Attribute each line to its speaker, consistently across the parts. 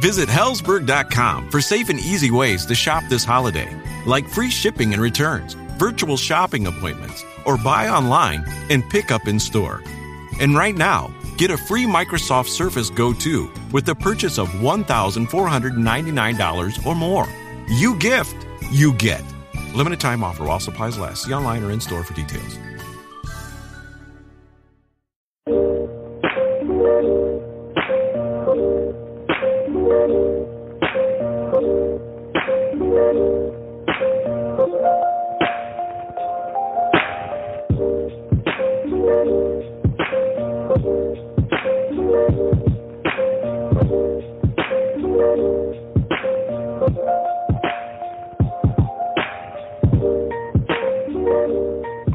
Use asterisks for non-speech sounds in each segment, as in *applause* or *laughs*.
Speaker 1: Visit Hellsberg.com for safe and easy ways to shop this holiday, like free shipping and returns, virtual shopping appointments, or buy online and pick up in store. And right now, get a free Microsoft Surface Go 2 with the purchase of $1,499 or more. You gift, you get. Limited time offer while supplies last. See online or in store for details.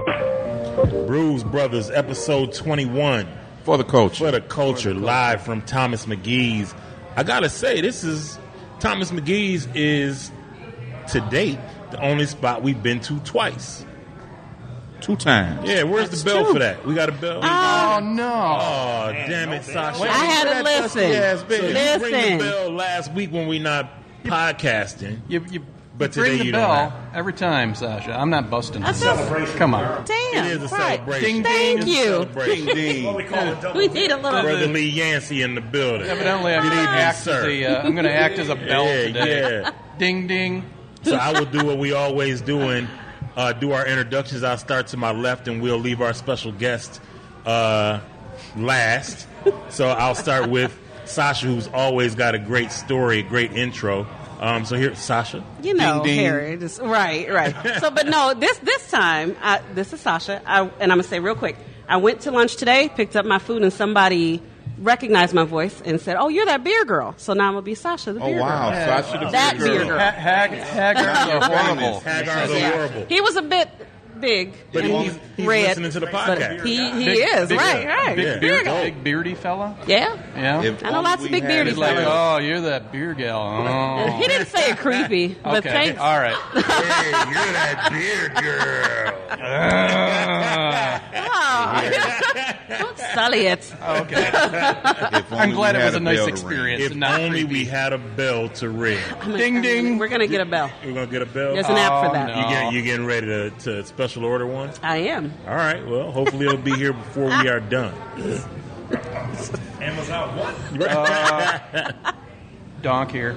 Speaker 2: Bruise Brothers, episode 21
Speaker 3: for the culture.
Speaker 2: for the culture, live from Thomas McGee's. I gotta say, this is Thomas McGee's is to date the only spot we've been to twice.
Speaker 3: Two times.
Speaker 2: Yeah, where's the bell
Speaker 4: true.
Speaker 2: for that? We got a bell.
Speaker 5: Oh no!
Speaker 2: oh damn it, Sasha!
Speaker 4: I had to
Speaker 2: That dusty
Speaker 4: listen.
Speaker 2: ass bitch. You
Speaker 4: Listen.
Speaker 2: Ring the bell last week when we not podcasting.
Speaker 5: You, you,
Speaker 2: But
Speaker 5: you ring
Speaker 2: today
Speaker 5: the
Speaker 2: you don't
Speaker 5: bell
Speaker 2: have.
Speaker 5: every time, Sasha. I'm not busting.
Speaker 4: That's
Speaker 5: this.
Speaker 4: celebration.
Speaker 5: Come on.
Speaker 4: Damn.
Speaker 2: It is a
Speaker 4: right.
Speaker 2: celebration.
Speaker 4: Thank
Speaker 2: It's a
Speaker 4: you.
Speaker 2: celebration.
Speaker 4: *laughs*
Speaker 3: Ding.
Speaker 4: We need a little.
Speaker 2: Brother Lee Yancey in the building.
Speaker 5: Evidently, I'm
Speaker 2: Good
Speaker 5: going to
Speaker 2: evening,
Speaker 5: act
Speaker 2: sir.
Speaker 5: as a. Uh, I'm going to act as a bell
Speaker 2: yeah,
Speaker 5: today.
Speaker 2: yeah.
Speaker 5: Ding ding.
Speaker 2: So I will do what we always do and uh, do our introductions. I'll start to my left and we'll leave our special guest uh, last. So I'll start with Sasha, who's always got a great story, a great intro. Um, so here, Sasha.
Speaker 4: You know,
Speaker 3: Ding, ding.
Speaker 4: Harry. Just, right, right. so, but no, this this time, I, this is Sasha, I, and I'm gonna say real quick. I went to lunch today, picked up my food, and somebody recognized my voice and said, "Oh, you're that beer girl." So now I'm gonna be Sasha, the
Speaker 3: Oh
Speaker 4: beer
Speaker 3: wow!
Speaker 4: girl.
Speaker 3: So I should have
Speaker 4: That
Speaker 3: been a
Speaker 4: beer
Speaker 3: girl.
Speaker 4: girl.
Speaker 5: Ha- hag haggard
Speaker 3: You're
Speaker 5: are horrible.
Speaker 3: famous.
Speaker 2: Hagar the
Speaker 4: Yeah.
Speaker 2: Horrible.
Speaker 4: He was a bit big,
Speaker 2: But
Speaker 4: and
Speaker 2: he's-
Speaker 4: he's,
Speaker 2: he's
Speaker 4: red.
Speaker 2: listening to the
Speaker 4: but
Speaker 2: podcast.
Speaker 4: He he
Speaker 5: Big-
Speaker 4: is
Speaker 5: big-
Speaker 4: right, right.
Speaker 5: Big
Speaker 2: Yeah.
Speaker 4: Beer
Speaker 5: beard,
Speaker 4: girl.
Speaker 5: big beardy fella.
Speaker 4: Yeah.
Speaker 5: Yeah.
Speaker 3: If
Speaker 4: I know lots of
Speaker 3: only
Speaker 4: big
Speaker 3: we
Speaker 4: beardies
Speaker 3: had
Speaker 5: He's like,
Speaker 3: a-
Speaker 5: oh, you're that beer gal. Oh.
Speaker 4: He didn't say it creepy, but
Speaker 5: okay.
Speaker 4: thanks.
Speaker 5: All
Speaker 4: *laughs*
Speaker 5: right. *laughs*
Speaker 2: Hey, you're that beer girl.
Speaker 4: Oh. Don't sully it.
Speaker 5: Okay.
Speaker 3: If only
Speaker 5: I'm glad
Speaker 3: we
Speaker 5: it was a
Speaker 3: had
Speaker 5: nice
Speaker 3: bell to
Speaker 5: experience.
Speaker 2: If
Speaker 5: and not
Speaker 2: only
Speaker 5: creepy.
Speaker 2: we had a bell to ring.
Speaker 5: Ding ding.
Speaker 4: We're gonna get a bell.
Speaker 2: We're going to get a bell.
Speaker 4: There's an app
Speaker 5: Oh,
Speaker 4: for that.
Speaker 5: no.
Speaker 2: you, get, you getting ready to, to special order one?
Speaker 4: I am.
Speaker 2: All right. Well, hopefully it'll be here before we are done.
Speaker 5: Donk here.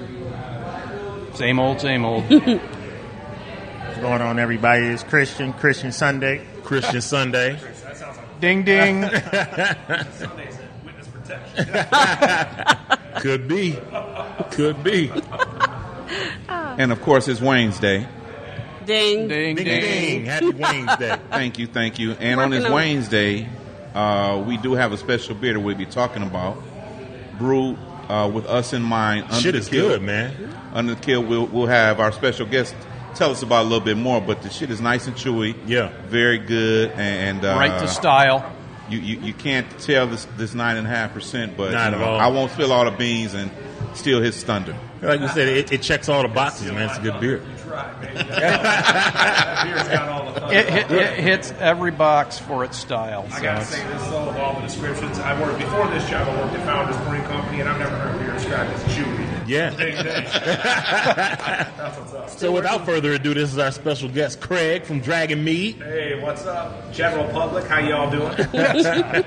Speaker 5: Same old,
Speaker 4: *laughs*
Speaker 5: same old.
Speaker 6: What's going on, everybody? It's Christian, Christian Sunday.
Speaker 2: Christian Sunday.
Speaker 5: ding ding.
Speaker 2: Could be. Could be.
Speaker 3: ring. And of course, it's Wayne's Day.
Speaker 4: Ding.
Speaker 5: Ding
Speaker 2: Ding,
Speaker 5: ding.
Speaker 2: ding. Happy Wayne's Day.
Speaker 3: Thank you, thank you. And
Speaker 4: Working
Speaker 3: on this
Speaker 4: on-
Speaker 3: Wayne's Day, uh, we do have a special beer that we'll be talking about. Brewed uh, with us in mind. Under
Speaker 2: Shit
Speaker 3: the
Speaker 2: is
Speaker 3: Kill.
Speaker 2: good, man.
Speaker 3: Under the kill, we'll, we'll have our special guest tell us about a little bit more. But the shit is nice and chewy.
Speaker 2: Yeah.
Speaker 3: Very good. And uh,
Speaker 5: Right to style.
Speaker 3: you, you, you can't tell this this nine and a half percent, but
Speaker 2: Not
Speaker 3: you
Speaker 2: at
Speaker 3: know,
Speaker 2: all.
Speaker 3: I won't spill all the beans and steal his thunder.
Speaker 2: Like we said, it, it checks all the boxes, man. It's a good beer.
Speaker 5: It, hit, it hits every box for its style.
Speaker 7: I
Speaker 5: So
Speaker 7: gotta
Speaker 5: it's,
Speaker 7: say, this is all of all the descriptions. I worked before this job. I worked at Founders Brewing Company, and I've never heard beer described as chewy.
Speaker 2: Yeah.
Speaker 7: Big thing. That's what's up.
Speaker 2: So without further ado, this is our special guest, Craig from Dragon Mead.
Speaker 7: hey, what's up, general public? How y'all doing? you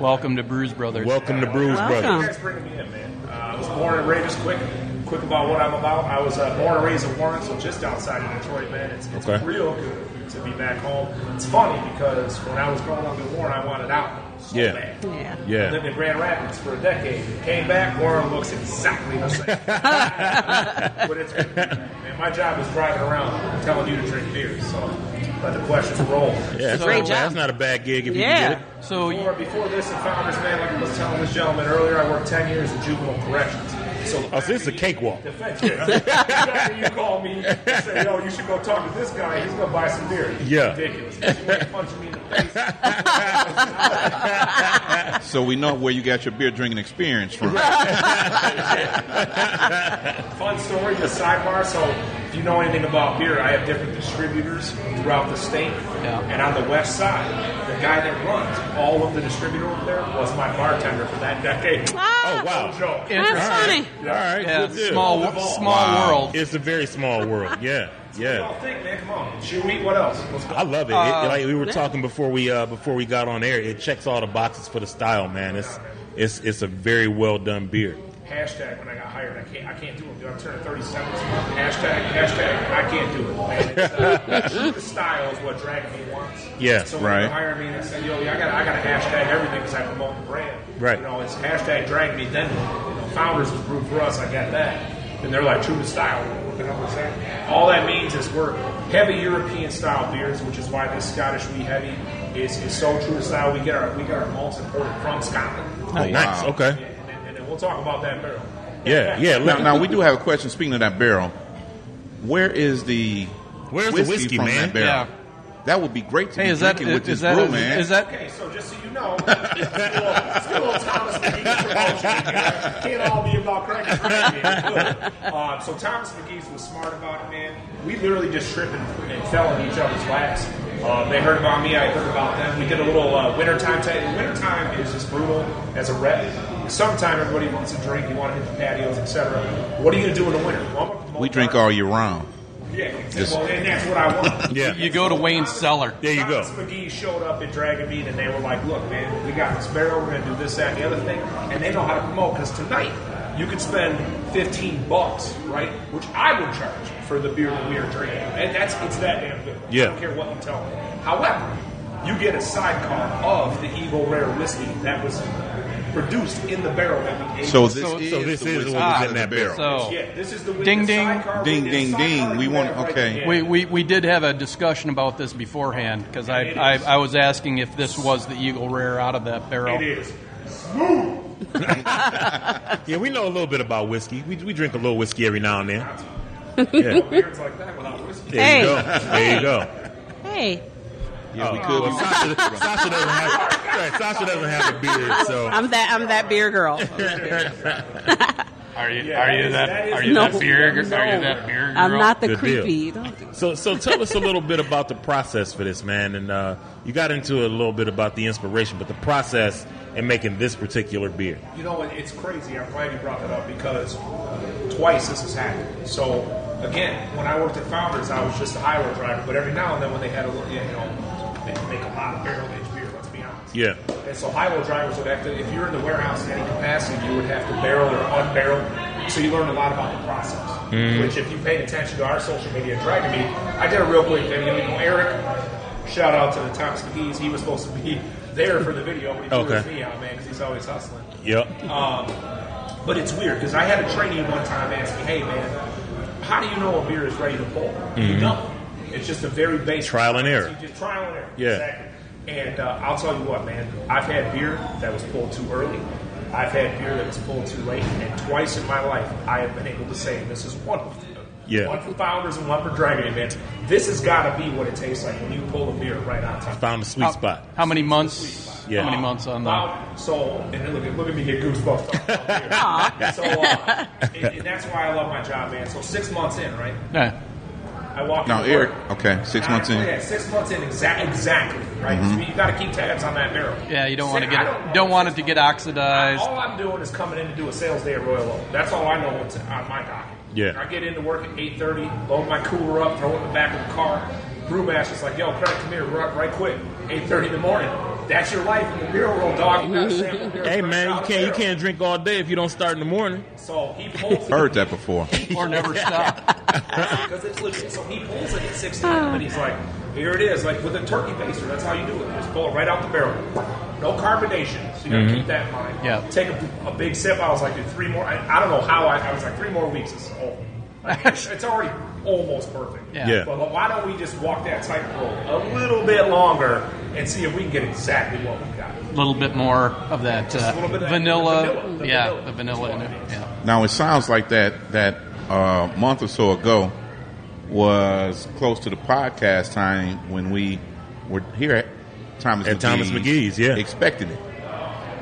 Speaker 5: welcome to Bruise Brothers.
Speaker 2: Welcome to Bruise Brothers.
Speaker 4: Welcome.
Speaker 7: guys bringing me in, man. Uh, I was born and raised. Just quick, quick about what I'm about. I was uh, born and raised in Warren, so just outside of Detroit, man. It's, it's
Speaker 2: Okay.
Speaker 7: real good to be back home. It's funny because when I was growing up in Warren, I wanted out so
Speaker 2: Yeah.
Speaker 7: bad.
Speaker 4: Yeah.
Speaker 2: Yeah.
Speaker 7: Lived in Grand Rapids for a decade. Came back, Warren looks exactly the
Speaker 2: *laughs*
Speaker 7: same. but it's man, my job is driving around telling you to drink beer, so let the questions roll.
Speaker 2: Yeah, that's,
Speaker 5: Great
Speaker 2: not,
Speaker 5: job.
Speaker 2: that's not a bad gig if you
Speaker 4: Yeah.
Speaker 2: can get
Speaker 5: So
Speaker 7: Before, before this in Founders, man, like I was telling this gentleman earlier, I worked 10 years in juvenile corrections. So
Speaker 2: it. Oh, so this is
Speaker 7: *laughs*
Speaker 2: a cakewalk.
Speaker 7: the fact that you call me and say, yo, you should go talk to this guy, he's going to buy some beer.
Speaker 2: Yeah.
Speaker 7: Ridiculous. You wanna punch me in the face.
Speaker 3: So we know where you got your beer drinking experience from.
Speaker 7: Fun story, just sidebar. So if you know anything about beer, I have different distributors throughout the state.
Speaker 5: Yeah.
Speaker 7: And on the west side, the guy that runs all of the distributor over there was my bartender for that decade.
Speaker 4: Ah,
Speaker 2: Oh wow!
Speaker 7: Joe.
Speaker 4: That's
Speaker 2: All
Speaker 4: funny.
Speaker 2: right. All right.
Speaker 5: Yeah,
Speaker 2: good deal.
Speaker 5: small small
Speaker 3: Wow.
Speaker 5: world.
Speaker 2: It's a very small world. Yeah.
Speaker 7: Y'all
Speaker 2: Yeah.
Speaker 7: think, man, come on. Chewy, what else? Let's go.
Speaker 2: I love it. It- like we were talking before we uh, before we got on air, it checks all the boxes for the style, man. It's it's it's a very well done beer.
Speaker 7: Hashtag when I got hired, I can't, I can't do it. dude. I'm turning 37. this month. Hashtag, hashtag, I can't do it. Man. It's,
Speaker 2: *laughs*
Speaker 7: uh, the style is what Dragon Me wants.
Speaker 2: Yeah,
Speaker 7: So when they
Speaker 3: right.
Speaker 7: hire me and they say, yo, I got I got to hashtag everything because I promote the brand.
Speaker 2: Right.
Speaker 7: You know, it's hashtag Dragon Me Denver. You know, Founders was brewed for us. I got that. And they're like, true to style. You know what I'm saying? All that means is we're heavy European style beers, which is why this Scottish wee heavy is, is so true to style. We get our we get our malts imported from Scotland.
Speaker 3: Oh,
Speaker 2: Nice.
Speaker 3: wow.
Speaker 2: Okay.
Speaker 7: And then, and then we'll talk about that barrel.
Speaker 2: Yeah. Yeah.
Speaker 3: Now,
Speaker 2: Look,
Speaker 3: now we do have a question. Speaking of that barrel, where is the
Speaker 2: Where's the
Speaker 3: whiskey
Speaker 2: whiskey,
Speaker 3: from
Speaker 2: man?
Speaker 3: that barrel? That would be great to
Speaker 5: Hey,
Speaker 3: be
Speaker 5: is that
Speaker 3: drinking with
Speaker 5: is
Speaker 3: this
Speaker 5: that
Speaker 3: brew,
Speaker 5: is-
Speaker 3: man.
Speaker 5: is that
Speaker 7: Okay, so just so you know, *laughs* it's a little Thomas McGee promotion. here. uh, Can't all be about crack and crack, man. Look, uh, so Thomas McGee's was smart about it, man. We literally just tripped and, and fell in each other's laps. Uh, they heard about me, I heard about them. We did a little uh, wintertime type. Wintertime is just brutal as a rep. Sometime everybody wants a drink, you want to hit the patios, etc. What are you going to do in the winter? Well, I'm gonna promote
Speaker 3: we drink
Speaker 7: dark-
Speaker 3: all year round.
Speaker 7: Yeah, exactly.
Speaker 3: Just-
Speaker 7: well, and that's what I want.
Speaker 3: *laughs*
Speaker 2: yeah.
Speaker 5: you go to Wayne's cellar?
Speaker 2: There you
Speaker 7: Thomas
Speaker 2: go.
Speaker 7: McGee showed up at Dragon Meat and they were like, look, man, we got this barrel, we're going to do this, that, and the other thing. And they know how to promote because tonight you could spend 15 bucks, right? Which I would charge for the beer that we are drinking. And that's, it's that damn good. I
Speaker 2: Yeah.
Speaker 7: don't care what you tell me. However, you get a sidecar of the Eagle Rare whiskey that was produced in the barrel that we ate.
Speaker 3: So this
Speaker 5: So-
Speaker 3: is
Speaker 5: so
Speaker 2: this
Speaker 3: the
Speaker 2: is
Speaker 3: whiskey
Speaker 2: what was
Speaker 3: out
Speaker 2: in
Speaker 3: of
Speaker 2: that
Speaker 3: the
Speaker 2: barrel.
Speaker 5: So
Speaker 7: yeah, this is the
Speaker 5: Ding,
Speaker 7: the
Speaker 5: ding.
Speaker 7: sidecar-
Speaker 3: Ding,
Speaker 7: the
Speaker 3: ding,
Speaker 7: sidecar
Speaker 3: ding. We
Speaker 7: you
Speaker 3: want-
Speaker 7: have right
Speaker 3: okay.
Speaker 7: there.
Speaker 5: we, we, we did have a discussion about this beforehand because I,
Speaker 7: It
Speaker 5: I,
Speaker 7: is.
Speaker 5: I was asking if this was the Eagle Rare out of that barrel.
Speaker 7: It is.
Speaker 2: Yeah, we know a little bit about whiskey. We, we drink a little whiskey every now and then.
Speaker 7: Beers like that without whiskey.
Speaker 2: There
Speaker 4: Hey.
Speaker 2: you go. There you go.
Speaker 4: Hey,
Speaker 3: Yeah, we could.
Speaker 2: Well, Sasha, Sasha doesn't have. Right, Sasha doesn't have a beard, so
Speaker 4: I'm that I'm that beer girl.
Speaker 8: Are you
Speaker 7: Yeah,
Speaker 8: are
Speaker 7: that
Speaker 8: you
Speaker 7: is-
Speaker 8: that,
Speaker 7: that is-
Speaker 8: are you
Speaker 4: No.
Speaker 8: that beer are you
Speaker 7: No.
Speaker 8: that beer girl?
Speaker 4: I'm not the
Speaker 2: Good deal.
Speaker 4: creepy. Don't do-
Speaker 2: So, so tell us a little bit about the process for this, man. And uh, you got into it a little bit about the inspiration, but the process in making this particular beer.
Speaker 7: You know, it- it's crazy. I'm glad you brought that up because uh, twice this has happened. So again, when I worked at Founders, I was just a highway driver. But every now and then, when they had a little, you know, they make a lot of barrel aged beer. Let's be honest.
Speaker 2: Yeah.
Speaker 7: And so highway drivers would have to, if you're in the warehouse in any capacity, you would have to barrel or unbarrel. So you learn a lot about the process.
Speaker 2: Mm-hmm.
Speaker 7: Which, if you paid attention to our social media at Dragon Meet, I did a real quick video. You know, Eric, shout out to the Thomas McGee's. He was supposed to be *laughs* there for the video, but he threw his
Speaker 2: Okay.
Speaker 7: knee out, man, because he's always hustling.
Speaker 2: Yep.
Speaker 7: But it's weird because I had a trainee one time ask me, "Hey man, how do you know a beer is ready to pour?" You don't. It's just a very basic
Speaker 2: Mm-hmm. Trial and error.
Speaker 7: You just trial and error.
Speaker 2: Yeah.
Speaker 7: Exactly. And uh, I'll tell you what, man. I've had beer that was pulled too early. I've had beer that was pulled too late, and twice in my life, I have been able to say, and "This is one of them."
Speaker 2: Yeah.
Speaker 7: One for founders and one for Dragon events. This has got to be what it tastes like when you pull a beer right on top.
Speaker 2: Found a sweet
Speaker 5: How,
Speaker 2: spot.
Speaker 5: how many months?
Speaker 2: Yeah.
Speaker 5: How many months on that?
Speaker 7: Wow. So, and then look at look at me get goosebumps. so, uh, and, and that's why I love my job, man. So six months in, right?
Speaker 5: Yeah.
Speaker 7: I walk.
Speaker 3: Now,
Speaker 7: into work.
Speaker 3: Eric. Okay, six months
Speaker 7: Yeah,
Speaker 3: in. Mm-hmm.
Speaker 7: six months in, exact, exactly, right? So you got to keep tabs on that barrel.
Speaker 5: Yeah, you don't want to
Speaker 7: Six-
Speaker 5: get
Speaker 7: I
Speaker 5: it, don't want it to get oxidized.
Speaker 7: all I'm doing is coming in to do a sales day at Royal Oak. That's all I know what's on my docket.
Speaker 2: Yeah.
Speaker 7: I get into work at 8.30, load my cooler up, throw it in the back of the car. Brewmaster's like, yo, Craig, come here right, right quick. 8.30 in the morning. That's your life in the beer world, dog. You gotta sample
Speaker 2: *laughs*
Speaker 7: beer
Speaker 2: Hey
Speaker 7: fresh
Speaker 2: man,
Speaker 7: out
Speaker 2: you
Speaker 7: of
Speaker 2: can't you
Speaker 7: barrel.
Speaker 2: can't drink all day if you don't start in the morning.
Speaker 7: So he pulls it
Speaker 3: Heard that before.
Speaker 5: *laughs* or never stop.
Speaker 7: *laughs* because it's legit. So he pulls it at 6 a.m. and he's like, here it is, like with a turkey baster. That's how you do it. Just pull it right out the barrel. No carbonation, so you gotta keep that in mind.
Speaker 5: Mm-hmm. Yeah.
Speaker 7: Take a, a big sip. I was like, dude, three more. I, I don't know how I, I was like, three more weeks is over.
Speaker 5: *laughs*
Speaker 7: Like, it's, it's already almost perfect.
Speaker 5: Yeah.
Speaker 2: Yeah.
Speaker 7: But why don't we just walk that tightrope a little bit longer and see if we can get exactly what we got?
Speaker 5: A little bit more of that
Speaker 7: Just
Speaker 5: uh,
Speaker 7: a little bit of that
Speaker 5: vanilla.
Speaker 7: vanilla, the
Speaker 5: yeah,
Speaker 7: vanilla.
Speaker 5: the vanilla in it. Yeah.
Speaker 3: Now it sounds like that that uh, month or so ago was close to the podcast time when we were here at Thomas
Speaker 2: At Thomas McGee's, yeah.
Speaker 3: expected it.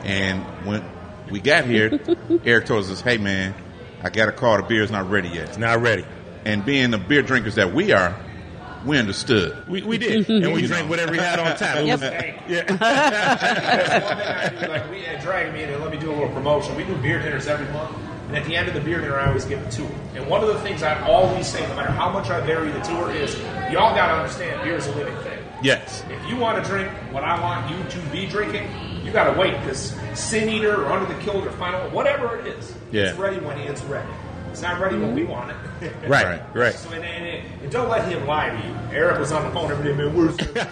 Speaker 3: And when
Speaker 2: *laughs*
Speaker 3: we got here, Eric told us, "Hey man, I got a call. The beer's not ready yet."
Speaker 2: Not ready.
Speaker 3: and being the beer drinkers that we are, we understood.
Speaker 2: We, we did, and we drank whatever we had on tap. It was-
Speaker 7: That's one thing I do. Like we at Dragon Me, and let me do a little promotion. We do beer dinners every month, and at the end of the beer dinner, I always give a tour. And one of the things I always say, no matter how much I vary the tour, is y'all got to understand, beer is a living thing.
Speaker 2: *laughs* yes.
Speaker 7: If you want to drink what I want you to be drinking, you got to wait because Sin Eater or Under the Kilt or Final, whatever it is,
Speaker 2: Yeah.
Speaker 7: it's ready when it's ready. It's not ready when we want it.
Speaker 2: *laughs* Right, right.
Speaker 7: So, and, and, and, don't let him lie to you. Eric was on the phone every day, man. Where's
Speaker 2: *laughs*
Speaker 7: the-" *laughs* I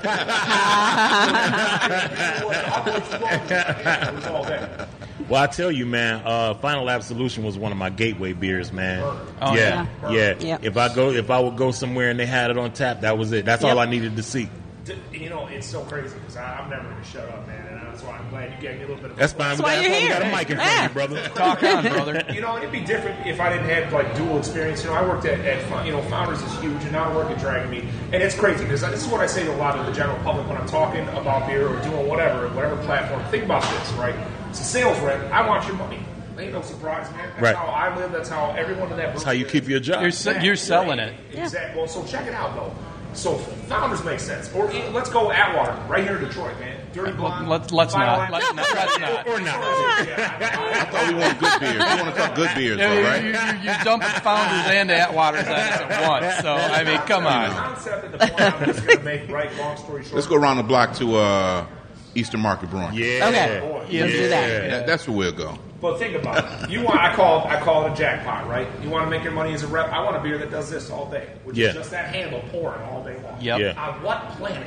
Speaker 7: thought you wanted it. It was all that.
Speaker 2: Well, I tell you, man, uh, Final Absolution was one of my gateway beers, man.
Speaker 5: Oh,
Speaker 2: yeah, yeah.
Speaker 7: yeah.
Speaker 4: Yep.
Speaker 2: If I go, if I would go somewhere and they had it on tap, that was it. That's all I
Speaker 4: Yep.
Speaker 2: needed to see.
Speaker 7: D- You know, it's so crazy because I'm never going to shut up, man. And that's why I'm glad you gave me a little bit of.
Speaker 2: That's
Speaker 4: That's
Speaker 2: fine. we
Speaker 4: why
Speaker 2: got,
Speaker 4: you're
Speaker 2: we
Speaker 4: here.
Speaker 2: got a mic in front
Speaker 4: Yeah.
Speaker 2: of you, brother.
Speaker 5: Talk on, brother.
Speaker 7: You know, it'd be different if I didn't have like dual experience. You know, I worked at, at Fo- you know Founders is huge, and now I work at Dragon Meat, and it's crazy because this is what I say to a lot of the general public when I'm talking about beer or doing whatever, whatever platform. Think about this, right? It's a sales rep. I want your money. Ain't no surprise, man. That's
Speaker 2: Right.
Speaker 7: how I live. That's how everyone in that.
Speaker 2: That's how you keep your job.
Speaker 5: You're, se- you're selling it.
Speaker 7: Exactly. Well, so check it out though. So Founders makes sense, or eh, let's go Atwater, right here in Detroit, man. Dirty blonde.
Speaker 5: Let's let's
Speaker 7: Final
Speaker 5: not.
Speaker 7: Act-
Speaker 5: Let's not. Let's not.
Speaker 2: or not.
Speaker 3: I thought we wanted good beers. We want to talk good beers,
Speaker 5: Yeah,
Speaker 3: though,
Speaker 5: you,
Speaker 3: right?
Speaker 2: *laughs*
Speaker 5: you, you, you dump the Founders and the Atwaters at once. So I mean, come on.
Speaker 7: Concept at the point I'm just going to make, right? Long story short.
Speaker 3: Let's go around the block to uh, Eastern Market Brewing.
Speaker 2: Yeah.
Speaker 4: Okay.
Speaker 2: Yeah.
Speaker 4: Let's do that.
Speaker 3: That- that's where we'll go.
Speaker 7: But think about it. You want I call I call it a jackpot, right? You want to make your money as a rep. I want a beer that does this all day, which
Speaker 2: Yeah.
Speaker 7: is just that handle pouring all day long.
Speaker 5: Yep.
Speaker 2: Yeah.
Speaker 7: On what planet?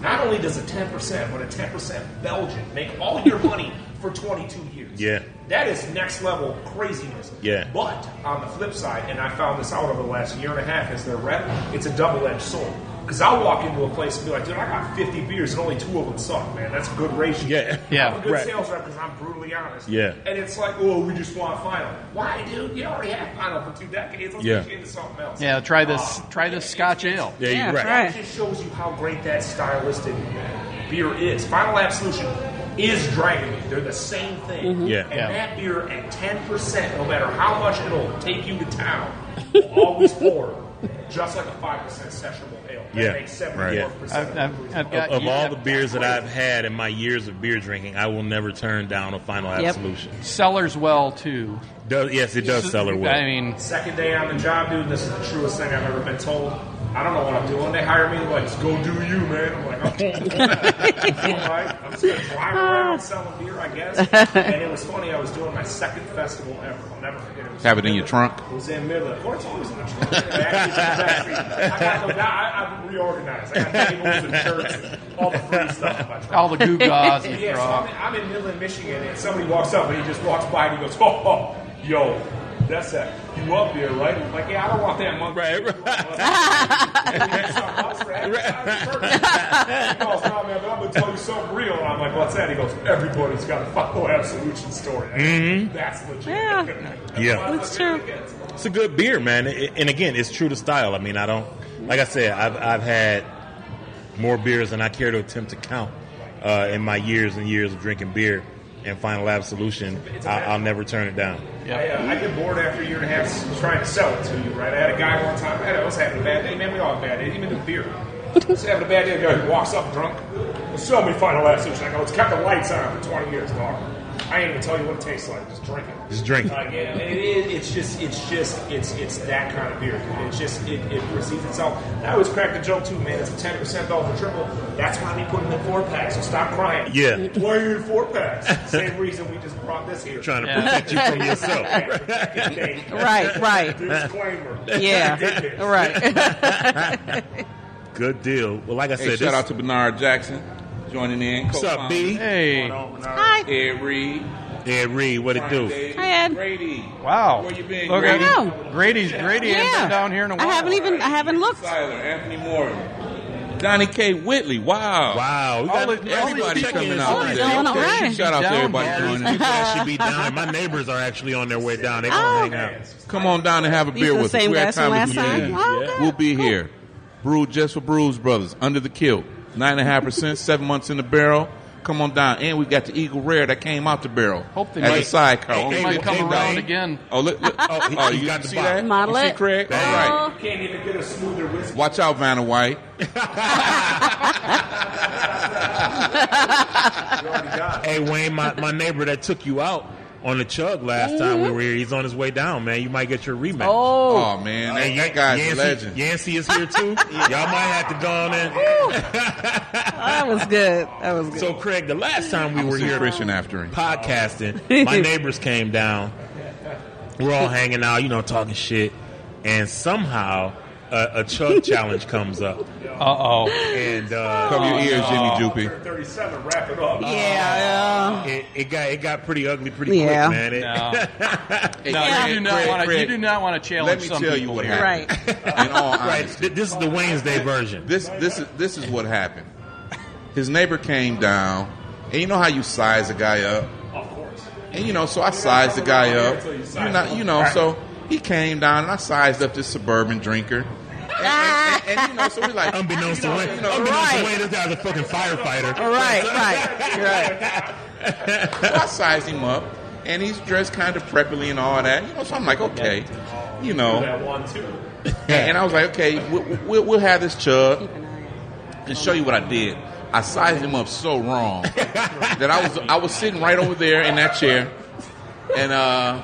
Speaker 7: Not only does a ten percent, but a ten percent Belgian make all your money for twenty two years.
Speaker 2: Yeah.
Speaker 7: That is next level craziness.
Speaker 2: Yeah.
Speaker 7: But on the flip side, and I found this out over the last year and a half as their rep, it's a double edged sword. Because I'll walk into a place and be like, dude, I got 50 beers and only two of them suck, man. That's a good ratio. *laughs*
Speaker 2: Yeah.
Speaker 5: Yeah.
Speaker 7: I'm a good
Speaker 2: Right.
Speaker 7: sales rep because I'm brutally honest.
Speaker 2: Yeah.
Speaker 7: And it's like, oh, we just want final. Why, dude? You already had final for two decades. Let's
Speaker 2: Yeah.
Speaker 7: get you into something else. Ah,
Speaker 5: Yeah, try this. Try this Scotch ale.
Speaker 2: Yeah,
Speaker 4: Yeah,
Speaker 2: you're right.
Speaker 4: right.
Speaker 7: It just shows you how great that stylistic beer is. Final Absolution is Dragon Meat. They're the same thing.
Speaker 2: Yeah.
Speaker 7: And
Speaker 5: Yeah.
Speaker 7: that beer at 10%, no matter how much it'll take you to town, will
Speaker 2: *laughs*
Speaker 7: always pour just like a 5% sessionable ale. That
Speaker 2: Yeah.
Speaker 7: makes
Speaker 2: Right. Yeah.
Speaker 7: 74%
Speaker 5: I've, I've, I've got
Speaker 2: Of
Speaker 5: you
Speaker 2: all
Speaker 5: have
Speaker 2: the beers that I've had in my years of beer drinking, I will never turn down a Final
Speaker 4: Yep.
Speaker 2: Absolution.
Speaker 5: Sellers well too.
Speaker 2: Does, yes, it does sell her well.
Speaker 5: I mean,
Speaker 7: Second day on the job, dude, this is the truest thing I've ever been told. I don't know what I'm doing. They hire me, they're like, just go do you, man. I'm like, okay. All right. I'm just going to drive around selling beer, I guess. And it was funny, I was doing my second festival ever. I'll never forget it. was
Speaker 3: Have it in your trunk?
Speaker 7: It was in Midland. Of course, it's always in the trunk. It actually is in the backseat. I got no doubt. I, I'm reorganized. I got tables and shirts and all the free stuff in my trunk.
Speaker 5: all the goo gaws you
Speaker 7: Yeah, so
Speaker 5: throw.
Speaker 7: I'm in, I'm in Midland, Michigan, and somebody walks up and he just walks by and he goes, *laughs* "Oh, oh, yo, that's that. You up there, right?" I'm like, "Yeah, I don't want that monkey."
Speaker 2: Right,
Speaker 7: He goes, "Nah, man, but I'm gonna tell you something real." And I'm like, "What's that?" He goes, "Everybody's got a follow absolution story. That's legit." *laughs*
Speaker 4: Yeah.
Speaker 2: Yeah.
Speaker 4: That's true.
Speaker 2: It's a good beer, man. It- and again, it's true to style. I mean, I don't, like I said, I've, I've had more beers than I care to attempt to count uh, in my years and years of drinking beer. And Final Absolution, I, I'll never turn it down.
Speaker 7: I, uh, I get bored after a year and a half s- trying to sell it to you, right? I had a guy one time, man, I was having a bad day, man. We all had bad day, even the beer. I was having a bad day. The guy walks up drunk, sell me final last sushi. I go, it's kept the lights on for 20 years, dog. I ain't even tell you what it tastes like. Just drink it.
Speaker 2: Just drink it.
Speaker 7: Like, yeah, it is. It's just. It's just. It's. It's that kind of beer. It's just. It, it receives itself. And I always crack the joke too, man. It's a ten percent off for triple. That's why we put them in four packs. So stop crying.
Speaker 2: Yeah.
Speaker 7: Why are you in four packs? Same reason we just brought this here.
Speaker 2: Trying to
Speaker 5: Yeah.
Speaker 2: protect you from yourself.
Speaker 7: Okay.
Speaker 4: *laughs* Right, right.
Speaker 7: Disclaimer. *laughs*
Speaker 4: Yeah. right.
Speaker 2: Good deal. Well, like I
Speaker 3: Hey, shout
Speaker 2: said, this,
Speaker 3: out to Bernard Jackson joining in.
Speaker 2: what's up, B?
Speaker 5: Hey,
Speaker 4: Hi.
Speaker 3: Ed Reed.
Speaker 2: Ed Reed, what it
Speaker 3: Brian
Speaker 2: do?
Speaker 3: Davis,
Speaker 4: Hi, Ed.
Speaker 3: Grady.
Speaker 5: wow.
Speaker 3: Where you been,
Speaker 5: Look,
Speaker 3: Grady?
Speaker 4: I know.
Speaker 5: Grady's Grady ain't
Speaker 4: Yeah.
Speaker 5: been down here in a
Speaker 4: I
Speaker 5: while.
Speaker 4: haven't even I haven't looked.
Speaker 3: Siler, Anthony Morton. Donnie K. Whitley. Wow.
Speaker 2: Wow. We
Speaker 5: All
Speaker 2: got-
Speaker 5: the- all these
Speaker 3: Everybody's
Speaker 5: chickens
Speaker 3: coming
Speaker 5: are
Speaker 3: out
Speaker 4: doing
Speaker 3: today.
Speaker 4: all right.
Speaker 3: Shout out to
Speaker 5: Down,
Speaker 3: everybody
Speaker 5: Barry.
Speaker 3: joining.
Speaker 2: People that should be down. And my neighbors are actually on their way down. They
Speaker 4: Oh.
Speaker 2: gonna hang out.
Speaker 3: Come on down and have a
Speaker 4: These
Speaker 3: beer
Speaker 4: the
Speaker 3: with us.
Speaker 4: same
Speaker 3: We had
Speaker 4: guys from
Speaker 3: time
Speaker 4: last
Speaker 3: to do
Speaker 4: time?
Speaker 3: that.
Speaker 4: Oh, okay.
Speaker 3: We'll be here. Brewed just for Brews Brothers. Under the kilt. Nine and a half percent. Seven months in the barrel. Come on down, and we got the Eagle Rare that came out the barrel.
Speaker 5: Hope they
Speaker 3: as a
Speaker 5: might-
Speaker 3: sidecar.
Speaker 2: they
Speaker 3: Only
Speaker 5: might come
Speaker 3: 15
Speaker 5: around
Speaker 3: bucks.
Speaker 5: again.
Speaker 3: Oh, look, look.
Speaker 2: Oh, he-
Speaker 3: oh,
Speaker 2: he
Speaker 3: you
Speaker 2: got the
Speaker 3: see
Speaker 2: bottle.
Speaker 3: that?
Speaker 4: Model
Speaker 3: you see
Speaker 4: it.
Speaker 3: Craig? All
Speaker 4: Oh.
Speaker 3: right.
Speaker 7: You can't even get a smoother whiskey.
Speaker 3: Watch out, Vanna White.
Speaker 2: Hey Wayne, my, my neighbor that took you out on the chug last time we were here, he's on his way down, man. You might get your rematch.
Speaker 4: Oh,
Speaker 3: Mm-hmm. Oh man,
Speaker 2: Hey,
Speaker 3: that, that guy's a
Speaker 2: Yan- Yancey,
Speaker 3: legend.
Speaker 2: Yancey is
Speaker 3: *laughs*
Speaker 2: here too. Y'all might have to go on in.
Speaker 4: Oh, that was good. That was good.
Speaker 2: *laughs* So Craig, the last time we
Speaker 3: I'm
Speaker 2: were
Speaker 3: seeing
Speaker 2: here
Speaker 3: Christian after him.
Speaker 4: *laughs*
Speaker 2: podcasting, my neighbors came down. We're all hanging out, you know, talking shit, and somehow a, a chug challenge comes up.
Speaker 5: Uh oh.
Speaker 2: And uh,
Speaker 3: Cover your ears, Jimmy Joopy.
Speaker 7: 37, wrap it up.
Speaker 4: yeah.
Speaker 2: It, it got it got pretty ugly pretty
Speaker 4: Yeah.
Speaker 2: quick, man. It-
Speaker 5: No,
Speaker 3: Hey,
Speaker 2: *laughs*
Speaker 5: no
Speaker 4: Yeah.
Speaker 5: you do
Speaker 3: Craig,
Speaker 5: not want to. You
Speaker 3: Craig,
Speaker 5: do not want to challenge.
Speaker 3: Let me
Speaker 5: some
Speaker 3: tell you
Speaker 5: people
Speaker 3: what
Speaker 5: here.
Speaker 4: here.
Speaker 3: happened. Right. In all
Speaker 2: Right.
Speaker 3: honesty,
Speaker 2: th- This is the Wednesday version.
Speaker 3: this this is this is what happened. His neighbor came down, and you know how you size a guy up.
Speaker 7: Of course.
Speaker 3: And you know, so I sized the guy up.
Speaker 7: Until you size
Speaker 3: You know,
Speaker 7: him
Speaker 3: you
Speaker 7: up.
Speaker 3: know, so he came down and I sized up this suburban drinker. And,
Speaker 4: Ah,
Speaker 3: and- and- and, you know, so we like
Speaker 2: *laughs* Unbeknownst to
Speaker 3: you know,
Speaker 2: Wayne,
Speaker 3: you know,
Speaker 2: unbeknownst
Speaker 4: right.
Speaker 2: to Wayne, this guy's a fucking firefighter.
Speaker 4: Right, right, right.
Speaker 3: so I sized him up, and he's dressed kind of preppily and all that. You know, so I'm like, okay, you know,
Speaker 7: Oh, That one, too.
Speaker 3: and I was like, okay, we'll, we'll, we'll have this chub and show you what I did. I sized him up so wrong that I was I was sitting right over there in that chair, and uh,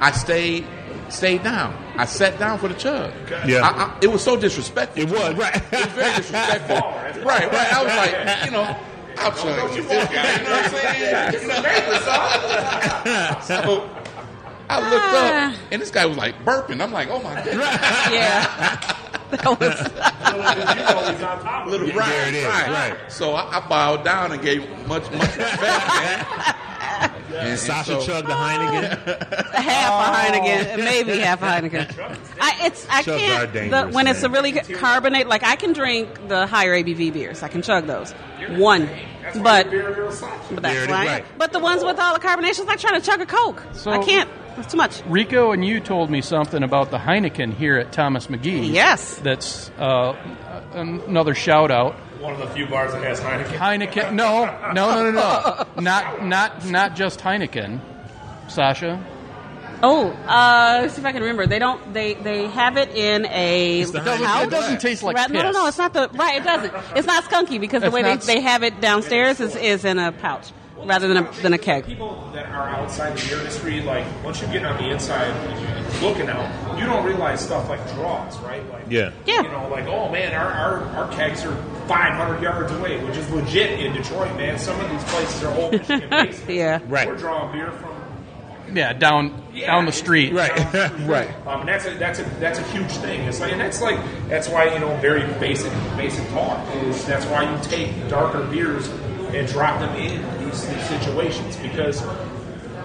Speaker 3: I stayed stayed down. I sat down for the chug.
Speaker 2: Yeah.
Speaker 3: I, I, it was so disrespectful.
Speaker 2: It was right.
Speaker 3: It was very
Speaker 2: *laughs*
Speaker 3: disrespectful. right, right. I was like, you know, I'll chug you this guy. You know what I'm *laughs* saying? You know, so I looked up, and this guy was like burping. I'm like, oh my god,
Speaker 4: Yeah. *laughs* That was
Speaker 7: He's on top of
Speaker 3: little
Speaker 7: it.
Speaker 3: right,
Speaker 2: there it is, right.
Speaker 3: So I, I bowed down and gave him much, much respect. man. And- and
Speaker 2: Sasha
Speaker 3: so-
Speaker 2: chugged the Heineken.
Speaker 4: half a *laughs* Heineken, maybe half a Heineken. I, it's I
Speaker 2: Chugs are
Speaker 4: can't
Speaker 2: dangerous,
Speaker 4: the, when it's a
Speaker 2: man.
Speaker 4: really good carbonate. Like I can drink the higher ABV beers. I can chug those. One, but
Speaker 7: Beer, beer, sausage.
Speaker 4: but
Speaker 2: There
Speaker 4: that's
Speaker 2: it is,
Speaker 4: right.
Speaker 2: right.
Speaker 4: But the ones with all the carbonation, it's like trying to chug a Coke.
Speaker 5: So-
Speaker 4: I can't. That's too much.
Speaker 5: Rico and you told me something about the Heineken here at Thomas McGee.
Speaker 4: Yes.
Speaker 5: That's uh, an- another shout out.
Speaker 7: One of the few bars that has Heineken.
Speaker 5: Heineken. No, no, no, no, no. Not, not, not just Heineken. Sasha.
Speaker 4: Oh, uh, let's see if I can remember. They don't. They they have it in a.
Speaker 2: the
Speaker 4: pouch.
Speaker 2: Heineken
Speaker 5: It doesn't taste like
Speaker 4: Right, no, no, no.
Speaker 5: piss.
Speaker 4: It's not the right. It doesn't. It's not skunky because the
Speaker 5: It's
Speaker 4: way they,
Speaker 5: not-
Speaker 4: they have it downstairs is, is in a pouch rather than a than a keg.
Speaker 7: People that are outside the beer industry, like, once you get on the inside and you're looking out, you don't realize stuff like draws, right? Like,
Speaker 2: Yeah.
Speaker 4: Yeah.
Speaker 7: You know, like, oh man, our, our, our kegs are 500 yards away, which is legit in Detroit, man. Some of these places are old Michigan basements.
Speaker 4: *laughs* Yeah.
Speaker 2: Right.
Speaker 7: We're drawing beer from
Speaker 5: Yeah, down,
Speaker 7: Yeah,
Speaker 5: down the street.
Speaker 2: Right.
Speaker 7: *laughs* right. Um, and that's a, that's a that's a huge thing. It's like, and that's like that's why you know very basic basic talk is that's why you take darker beers and drop them in these, these situations because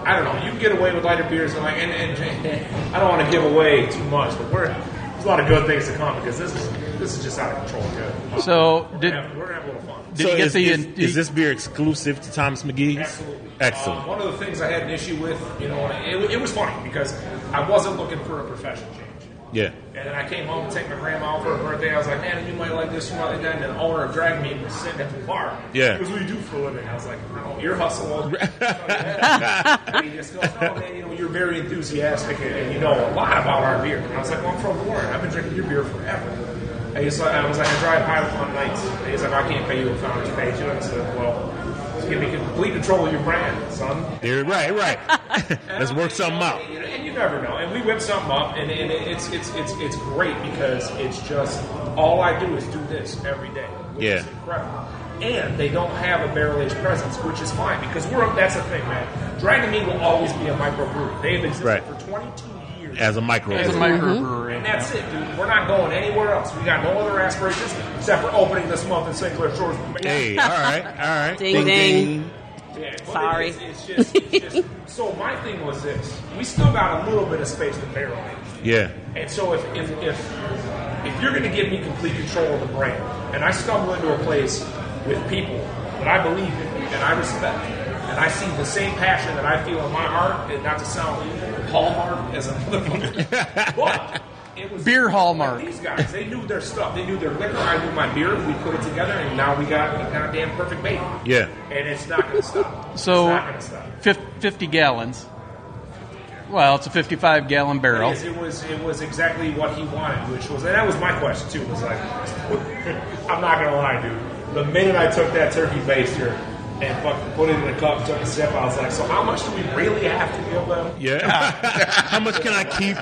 Speaker 7: I don't know you can get away with lighter beers and like and, and *laughs* I don't want to give away too much, but we're there's a lot of good things to come because this is this is just out of control. Good.
Speaker 5: So
Speaker 7: we're
Speaker 5: did-
Speaker 7: gonna have, we're gonna have a little fun.
Speaker 5: Did you get
Speaker 2: is,
Speaker 5: the-
Speaker 2: is,
Speaker 5: did-
Speaker 2: is this beer exclusive to Thomas McGee's?
Speaker 7: Absolutely.
Speaker 2: Excellent.
Speaker 7: Um, one of the things I had an issue with, you know, and it, it was funny because I wasn't looking for a profession change.
Speaker 2: yeah.
Speaker 7: And then I came home to take my grandma out for her birthday. I was like, man, you might like this, you might like that. And then the owner of Drag Me was sitting at the bar.
Speaker 2: Yeah.
Speaker 7: He goes, what do you do for a living? I was like, I don't know, ear hustle. and he just goes, oh, man, you know, you're very enthusiastic and, and you know a lot about our beer. And I was like, well, I'm from Warren. I've been drinking your beer forever. And he's like, I was like, I drive high on nights. And he's like, I can't pay you a founder's page. And I said, well, just give me complete control of your brand, son.
Speaker 2: There, right,
Speaker 4: *laughs*
Speaker 2: right. Let's work something out.
Speaker 7: You know, And you never know. And we whip something up, and, and it's it's it's it's great because it's just all I do is do this every day, which
Speaker 2: Yeah.
Speaker 7: is incredible. And they don't have a barrel aged presence, which is fine because we're that's the thing, man. Dragon Meat will always be a microbrewery. They've existed
Speaker 2: Right.
Speaker 7: for 22 years, Mm-hmm.
Speaker 2: As a micro.
Speaker 5: It's a
Speaker 7: and
Speaker 5: microbrewery.
Speaker 7: that's it, dude. We're not going anywhere else. We got no other aspirations except for opening this month in St. Clair Shores.
Speaker 2: hey, all right, all right.
Speaker 4: Ding ding.
Speaker 7: Yeah, but
Speaker 4: Sorry.
Speaker 7: It's, it's just, it's just, so my thing was this: we still got a little bit of space to barrel age.
Speaker 2: Yeah.
Speaker 7: And so if if if, if you're going to give me complete control of the brand, and I stumble into a place with people that I believe in and I respect, and I see the same passion that
Speaker 5: *laughs*
Speaker 7: I feel in my heart, and not to sound Hallmark as a motherfucker, but it was was
Speaker 5: Beer hallmark.
Speaker 7: Like these guys, they knew their stuff. They knew their liquor. I knew my beer. We put it together, and now we got a goddamn perfect bait.
Speaker 2: Yeah.
Speaker 7: And it's not gonna stop. it's
Speaker 5: So
Speaker 7: not gonna stop.
Speaker 5: fif- 50 gallons. Well, it's a 55 gallon barrel.
Speaker 7: Yes, it was it was exactly what he wanted, which was and that was my question too. Was like, *laughs* I'm not gonna lie, dude. The minute I took that turkey baster and fucking put it in a cup, took a sip, I was like, so how much do we really have to give them?
Speaker 2: Yeah.
Speaker 8: Ah.
Speaker 2: *laughs* How much can I keep?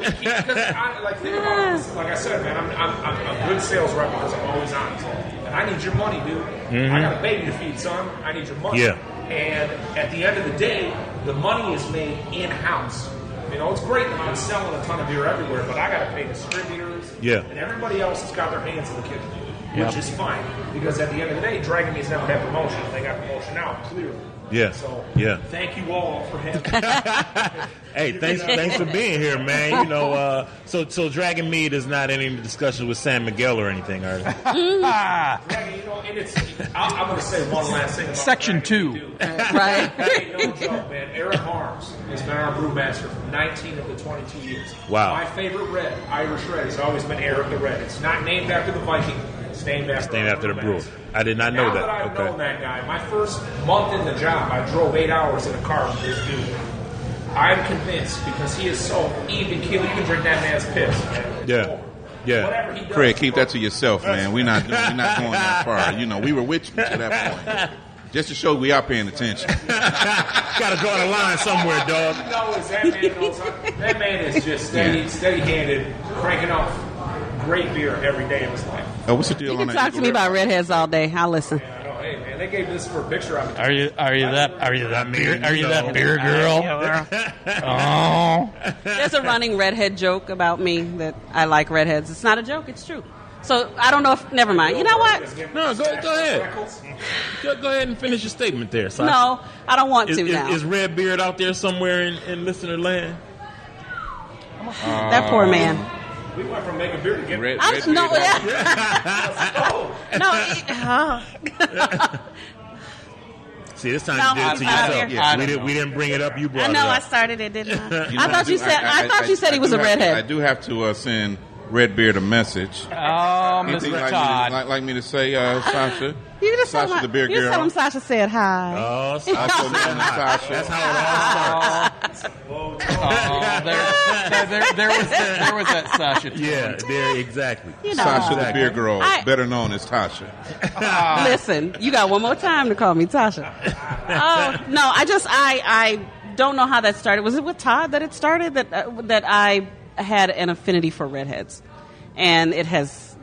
Speaker 7: Because I like think about this. Like I said, man, I'm, I'm, I'm a good sales rep because I'm always honest, and I need your money, dude. I got a baby to feed, son. I need your money.
Speaker 2: Mm-hmm. Yeah.
Speaker 7: And at the end of the day, the money is made in house. You know, it's great that I'm selling a ton of beer everywhere, but I got to pay distributors.
Speaker 2: Yeah.
Speaker 7: And everybody else has got their hands in the kitchen, which
Speaker 5: Yeah.
Speaker 7: is fine because at the end of the day, Dragon Meat's never had promotion. They got promotion now, clearly.
Speaker 2: Yeah.
Speaker 7: So
Speaker 2: Yeah.
Speaker 7: Thank you all for having. me.
Speaker 2: Hey, thanks, thanks for being here, man. You know, uh, so so Dragon Mead is not in any discussion with Sam Miguel or anything, are they?
Speaker 7: Dragon, you know, and it's, I, I'm going to say one last thing. About
Speaker 5: Section
Speaker 7: Dragon,
Speaker 5: two.
Speaker 7: dude.
Speaker 4: Right.
Speaker 7: Hey, no joke, man. Eric Harms has been our brewmaster for 19 of the 22 years.
Speaker 2: Wow.
Speaker 7: My favorite red, Irish red, has always been Eric the Red. It's not named after the Viking. It's named after,
Speaker 2: named
Speaker 7: our
Speaker 2: after the brewer.
Speaker 7: brewmaster.
Speaker 2: I did not know
Speaker 7: now
Speaker 2: that.
Speaker 7: I've
Speaker 2: Okay.
Speaker 7: known that guy, my first month in the job, I drove eight hours in a car with this dude. I'm convinced because he is so even keel. You can drink that man's piss. Man. It's
Speaker 2: Yeah.
Speaker 7: over.
Speaker 2: Yeah.
Speaker 7: Whatever he does,
Speaker 3: Craig, keep
Speaker 7: bro.
Speaker 3: that to yourself, man. We're not doing, we're not going that far. You know, we were with you to that point. Just to show we are paying attention.
Speaker 2: Got to draw the line somewhere, dog.
Speaker 7: you know is that man knows that man is just steady,
Speaker 3: Yeah.
Speaker 7: steady handed, cranking off great beer every day of his life.
Speaker 3: Uh, what's the
Speaker 4: You
Speaker 3: deal on
Speaker 4: can
Speaker 3: that
Speaker 4: talk to
Speaker 3: Eagle
Speaker 4: me
Speaker 3: Rare?
Speaker 4: about redheads all day. I'll listen.
Speaker 7: And I know, hey man, they gave this for a picture of it.
Speaker 8: Are you are you that are you that beer are you that beer girl? Oh,
Speaker 4: There's a running redhead joke about me that I like redheads. It's not a joke. It's true. So I don't know if. Never mind. You know what?
Speaker 2: No, go, go ahead. Go, go ahead and finish your statement there. Sasha.
Speaker 4: No, I don't want
Speaker 2: Is,
Speaker 4: to
Speaker 2: is,
Speaker 4: now.
Speaker 2: is Redbeard out there somewhere in, in listener land?
Speaker 4: that poor man.
Speaker 7: We went from making beer to getting
Speaker 3: Red-
Speaker 4: I'm,
Speaker 3: Red
Speaker 4: no,
Speaker 3: Beard.
Speaker 4: yeah,
Speaker 7: Oh,
Speaker 3: *laughs*
Speaker 4: no. It, huh.
Speaker 2: See, this time
Speaker 4: No,
Speaker 2: you
Speaker 4: I'm
Speaker 2: did it to
Speaker 4: out of
Speaker 2: yourself.
Speaker 4: here.
Speaker 2: Yeah,
Speaker 8: I
Speaker 2: we,
Speaker 8: don't
Speaker 2: did, we didn't bring it up. You brought
Speaker 4: I know
Speaker 2: it
Speaker 4: I
Speaker 2: up.
Speaker 4: started it, didn't I?
Speaker 3: You
Speaker 4: I
Speaker 3: know,
Speaker 4: thought
Speaker 3: do-
Speaker 4: you said. I, thought you said
Speaker 3: I
Speaker 4: he was
Speaker 3: do
Speaker 4: a
Speaker 3: have to- I
Speaker 4: redhead.
Speaker 3: do have to uh, send Redbeard a message. *laughs*
Speaker 5: Oh,
Speaker 3: Anything
Speaker 5: Mr.
Speaker 3: like, Me to,
Speaker 5: Todd.
Speaker 3: like, like me to
Speaker 4: *laughs*
Speaker 3: say, uh, Sasha?
Speaker 4: You just
Speaker 3: Sasha
Speaker 4: tell him,
Speaker 3: the beer
Speaker 4: you just
Speaker 3: girl.
Speaker 4: tell him Sasha said hi.
Speaker 2: Oh,
Speaker 4: *laughs*
Speaker 3: also
Speaker 2: Sasha. *laughs*
Speaker 3: known as Sasha.
Speaker 2: That's how it all starts.
Speaker 5: Oh, there, there, there, there was that, there was that Sasha. Todd.
Speaker 2: Yeah, there, exactly.
Speaker 4: you know,
Speaker 3: Sasha the
Speaker 2: Exactly.
Speaker 3: beer girl,
Speaker 4: I-
Speaker 3: better known as Tasha.
Speaker 4: listen, you got one more time to call me Tasha. Oh no, I just I I don't know how that started. Was it with Todd that it started that uh, that I had an affinity for redheads, and it has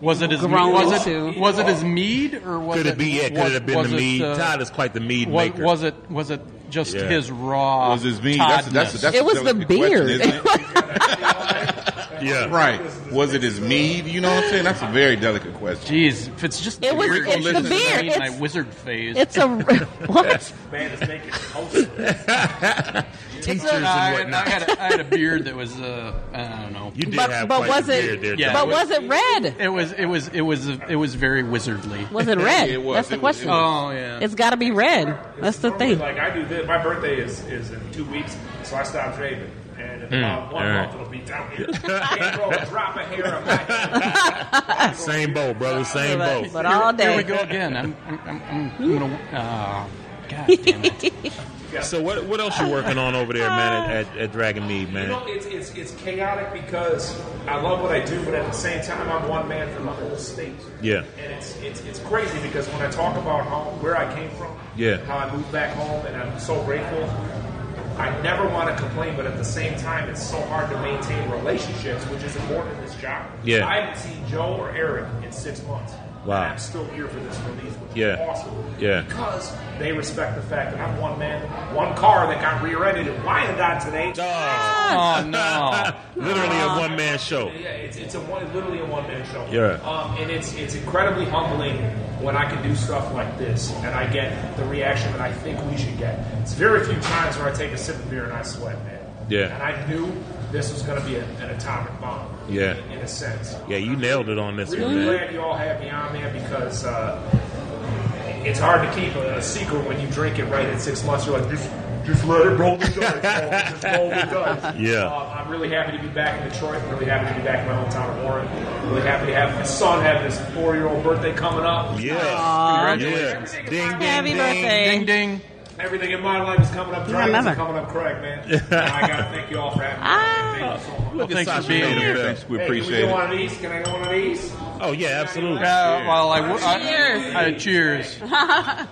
Speaker 5: Was it his
Speaker 4: Grown
Speaker 5: was
Speaker 4: into-
Speaker 5: it, was it his mead or was
Speaker 2: Could it be it? Could
Speaker 5: was-
Speaker 2: it have been
Speaker 5: was
Speaker 2: the mead?
Speaker 5: uh,
Speaker 2: Todd is quite the mead
Speaker 5: was,
Speaker 2: maker.
Speaker 5: was it was it just
Speaker 2: Yeah.
Speaker 5: his raw?
Speaker 3: Was his mead? That's,
Speaker 5: Toddness?
Speaker 3: that's, that's, that's
Speaker 4: It was
Speaker 3: a
Speaker 4: the
Speaker 3: delicate
Speaker 4: beard.
Speaker 3: Question,
Speaker 4: *laughs*
Speaker 3: isn't it?
Speaker 2: yeah.
Speaker 3: right. Was it his mead? You know what I'm saying? That's a very delicate question.
Speaker 5: Jeez, if it's just
Speaker 4: It
Speaker 5: the
Speaker 4: was-
Speaker 5: beard,
Speaker 3: it's the
Speaker 5: I'm just
Speaker 4: beard,
Speaker 5: in my
Speaker 4: it's-
Speaker 5: wizard phase.
Speaker 4: it's a what
Speaker 7: man is making toast.
Speaker 2: Teachers
Speaker 5: Uh, I,
Speaker 2: and whatnot.
Speaker 5: I had a, I had a beard that was uh, I don't know.
Speaker 2: You did
Speaker 4: but
Speaker 2: have
Speaker 4: but
Speaker 2: quite
Speaker 4: was
Speaker 2: the
Speaker 4: it
Speaker 2: beard there,
Speaker 5: Yeah.
Speaker 4: but
Speaker 2: Doug.
Speaker 4: was it red?
Speaker 5: It was it was it was it was very wizardly.
Speaker 4: Was it red?
Speaker 3: it was,
Speaker 4: That's the
Speaker 3: it was, it
Speaker 4: question.
Speaker 5: Oh yeah.
Speaker 4: It's got to be red. That's the
Speaker 7: Normally,
Speaker 4: thing.
Speaker 7: Like I do this. My birthday is is in two weeks, so I stopped shaving. And in about one
Speaker 2: all right.
Speaker 7: month, it'll be down here. Can't grow a drop of hair on my head.
Speaker 2: Same boat, brother. Same
Speaker 4: But,
Speaker 2: boat.
Speaker 4: but all
Speaker 5: Here
Speaker 4: day.
Speaker 5: we go again. I'm I'm I'm, I'm, I'm gonna. Oh, God damn it.
Speaker 2: So what what else you working on over there,
Speaker 4: *laughs*
Speaker 2: man? At, at, at Dragon Mead,
Speaker 7: You
Speaker 2: man.
Speaker 7: know, it's, it's, it's chaotic because I love what I do, but at the same time, I'm one man for the whole state.
Speaker 2: Yeah.
Speaker 7: And it's, it's, it's crazy because when I talk about home, where I came from,
Speaker 2: Yeah.
Speaker 7: how I moved back home, and I'm so grateful, I never want to complain, but at the same time, it's so hard to maintain relationships, which is important in this job.
Speaker 2: Yeah.
Speaker 7: I haven't seen Joe or Eric in six months.
Speaker 2: Wow.
Speaker 7: And I'm still here for this release, which is
Speaker 2: Yeah.
Speaker 7: awesome.
Speaker 2: Yeah.
Speaker 7: Because they respect the fact that I'm one man, one car that got rear-ended in Wyandotte today.
Speaker 4: Ah,
Speaker 5: Oh
Speaker 2: *laughs*
Speaker 5: no.
Speaker 2: Literally
Speaker 4: Uh-huh.
Speaker 2: a one man show.
Speaker 7: Yeah, it's, it's a one, literally a one man show.
Speaker 2: Yeah.
Speaker 7: Um, and it's it's incredibly humbling when I can do stuff like this and I get the reaction that I think we should get. It's very few times where I take a sip of beer and I sweat, man.
Speaker 2: Yeah.
Speaker 7: And I knew this was going to be a, an atomic bomb.
Speaker 2: Yeah.
Speaker 7: In a sense.
Speaker 2: Yeah, you nailed it on this one,
Speaker 7: Really
Speaker 2: man.
Speaker 7: glad you all had me on, man, because uh, it's hard to keep a, a secret when you drink it right at six months. You're like, this, Just let it roll the dice. Paul. Just roll the dice.
Speaker 2: Yeah.
Speaker 7: Um, I'm really happy to be back in Detroit. I'm really happy to be back in my hometown of Warren. Really happy to have my son have his four year old birthday coming up.
Speaker 2: Yeah.
Speaker 5: Congratulations.
Speaker 2: Yeah. Ding, ding,
Speaker 4: Happy
Speaker 2: ding.
Speaker 4: birthday.
Speaker 5: Ding ding.
Speaker 7: Everything in my life is coming up. Dragons
Speaker 4: never.
Speaker 7: are coming up, Craig, man. I gotta thank you all for having me.
Speaker 4: Ah.
Speaker 7: Thank you so much.
Speaker 3: Look
Speaker 5: thanks for
Speaker 3: Sasha
Speaker 5: being
Speaker 3: Bailey.
Speaker 5: here.
Speaker 3: Thanks. We
Speaker 7: Hey,
Speaker 3: appreciate
Speaker 7: can we
Speaker 3: it.
Speaker 7: go on these? Can I go on these?
Speaker 2: Oh yeah, absolutely.
Speaker 5: Uh, well, I, w- I-
Speaker 4: Cheers.
Speaker 5: I- cheers.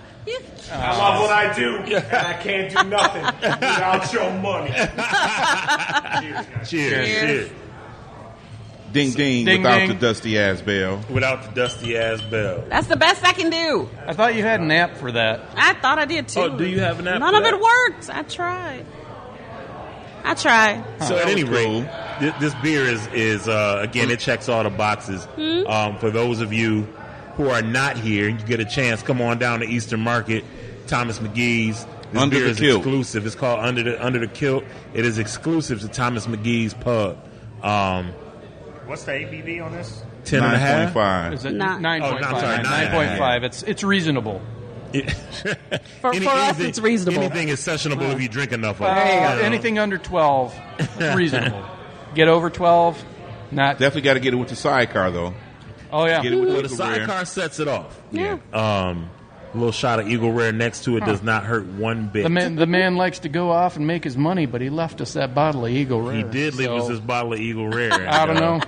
Speaker 7: I love what I do, and I can't do nothing without your money. Cheers, guys.
Speaker 2: Cheers.
Speaker 4: Cheers.
Speaker 2: Cheers.
Speaker 3: Ding ding,
Speaker 5: Ding,
Speaker 3: without
Speaker 5: ding.
Speaker 3: the dusty ass bell.
Speaker 2: Without the dusty ass bell.
Speaker 4: That's the best I can do.
Speaker 5: I thought you had an app for that.
Speaker 4: I thought I did too.
Speaker 2: Oh, do you have an app
Speaker 4: None
Speaker 2: for
Speaker 4: of
Speaker 2: that?
Speaker 4: it worked. I tried. I tried.
Speaker 2: So at
Speaker 3: that
Speaker 2: any
Speaker 3: was
Speaker 2: rate,
Speaker 3: cool.
Speaker 2: thi- this beer is is uh, again it checks all the boxes.
Speaker 3: Hmm?
Speaker 2: Um, for those of you who are not here, you get a chance. Come on down to Eastern Market, Thomas McGee's. This
Speaker 3: Under
Speaker 2: beer
Speaker 3: the
Speaker 2: is
Speaker 3: Kilt.
Speaker 2: exclusive. It's called Under the Under the Kilt. It is exclusive to Thomas McGee's Pub. Um,
Speaker 6: What's the ABV on this?
Speaker 2: ten and a half.
Speaker 5: Is
Speaker 3: 9.5.
Speaker 5: it
Speaker 4: Not-
Speaker 5: nine
Speaker 2: Oh,
Speaker 5: point
Speaker 2: I'm sorry,
Speaker 5: five? Nine
Speaker 2: nine.
Speaker 5: point five. It's it's reasonable.
Speaker 4: For, for us, it's reasonable.
Speaker 2: Anything is sessionable if you drink enough of it.
Speaker 5: Uh, anything under twelve, it's reasonable. Get over twelve, not.
Speaker 3: Definitely got to get it with the sidecar though.
Speaker 5: oh yeah.
Speaker 3: Get it with
Speaker 2: Well,
Speaker 3: the
Speaker 2: the
Speaker 3: Eagle Rare.
Speaker 2: sidecar sets it off.
Speaker 4: Yeah.
Speaker 2: Um, little shot of Eagle Rare next to it does not hurt one bit.
Speaker 5: The man, the man likes to go off and make his money, but he left us that bottle of Eagle Rare.
Speaker 2: He did leave us
Speaker 5: so-
Speaker 2: this bottle of Eagle Rare.
Speaker 5: *laughs*
Speaker 2: and,
Speaker 5: I don't
Speaker 2: uh,
Speaker 5: know.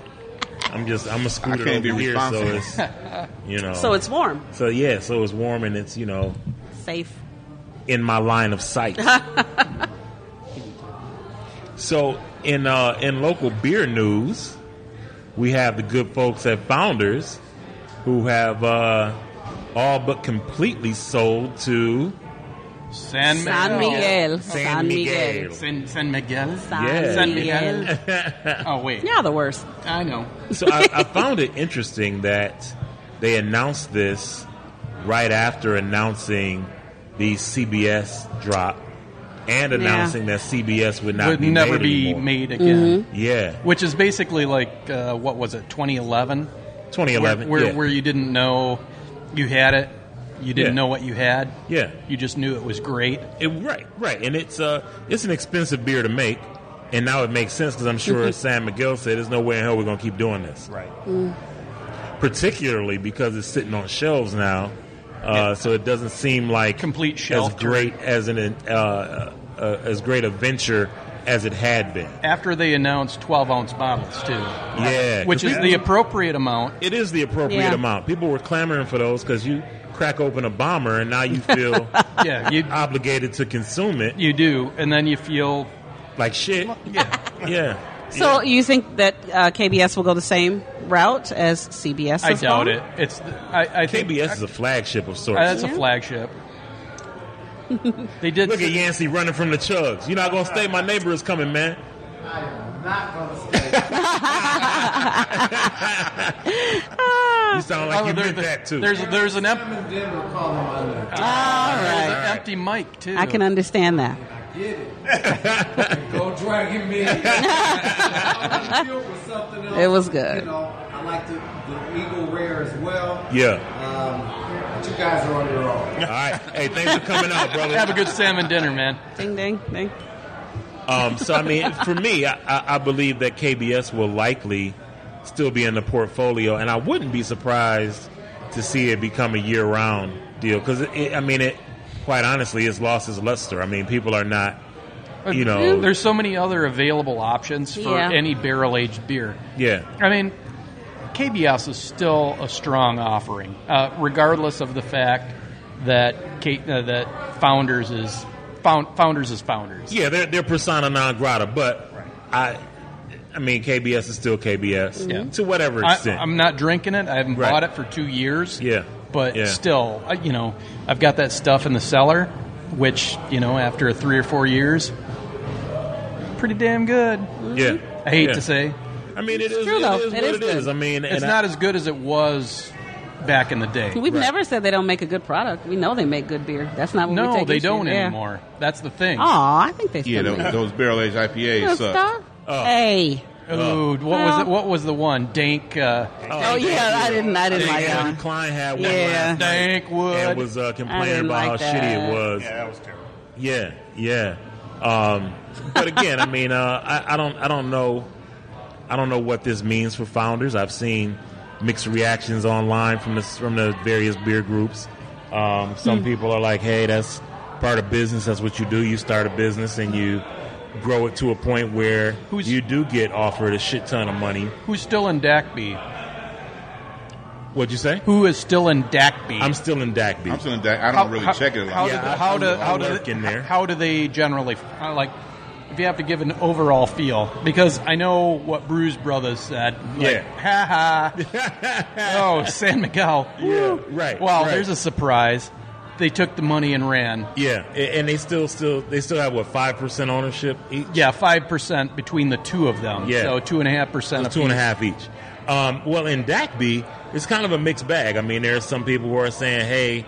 Speaker 2: I'm just I'm a
Speaker 3: I
Speaker 2: scooter
Speaker 3: can't be
Speaker 2: over here, so
Speaker 3: responsible.
Speaker 2: it's *laughs* you
Speaker 5: Oh.
Speaker 2: know.
Speaker 4: So it's warm,
Speaker 2: so yeah, so it's warm and it's you know
Speaker 4: safe.
Speaker 2: in my line
Speaker 4: *laughs*
Speaker 2: of sight. so in uh, in local beer news, we have the good folks at Founders who have uh, all but completely sold to
Speaker 5: San,
Speaker 4: San Miguel. San Miguel.
Speaker 5: San, San Miguel.
Speaker 4: San
Speaker 2: Yeah.
Speaker 5: San
Speaker 4: Miguel.
Speaker 5: Miguel. oh wait,
Speaker 4: Yeah, the worst.
Speaker 5: I know.
Speaker 2: So I, I found it interesting that they announced this right after announcing the CBS drop and announcing that CBS would not
Speaker 5: Would
Speaker 2: be
Speaker 5: never
Speaker 2: made
Speaker 5: be
Speaker 2: anymore.
Speaker 5: made again.
Speaker 4: Mm-hmm.
Speaker 2: Yeah,
Speaker 5: Which is basically like uh, what was it, 2011?
Speaker 2: 2011.
Speaker 5: where, where,
Speaker 2: yeah.
Speaker 5: where you didn't know you had it, you didn't
Speaker 2: Yeah.
Speaker 5: know what you had,
Speaker 2: yeah,
Speaker 5: you just knew it was great.
Speaker 2: It- right, right, and it's uh, it's an expensive beer to make, and now it makes sense because I'm sure
Speaker 5: *laughs*
Speaker 2: as Sam McGill said, "There's no way in hell we're going to keep doing this."
Speaker 6: Right.
Speaker 2: particularly because it's sitting on shelves now, uh, so it doesn't seem like
Speaker 5: Complete
Speaker 2: as
Speaker 5: shelf
Speaker 2: great as an uh, uh, as great a venture as it had been.
Speaker 5: After they announced 12 ounce bottles too,
Speaker 2: Yeah, 'cause
Speaker 5: which is
Speaker 2: people-
Speaker 5: the appropriate amount.
Speaker 2: *laughs* it is the appropriate
Speaker 4: Yeah.
Speaker 2: amount. People were clamoring for those because you crack open a bomber and now
Speaker 5: *laughs*
Speaker 2: you feel
Speaker 5: Yeah, you
Speaker 2: obligated to consume it
Speaker 5: you do, and then you feel
Speaker 2: like shit.
Speaker 5: yeah.
Speaker 2: *laughs* Yeah,
Speaker 4: So you think that uh, KBS will go the same route as CBS?
Speaker 5: I
Speaker 4: has gone?
Speaker 5: doubt it. It's I, I think
Speaker 2: KBS is a flagship of
Speaker 5: Uh, that's
Speaker 2: sorts.
Speaker 5: a flagship. they did.
Speaker 2: Look at
Speaker 5: say-
Speaker 2: Yancey running from the chugs. You're not gonna stay. My neighbor is coming, man. *laughs* You sound like
Speaker 5: Oh,
Speaker 2: you
Speaker 5: there-
Speaker 2: meant that too.
Speaker 5: There's there's an, em-
Speaker 4: All right.
Speaker 5: an empty mic too.
Speaker 4: I can understand that.
Speaker 9: Go drag him in. I'm filled with something else.
Speaker 4: It was good.
Speaker 9: You know, I like the, the Eagle Rare as well.
Speaker 2: yeah.
Speaker 9: Um, but you guys are on your own.
Speaker 2: All right. Hey, thanks for coming out, brother.
Speaker 5: have a good salmon dinner, man.
Speaker 4: Ding, ding, ding.
Speaker 2: Um, so I mean, for me, I, I, I believe that KBS will likely still be in the portfolio, and I wouldn't be surprised to see it become a year-round deal. Because I mean, it quite honestly, it's lost its luster. I mean, people are not,
Speaker 5: *laughs*
Speaker 2: you know,
Speaker 5: There's so many other available options for
Speaker 4: Yeah.
Speaker 5: any barrel aged beer.
Speaker 2: yeah,
Speaker 5: I mean, KBS is still a strong offering, uh, regardless of the fact that K uh, that Founders is found, Founders is Founders.
Speaker 2: yeah, they're they're persona non grata, but I. I mean, KBS is still KBS
Speaker 5: Yeah.
Speaker 2: to whatever
Speaker 5: I,
Speaker 2: extent.
Speaker 5: I'm not drinking it. I haven't
Speaker 2: Right.
Speaker 5: bought it for two years.
Speaker 2: Yeah.
Speaker 5: but
Speaker 2: Yeah.
Speaker 5: still, I, you know, I've got that stuff in the cellar, which you know, after three or four years, pretty damn good.
Speaker 2: yeah,
Speaker 5: I hate
Speaker 2: Yeah.
Speaker 5: to say,
Speaker 2: I mean, it is.
Speaker 4: true, though.
Speaker 2: It is
Speaker 4: It
Speaker 2: what
Speaker 4: is
Speaker 2: it is.
Speaker 4: good.
Speaker 2: I mean,
Speaker 5: it's
Speaker 2: and I-
Speaker 5: not as good as it was back in the day.
Speaker 4: We've never said they don't make a good product. We know they make good beer. That's not what we
Speaker 5: No,
Speaker 4: take
Speaker 5: they
Speaker 4: issue
Speaker 5: don't
Speaker 4: with. Yeah. Oh.
Speaker 5: anymore. That's the thing.
Speaker 4: Aw, I think they still
Speaker 3: Yeah,
Speaker 4: make
Speaker 3: those, those barrel aged IPAs
Speaker 4: good
Speaker 3: suck.
Speaker 4: stuff.
Speaker 5: Oh.
Speaker 4: Hey.
Speaker 5: Ooh, what was
Speaker 4: Well-
Speaker 5: it? What was the one? Dank, uh,
Speaker 4: Oh, yeah, I didn't. I didn't
Speaker 2: Dave
Speaker 4: like that.
Speaker 2: Gordon
Speaker 4: one.
Speaker 2: Klein had one
Speaker 4: Yeah.
Speaker 2: last night
Speaker 5: Dankwood.
Speaker 2: and was uh,
Speaker 4: I
Speaker 2: complaining
Speaker 4: didn't
Speaker 2: about
Speaker 4: like
Speaker 2: how
Speaker 4: that.
Speaker 2: shitty it was.
Speaker 6: Yeah, that was terrible.
Speaker 2: Yeah, yeah. Um, but again, I mean, uh, I, I don't, I don't know, I don't know what this means for founders. I've seen mixed reactions online from the from the various beer groups. Um, some
Speaker 4: Hmm.
Speaker 2: people are like, "Hey, that's part of business. That's what you do. You start a business and you grow it to a point where you do get offered a shit ton of money."
Speaker 5: Who's still in DACB?
Speaker 2: What'd you say?
Speaker 5: Who is still in DACB?
Speaker 2: I'm still in DACB.
Speaker 3: I'm still in DACB. I don't really check it a lot.
Speaker 5: How, do-
Speaker 3: Yeah, I-
Speaker 5: how,
Speaker 3: I
Speaker 5: do,
Speaker 3: work- I
Speaker 5: how, do,
Speaker 3: work in there.
Speaker 5: how do they generally, how, like, if you have to give an overall feel? Because I know what Bruce Brothers said. Like, *laughs* ha ha. oh, San Miguel. Yeah,
Speaker 2: right.
Speaker 5: Wow,
Speaker 2: right.
Speaker 5: there's a surprise. They took the money and ran.
Speaker 2: Yeah, a- and they still still they still have what five percent ownership E, each.
Speaker 5: Yeah, five percent between the two of them.
Speaker 2: Yeah.
Speaker 5: so two and a half percent.
Speaker 2: So two and a half each. Um, well, in DACB, it's kind of a mixed bag. I mean, there's some people who are saying, hey,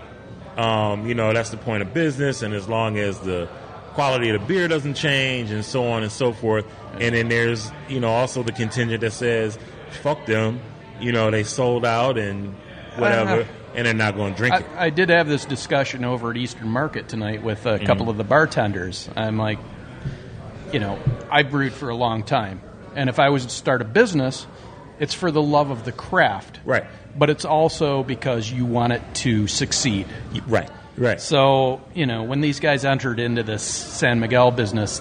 Speaker 2: um, you know, that's the point of business, and as long as the quality of the beer doesn't change, and so on and so forth. And then there's, you know, also the contingent that says, fuck them, you know, they sold out and whatever,
Speaker 5: Uh,
Speaker 2: and they're not going to drink it.
Speaker 5: I, I did have this discussion over at Eastern Market tonight with a
Speaker 2: Mm-hmm.
Speaker 5: couple of the bartenders. I'm like, you know, I brewed for a long time, and if I was to start a business, it's for the love of the craft,
Speaker 2: right?
Speaker 5: But it's also because you want it to succeed,
Speaker 2: right? Right.
Speaker 5: So you know, when these guys entered into this San Miguel business,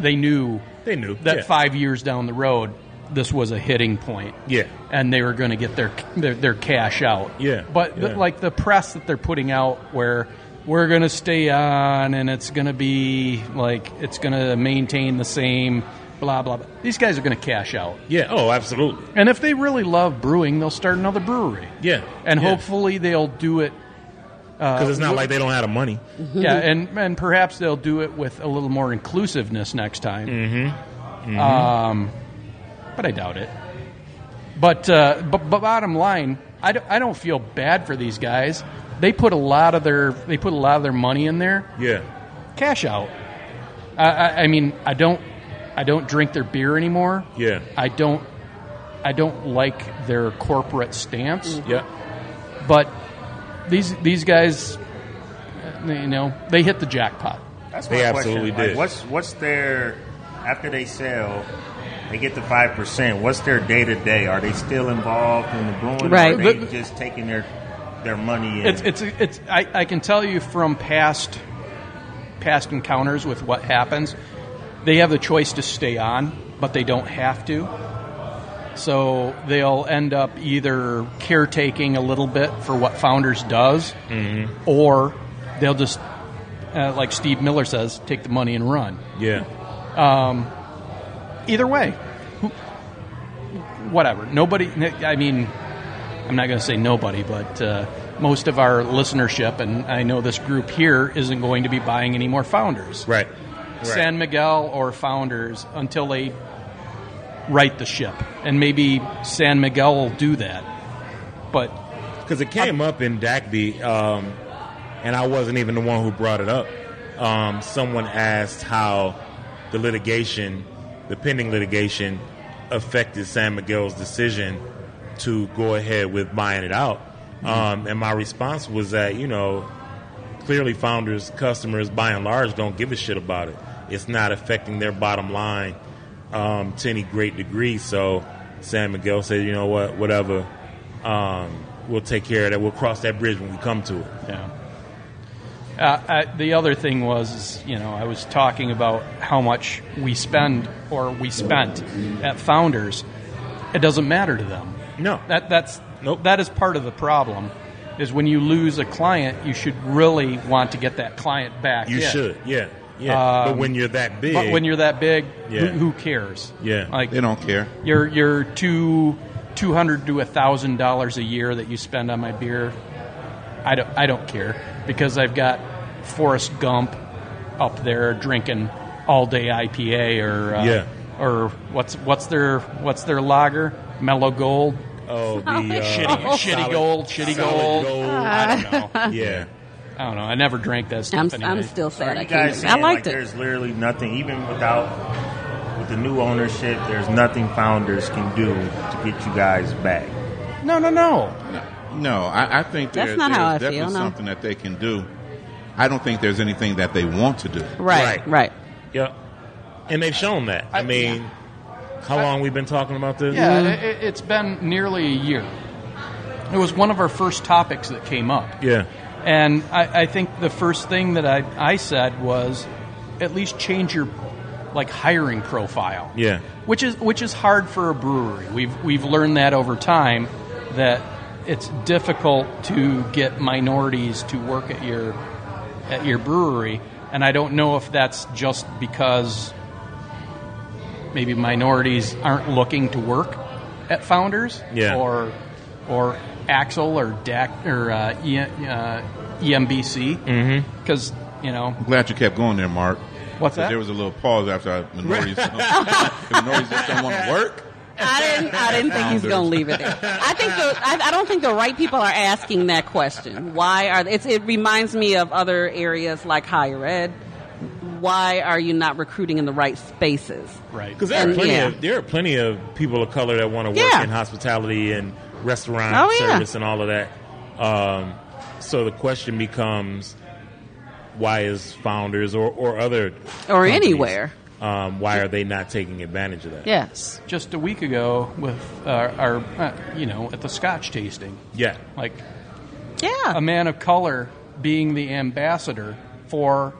Speaker 5: they knew
Speaker 2: They knew
Speaker 5: that
Speaker 2: yeah.
Speaker 5: five years down the road, this was a hitting point.
Speaker 2: Yeah.
Speaker 5: and they were going to get their, their their cash out.
Speaker 2: Yeah,
Speaker 5: but The,
Speaker 2: yeah.
Speaker 5: like the press that they're putting out, where we're going to stay on and it's going to be like it's going to maintain the same. Blah blah. blah. These guys are going to cash out,
Speaker 2: Yeah. Oh, absolutely.
Speaker 5: and if they really love brewing, they'll start another brewery.
Speaker 2: Yeah.
Speaker 5: and uh,
Speaker 2: Yeah.
Speaker 5: hopefully they'll do it
Speaker 2: Because it's not
Speaker 5: wi-
Speaker 2: like they don't have the money.
Speaker 5: *laughs* yeah, and and perhaps they'll do it with a little more inclusiveness next time. Mm-hmm.
Speaker 2: Mhm.
Speaker 5: Um, but I doubt it. But uh, but, but bottom line, I don't, I don't feel bad for these guys. They put a lot of their they put a lot of their money in there.
Speaker 2: Yeah.
Speaker 5: Cash out. I, I, I mean, I don't I don't drink their beer anymore.
Speaker 2: Yeah.
Speaker 5: I don't I don't like their corporate stance.
Speaker 2: Yeah.
Speaker 5: But these these guys, uh, you know, they hit the jackpot.
Speaker 6: That's my question. Like, what's what's their after they sell? They get the five percent. What's their day to day? Are they still involved in the brewing?
Speaker 5: Right.
Speaker 6: Or are they
Speaker 5: But-
Speaker 6: just taking their their money. And,
Speaker 5: It's it's it's. I, I can tell you from past past encounters with what happens. They have the choice to stay on, but they don't have to. So they'll end up either caretaking a little bit for what Founders does, or they'll just, uh, like Steve Miller says, take the money and run.
Speaker 2: Yeah.
Speaker 5: Um, either way, who, whatever. Nobody. I mean, I'm not going to say nobody, but uh, most of our listenership, and I know this group here isn't going to be buying any more founders.
Speaker 2: Right.
Speaker 5: San Miguel or founders until they right the ship, and maybe San Miguel will do that. But
Speaker 2: because it came up in DACB, um, and I wasn't even the one who brought it up. Um, someone asked how the litigation, the pending litigation, affected San Miguel's decision to go ahead with buying it out. Um, and my response was that you know, clearly founders, customers by and large don't give a shit about it. It's not affecting their bottom line um, to any great degree. So San Miguel said, you know what, whatever. Um, we'll take care of that. We'll cross that bridge when we come to it.
Speaker 5: Yeah. Uh, I, the other thing was, is, you know, I was talking about how much we spend or we spent at Founders. It doesn't matter to them.
Speaker 2: No.
Speaker 5: That that's that is part of the problem. Is when you lose a client, you should really want to get that client back.
Speaker 2: You
Speaker 5: in.
Speaker 2: should, yeah, yeah. but
Speaker 5: Um,
Speaker 2: when you're that big,
Speaker 5: But when you're that big,
Speaker 2: Yeah.
Speaker 5: who, who cares?
Speaker 2: Yeah.
Speaker 5: like
Speaker 2: They don't care.
Speaker 5: Your your two two hundred to thousand dollars a year that you spend on my beer, I don't I don't care because I've got Forrest Gump up there drinking all day IPA or uh,
Speaker 2: Yeah.
Speaker 5: or what's what's their what's their lager Mellow Gold.
Speaker 2: Oh, the
Speaker 5: shitty,
Speaker 4: *laughs*
Speaker 2: uh,
Speaker 5: shitty
Speaker 2: solid-
Speaker 5: gold, shitty
Speaker 2: solid
Speaker 5: gold.
Speaker 2: gold.
Speaker 5: I don't *laughs* know.
Speaker 2: Yeah.
Speaker 5: I don't know. I never drank that stuff.
Speaker 4: I'm,
Speaker 5: anyway.
Speaker 2: eh?
Speaker 4: I'm still sad.
Speaker 6: Are
Speaker 4: I
Speaker 6: you
Speaker 4: can't.
Speaker 6: guys
Speaker 4: drink. I
Speaker 6: saying,
Speaker 4: liked
Speaker 6: like,
Speaker 4: it.
Speaker 6: there's literally nothing, even without with the new ownership, there's nothing founders can do to get you guys back.
Speaker 5: No, no, no.
Speaker 3: No, I, I think
Speaker 6: That's
Speaker 3: there,
Speaker 6: not
Speaker 3: there's
Speaker 6: how I
Speaker 3: definitely
Speaker 6: feel, no.
Speaker 3: something that they can do. I don't think there's anything that they want to do.
Speaker 4: Right, right.
Speaker 2: Yeah. And they've shown that. I, mean, how long we've been talking about this?
Speaker 5: Yeah, it, it's been nearly a year. It was one of our first topics that came up.
Speaker 2: Yeah.
Speaker 5: And I, I think the first thing that I, I said was at least change your like hiring profile.
Speaker 2: Yeah.
Speaker 5: Which is which is hard for a brewery. We've we've learned that over time that it's difficult to get minorities to work at your at your brewery and I don't know if that's just because maybe minorities aren't looking to work at founders
Speaker 2: Yeah.
Speaker 5: or or Axel or DAC or uh, e, uh, EMBC
Speaker 3: Mhm.
Speaker 5: because you know
Speaker 3: I'm glad you kept going there, Mark.
Speaker 5: What's
Speaker 3: 'Cause
Speaker 5: that?
Speaker 3: There was a little pause after I,
Speaker 5: *laughs*
Speaker 3: *laughs* minorities. if minorities just don't want to work.
Speaker 4: *laughs* I didn't. I didn't think he was going to leave it there. I think the. I, I don't think the right people are asking that question. Why are it's? It reminds me of other areas like higher ed. Why are you not recruiting in the right spaces?
Speaker 5: Right.
Speaker 2: Because there are
Speaker 4: And,
Speaker 2: plenty
Speaker 4: yeah.
Speaker 2: of there are plenty of people of color that want to work
Speaker 4: Yeah.
Speaker 2: in hospitality and restaurant
Speaker 4: Oh, yeah.
Speaker 2: service and all of that. Um, so the question becomes, why is founders or, or other
Speaker 4: Or
Speaker 2: companies,
Speaker 4: anywhere.
Speaker 2: um, why are they not taking advantage of
Speaker 4: *laughs*
Speaker 2: that?
Speaker 4: Yes.
Speaker 5: Just a week ago, with uh, our, uh, you know, at the Scotch tasting.
Speaker 2: Yeah.
Speaker 5: Like,
Speaker 4: yeah,
Speaker 5: a man of color being the ambassador for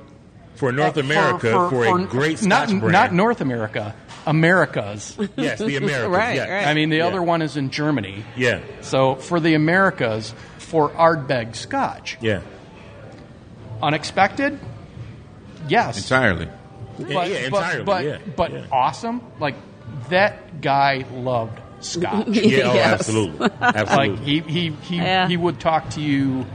Speaker 2: For North America, for, a great
Speaker 5: not
Speaker 2: Scotch brand,
Speaker 5: not North America, Americas.
Speaker 2: *laughs* Yes, the Americas, Right,
Speaker 5: right,
Speaker 2: yes. right.
Speaker 5: I mean, the
Speaker 2: Yeah.
Speaker 5: other one is in Germany.
Speaker 2: Yeah.
Speaker 5: So for the Americas, for Ardbeg Scotch,
Speaker 4: *laughs*
Speaker 2: yeah,
Speaker 5: unexpected. Yes,
Speaker 3: entirely.
Speaker 5: But,
Speaker 2: yeah,
Speaker 5: but-
Speaker 2: entirely,
Speaker 5: But,
Speaker 2: yeah,
Speaker 5: but awesome. Like that guy loved Scotch.
Speaker 2: Yeah, oh, Yes.
Speaker 4: *laughs*
Speaker 2: absolutely, absolutely.
Speaker 5: Like he he he,
Speaker 2: Yeah.
Speaker 5: he would talk to you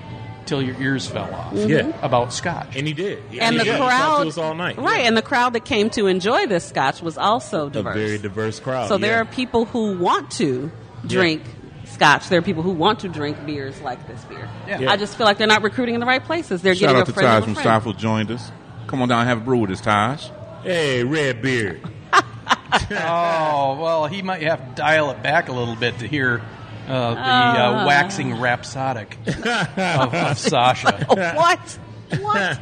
Speaker 5: till your ears fell off.
Speaker 4: Mhm. Yeah.
Speaker 5: about Scotch,
Speaker 2: and he did. Yeah,
Speaker 4: and
Speaker 2: he
Speaker 4: the
Speaker 2: did. He talked to
Speaker 4: crowd
Speaker 2: us all night.
Speaker 4: Right, and the crowd that came to enjoy this scotch was also
Speaker 2: a
Speaker 4: diverse.
Speaker 2: very diverse crowd.
Speaker 5: Oh,
Speaker 4: so there
Speaker 2: yeah.
Speaker 4: are people who want to drink scotch. There are people who want to drink beers like this beer.
Speaker 3: Yeah.
Speaker 4: I just feel like they're not recruiting in the right places. They're
Speaker 3: Shout
Speaker 4: getting
Speaker 3: out
Speaker 4: a
Speaker 3: to
Speaker 4: friend
Speaker 3: Taj
Speaker 4: of
Speaker 3: from
Speaker 4: a friend.
Speaker 3: Stoffel joined us. Come on down and have a brew with us, Taj.
Speaker 2: Hey, red beard.
Speaker 5: oh well, he might have to dial it back a little bit to hear uh, the uh,
Speaker 4: Oh.
Speaker 5: waxing rhapsodic of,
Speaker 2: *laughs*
Speaker 5: of Sasha.
Speaker 4: Oh,
Speaker 5: *laughs*
Speaker 4: what? What?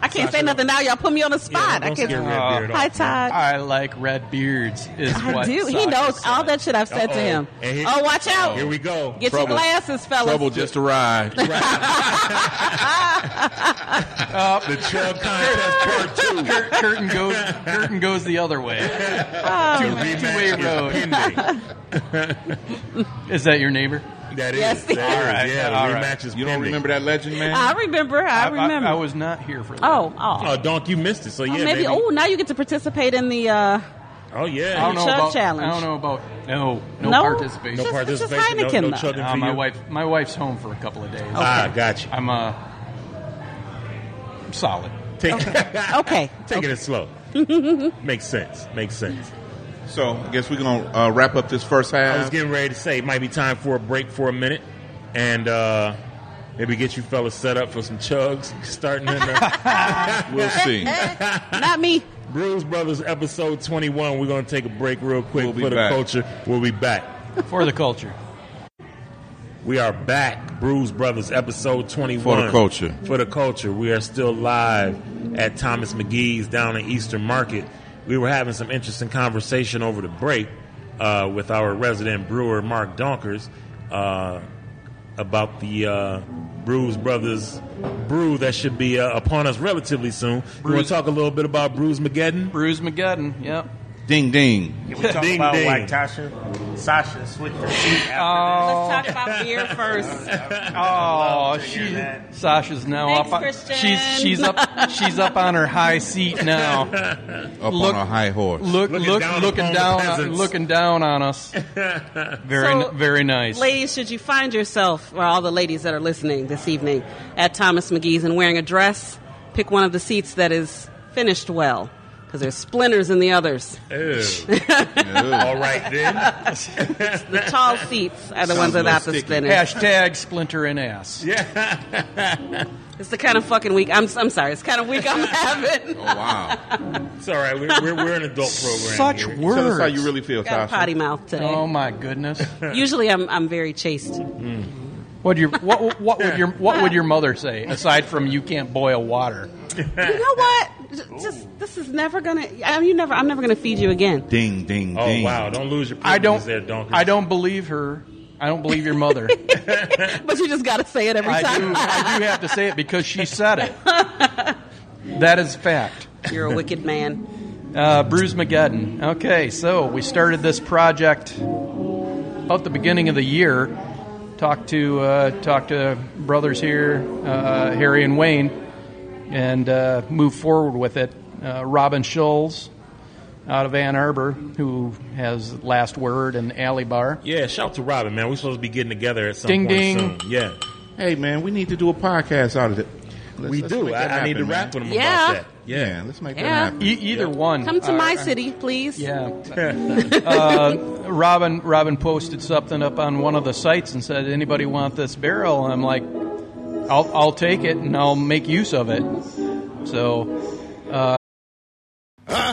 Speaker 4: I can't say nothing now. Y'all put me on the spot. I can't. Hi, Todd.
Speaker 5: I like red beards. Is
Speaker 4: I
Speaker 5: what
Speaker 4: do. He
Speaker 5: Sasha
Speaker 4: knows
Speaker 5: said.
Speaker 4: all that shit I've said to
Speaker 5: Uh-oh.
Speaker 4: him.
Speaker 5: And he-
Speaker 4: oh, watch out!
Speaker 5: Here we go.
Speaker 4: Get
Speaker 5: Trouble.
Speaker 4: your glasses, fellas.
Speaker 3: Trouble just arrived.
Speaker 2: the chub contest
Speaker 5: *laughs*
Speaker 2: part two.
Speaker 5: curtain goes. Curtain goes the other way.
Speaker 4: Oh,
Speaker 5: Two-
Speaker 4: man.
Speaker 5: two-way *laughs* road. is that your neighbor?
Speaker 2: That
Speaker 4: is. Yes, That
Speaker 5: all right.
Speaker 2: yeah, the
Speaker 5: all right.
Speaker 2: rematch is
Speaker 5: You don't
Speaker 2: remember
Speaker 3: that legend,
Speaker 4: I remember. I, remember.
Speaker 5: I, was not here for that.
Speaker 4: Oh, oh.
Speaker 2: Oh, Donk, you missed it. So
Speaker 4: Oh,
Speaker 2: yeah,
Speaker 4: maybe.
Speaker 2: baby.
Speaker 4: Oh, now you get to participate in the. Uh,
Speaker 2: Oh yeah.
Speaker 5: I don't know
Speaker 4: Chug
Speaker 5: about.
Speaker 4: challenge.
Speaker 5: I don't know about. No, no,
Speaker 4: No?
Speaker 5: participation.
Speaker 4: No Just- it's just participation, no- Heineken, no though. chugging
Speaker 5: Nah,
Speaker 4: for
Speaker 5: my
Speaker 4: you?
Speaker 5: wife. My wife's home for a couple of days.
Speaker 2: Ah, gotcha.
Speaker 5: I'm uh, I'm solid.
Speaker 2: Take,
Speaker 5: *laughs*
Speaker 4: okay.
Speaker 2: Take it slow. Makes sense. Makes sense.
Speaker 3: So I guess we're gonna uh, wrap up this first half.
Speaker 2: I was getting ready to say it might be time for a break for a minute, and uh, maybe get you fellas set up for some chugs starting in.
Speaker 5: *laughs*
Speaker 2: The-
Speaker 3: we'll see.
Speaker 4: *laughs* Not me.
Speaker 2: Bruise Brothers episode twenty one. We're gonna take a break real quick
Speaker 5: be
Speaker 2: for the
Speaker 5: back.
Speaker 2: culture. We'll be back.
Speaker 5: For the culture.
Speaker 2: We are back, Bruise Brothers, episode 21.
Speaker 3: For the culture.
Speaker 2: For the culture. We are still live at Thomas McGee's down in Eastern Market. We were having some interesting conversation over the break uh, with our resident brewer, Mark Donkers, uh, about the uh, Bruise Brothers brew that should be uh, upon us relatively soon. We want
Speaker 5: Bruise-
Speaker 2: to talk a little bit about Bruise Mageddon.
Speaker 5: Bruise Mageddon, yep.
Speaker 3: Ding ding.
Speaker 6: Can we talk
Speaker 2: Ding,
Speaker 6: about
Speaker 2: ding.
Speaker 6: why Tasha, Sasha switched her seat
Speaker 5: Oh.
Speaker 6: after
Speaker 4: Let's talk about beer first.
Speaker 5: Oh, she, Sasha's now
Speaker 4: Thanks,
Speaker 5: up. On,
Speaker 4: Christian.
Speaker 5: she's she's up. She's up on her high seat now.
Speaker 3: Up on a high horse.
Speaker 5: Look,
Speaker 3: *laughs* Looking
Speaker 5: look,
Speaker 3: down
Speaker 5: looking
Speaker 3: upon the
Speaker 5: down, on,
Speaker 3: peasants.
Speaker 5: looking down on
Speaker 3: *laughs*
Speaker 5: us. Very,
Speaker 4: So-
Speaker 5: very nice.
Speaker 4: Ladies, should you find yourself, or all the ladies that are listening this evening, at Thomas McGee's and wearing a dress, pick one of the seats that is finished well, because there's splinters in the others.
Speaker 2: All right, then.
Speaker 4: The tall seats are the ones without the splinters.
Speaker 5: Hashtag splinter and ass.
Speaker 2: Yeah.
Speaker 4: It's the kind of fucking week. I'm, I'm sorry. It's the kind of week
Speaker 5: *laughs*
Speaker 4: I'm having.
Speaker 3: Oh wow.
Speaker 2: *laughs* It's all right. We're, we're, we're an adult program.
Speaker 5: Such
Speaker 2: here.
Speaker 5: words. Tell us how you
Speaker 3: really feel,
Speaker 4: Got a potty mouth today.
Speaker 5: Oh my goodness.
Speaker 4: Usually I'm I'm very chaste.
Speaker 5: What your what what would your what would your mother say aside from you can't boil water?
Speaker 4: You
Speaker 5: *laughs*
Speaker 4: know what? J- Just this is never gonna. I'm you never. I'm never gonna feed you again. *laughs*
Speaker 3: Ding, ding,
Speaker 2: Oh
Speaker 3: ding.
Speaker 2: wow! Don't lose your
Speaker 5: I don't.
Speaker 2: privileges there, Donkers.
Speaker 5: I don't believe her. I don't believe
Speaker 4: *laughs*
Speaker 5: your mother.
Speaker 4: But you just gotta say it every
Speaker 5: I do.
Speaker 4: time.
Speaker 5: I do have to say it because she said it. That is fact.
Speaker 4: You're a wicked man.
Speaker 5: Uh, Bruce Mageddon. Okay, so we started this project about the beginning of the year. Talked to uh, talked to brothers here, uh, Harry and Wayne, and uh, moved forward with it. Uh, Robin Schulz out of Ann Arbor, who has Last Word and Alley Bar.
Speaker 2: Yeah, shout out to Robin, man. We're supposed to be getting together at some
Speaker 5: Ding,
Speaker 2: point
Speaker 5: ding.
Speaker 2: soon. Yeah,
Speaker 3: Hey man, we need to do a podcast out of it. Let's-
Speaker 2: we
Speaker 3: let's
Speaker 2: do.
Speaker 3: make
Speaker 2: I,
Speaker 3: that
Speaker 2: I need to
Speaker 3: happen, man.
Speaker 2: rap with him
Speaker 4: Yeah.
Speaker 2: about that.
Speaker 3: Yeah, let's make that
Speaker 4: Yeah.
Speaker 3: happen.
Speaker 5: E- either one.
Speaker 4: Come to
Speaker 5: Uh,
Speaker 4: my city, please.
Speaker 5: Yeah. *laughs* uh, Robin Robin posted something up on one of the sites and said, "Anybody want this barrel?" And I'm like, "I'll I'll take it and I'll make use of it." So
Speaker 10: I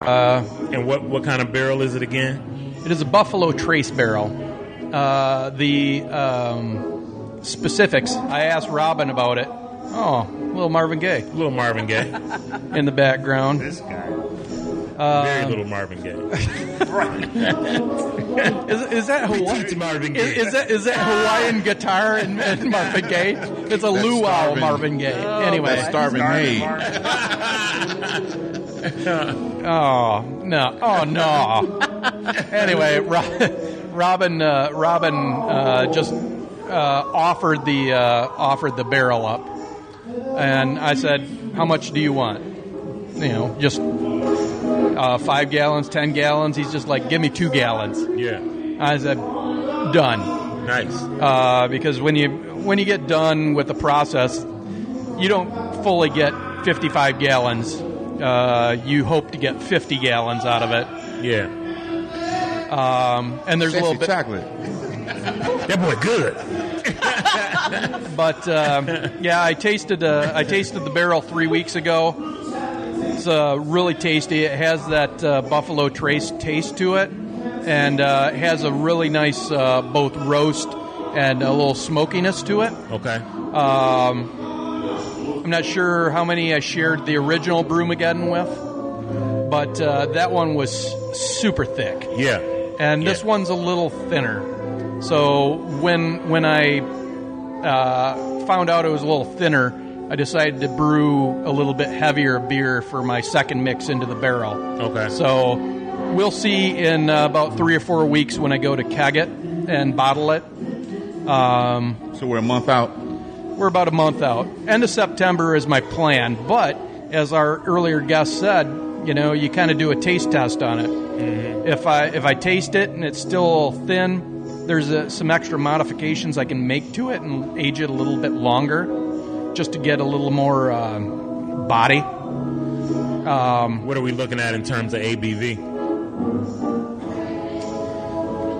Speaker 2: And what what kind of barrel is it again?
Speaker 5: it is a Buffalo Trace barrel. Uh, the um, specifics. I asked Robin about it. Oh, little Marvin Gaye
Speaker 2: Little Marvin Gaye,
Speaker 5: in the background.
Speaker 6: This guy.
Speaker 5: Uh,
Speaker 2: very little Marvin Gaye.
Speaker 5: Is, is that Hawaiian?
Speaker 2: Marvin Gaye.
Speaker 5: Is, is that is that Hawaiian guitar and, and Marvin Gaye? It's a luau
Speaker 3: starving.
Speaker 5: Marvin Gaye. anyway,
Speaker 3: That's starving Maid.
Speaker 5: Oh no! Oh no! anyway, Ro- Robin, uh, Robin uh, just uh, offered the uh, offered the barrel up, and I said, "How much do you want?" You know, just uh, five gallons, ten gallons. He's just like, "Give me two gallons."
Speaker 2: Yeah,
Speaker 5: I said, "Done."
Speaker 2: nice.
Speaker 5: uh, because when you when you get done with the process, you don't fully get 55 gallons. Uh, you hope to get 50 gallons out of it,
Speaker 2: Yeah,
Speaker 5: and there's a
Speaker 3: Sexy
Speaker 5: little bit.
Speaker 3: chocolate.
Speaker 2: that boy good.
Speaker 5: But uh, yeah, I tasted uh, I tasted the barrel three weeks ago. It's uh, really tasty. It has that uh, Buffalo Trace taste to it, and uh, it has a really nice uh, both roast and a little smokiness to it.
Speaker 2: Okay,
Speaker 5: I'm not sure how many I shared the original Brewmageddon with, but uh, that one was super thick,
Speaker 2: yeah.
Speaker 5: and this
Speaker 2: Yeah.
Speaker 5: one's a little thinner. So when when I uh, found out it was a little thinner, I decided to brew a little bit heavier beer for my second mix into the barrel.
Speaker 2: Okay.
Speaker 5: So we'll see in uh, about three or four weeks when I go to keg it and bottle it. Um,
Speaker 3: So we're a month out.
Speaker 5: we're about a month out. End of September is my plan, but as our earlier guest said, you know, you kind of do a taste test on it. If I if I taste it and it's still thin, there's uh some extra modifications I can make to it and age it a little bit longer, just to get a little more uh, body.
Speaker 2: What are we looking at in terms of ABV?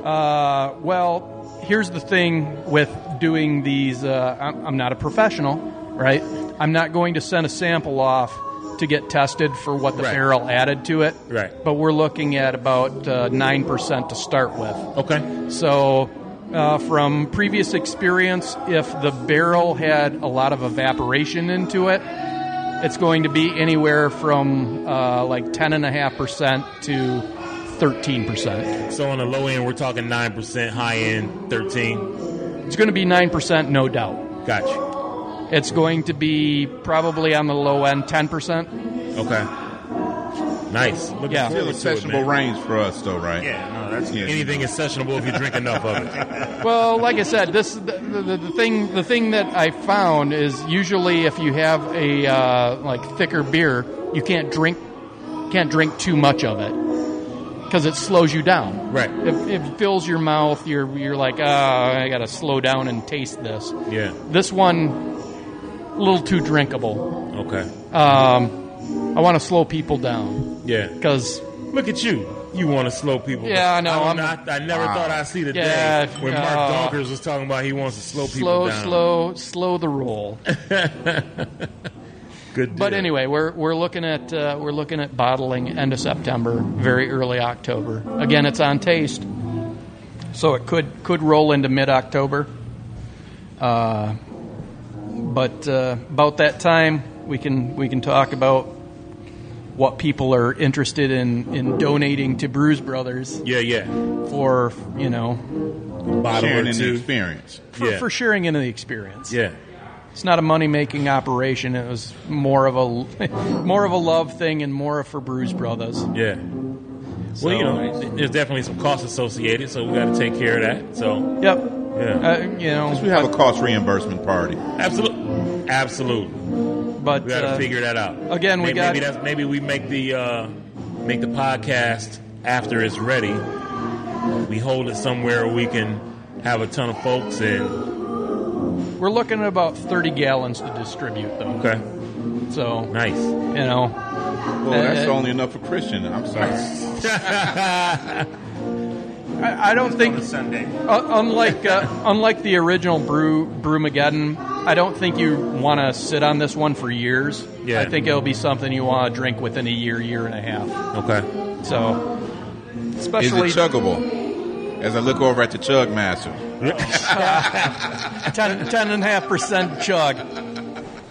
Speaker 5: Uh, well, here's the thing with doing these. Uh, I'm, I'm not a professional, right? I'm not going to send a sample off to get tested for what the
Speaker 2: Right.
Speaker 5: barrel added to it.
Speaker 2: Right.
Speaker 5: But we're looking at about uh, nine percent to start with.
Speaker 2: Okay,
Speaker 5: So, uh, from previous experience, if the barrel had a lot of evaporation into it, it's going to be anywhere from uh, like ten and a half percent to thirteen percent.
Speaker 2: So on the low end, we're talking nine percent. High end, thirteen.
Speaker 5: It's going to be nine percent, no doubt.
Speaker 2: Gotcha.
Speaker 5: It's going to be probably on the low end, ten percent.
Speaker 2: Okay. Nice. Looking
Speaker 5: yeah.
Speaker 3: Still a sessionable range for us, though, right?
Speaker 6: Yeah, no, that's
Speaker 3: Yeah.
Speaker 2: Anything is sessionable if you drink enough of
Speaker 10: *laughs*
Speaker 2: it.
Speaker 5: well, like I said, this the, the, the thing the thing that I found is usually if you have a uh, like thicker beer, you can't drink can't drink too much of it because it slows you down.
Speaker 2: Right.
Speaker 5: It, it fills your mouth. You're you're like, ah, I gotta slow down and taste this.
Speaker 2: Yeah.
Speaker 5: This one, a little too drinkable.
Speaker 2: Okay.
Speaker 5: Um, I want to slow people down.
Speaker 2: Yeah.
Speaker 5: Because
Speaker 2: look at you. You want to slow people?
Speaker 5: Yeah, I know.
Speaker 2: I, don't
Speaker 5: I'm-
Speaker 2: know. I- I never
Speaker 5: Wow.
Speaker 2: thought I'd see the
Speaker 5: Yeah,
Speaker 2: day when
Speaker 5: uh,
Speaker 2: Mark Donkers was talking about he wants to slow people
Speaker 5: slow,
Speaker 2: down.
Speaker 5: slow, slow the roll.
Speaker 2: Good.
Speaker 5: But anyway, we're we're looking at uh, we're looking at bottling end of September, very early October. Again, it's on taste, so it could could roll into mid October. Uh, but uh, about that time, we can we can talk about what people are interested in in donating to Brews Brothers.
Speaker 2: Yeah, yeah.
Speaker 5: For you know,
Speaker 3: bottle Sharing or in the two. experience.
Speaker 5: For,
Speaker 3: Yeah.
Speaker 5: for sharing in the experience.
Speaker 2: Yeah.
Speaker 5: It's not a money making operation. It was more of a *laughs* more of a love thing and more for Brews Brothers.
Speaker 2: Yeah.
Speaker 5: So-
Speaker 2: well, you know, th- there's definitely some costs associated, so we got to take care of that. So.
Speaker 5: Yep.
Speaker 2: Yeah.
Speaker 5: Uh, you know.
Speaker 3: we have a cost reimbursement party.
Speaker 2: Absolutely. Absolutely.
Speaker 5: But
Speaker 2: we got to
Speaker 5: uh,
Speaker 2: figure that out.
Speaker 5: again, we
Speaker 2: maybe,
Speaker 5: got-
Speaker 2: maybe, that's, maybe we make the uh, make the podcast after it's ready. We hold it somewhere we can have a ton of folks in.
Speaker 5: We're looking at about thirty gallons to distribute, though.
Speaker 2: Okay.
Speaker 5: So
Speaker 2: nice.
Speaker 5: You know.
Speaker 3: Well,
Speaker 10: Uh-huh.
Speaker 3: that's only enough for Christian. I'm sorry.
Speaker 5: I, I don't think
Speaker 6: Sunday.
Speaker 5: Uh, unlike uh, unlike the original brew Brewmageddon, I don't think you want to sit on this one for years.
Speaker 2: Yeah.
Speaker 5: I think it'll be something you want to drink within a year, year and a half.
Speaker 2: Okay.
Speaker 5: So, especially
Speaker 3: Is it chuggable? As I look over at the chug master.
Speaker 5: ten, ten and a half percent chug.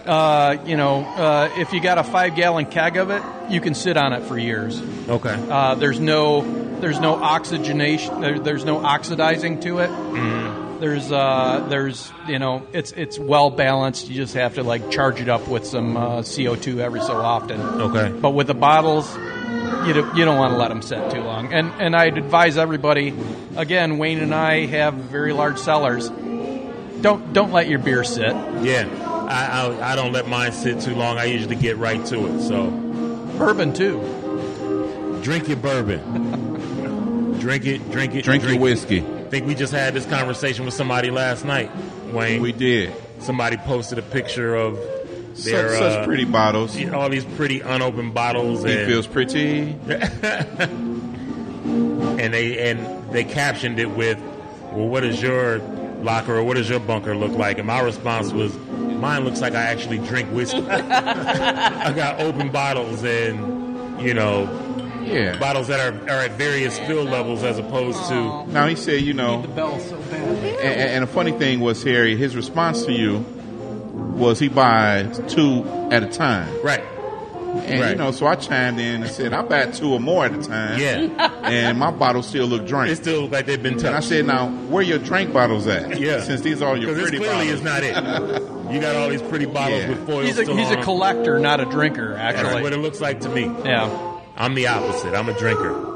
Speaker 5: Uh, you know, uh, if you got a five gallon keg of it, you can sit on it for years.
Speaker 2: Okay.
Speaker 5: Uh, there's no there's no oxygenation. There, there's no oxidizing to it.
Speaker 2: Mm-hmm.
Speaker 5: There's uh, there's you know it's it's well balanced. You just have to like charge it up with some uh, CO2 every so often.
Speaker 2: Okay.
Speaker 5: But with the bottles, you don't, you don't want to let them sit too long. And and I'd advise everybody. Again, Wayne and I have very large cellars. Don't don't let your beer sit.
Speaker 2: Yeah. I, I I don't let mine sit too long. I usually get right to it. So
Speaker 5: Bourbon too.
Speaker 2: drink your bourbon. drink it. Drink it.
Speaker 3: Drink your whiskey.
Speaker 2: I think we just had this conversation with somebody last night, Wayne. We
Speaker 3: did.
Speaker 2: Somebody posted a picture of
Speaker 3: Such-
Speaker 2: their
Speaker 3: such
Speaker 2: uh,
Speaker 3: pretty bottles.
Speaker 2: yeah, all these pretty unopened bottles.
Speaker 3: He
Speaker 2: and,
Speaker 3: feels pretty.
Speaker 2: and they and they captioned it with, "Well, what does your locker or what does your bunker look like?" And my response was, "Mine looks like I actually drink
Speaker 5: *laughs*
Speaker 2: whiskey. I got open bottles and you know,
Speaker 3: Yeah.
Speaker 2: bottles that are are at various fill levels as opposed to."
Speaker 3: Now he said, you know,
Speaker 5: bell so bad.
Speaker 3: And, and the funny thing was, Harry, his response to you was he buys two at a time.
Speaker 2: Right.
Speaker 3: And you
Speaker 2: Right.
Speaker 3: know, so I chimed in and said, I buy two or more at a time.
Speaker 2: Yeah.
Speaker 3: *laughs* And my bottles still look drank. They
Speaker 2: still look like they've been touched.
Speaker 3: And I said, now, where your drink bottles at?
Speaker 2: Yeah.
Speaker 3: Since these are your
Speaker 2: 'Cause this
Speaker 3: pretty
Speaker 2: clearly
Speaker 3: bottles.
Speaker 2: is not it. You got all these pretty bottles
Speaker 3: Yeah.
Speaker 2: with foil
Speaker 5: He's a
Speaker 2: still
Speaker 5: he's a
Speaker 2: on 'em.
Speaker 5: collector, not a drinker. Actually,
Speaker 2: That's what it looks like to me.
Speaker 5: Yeah.
Speaker 2: I'm the opposite. I'm a drinker.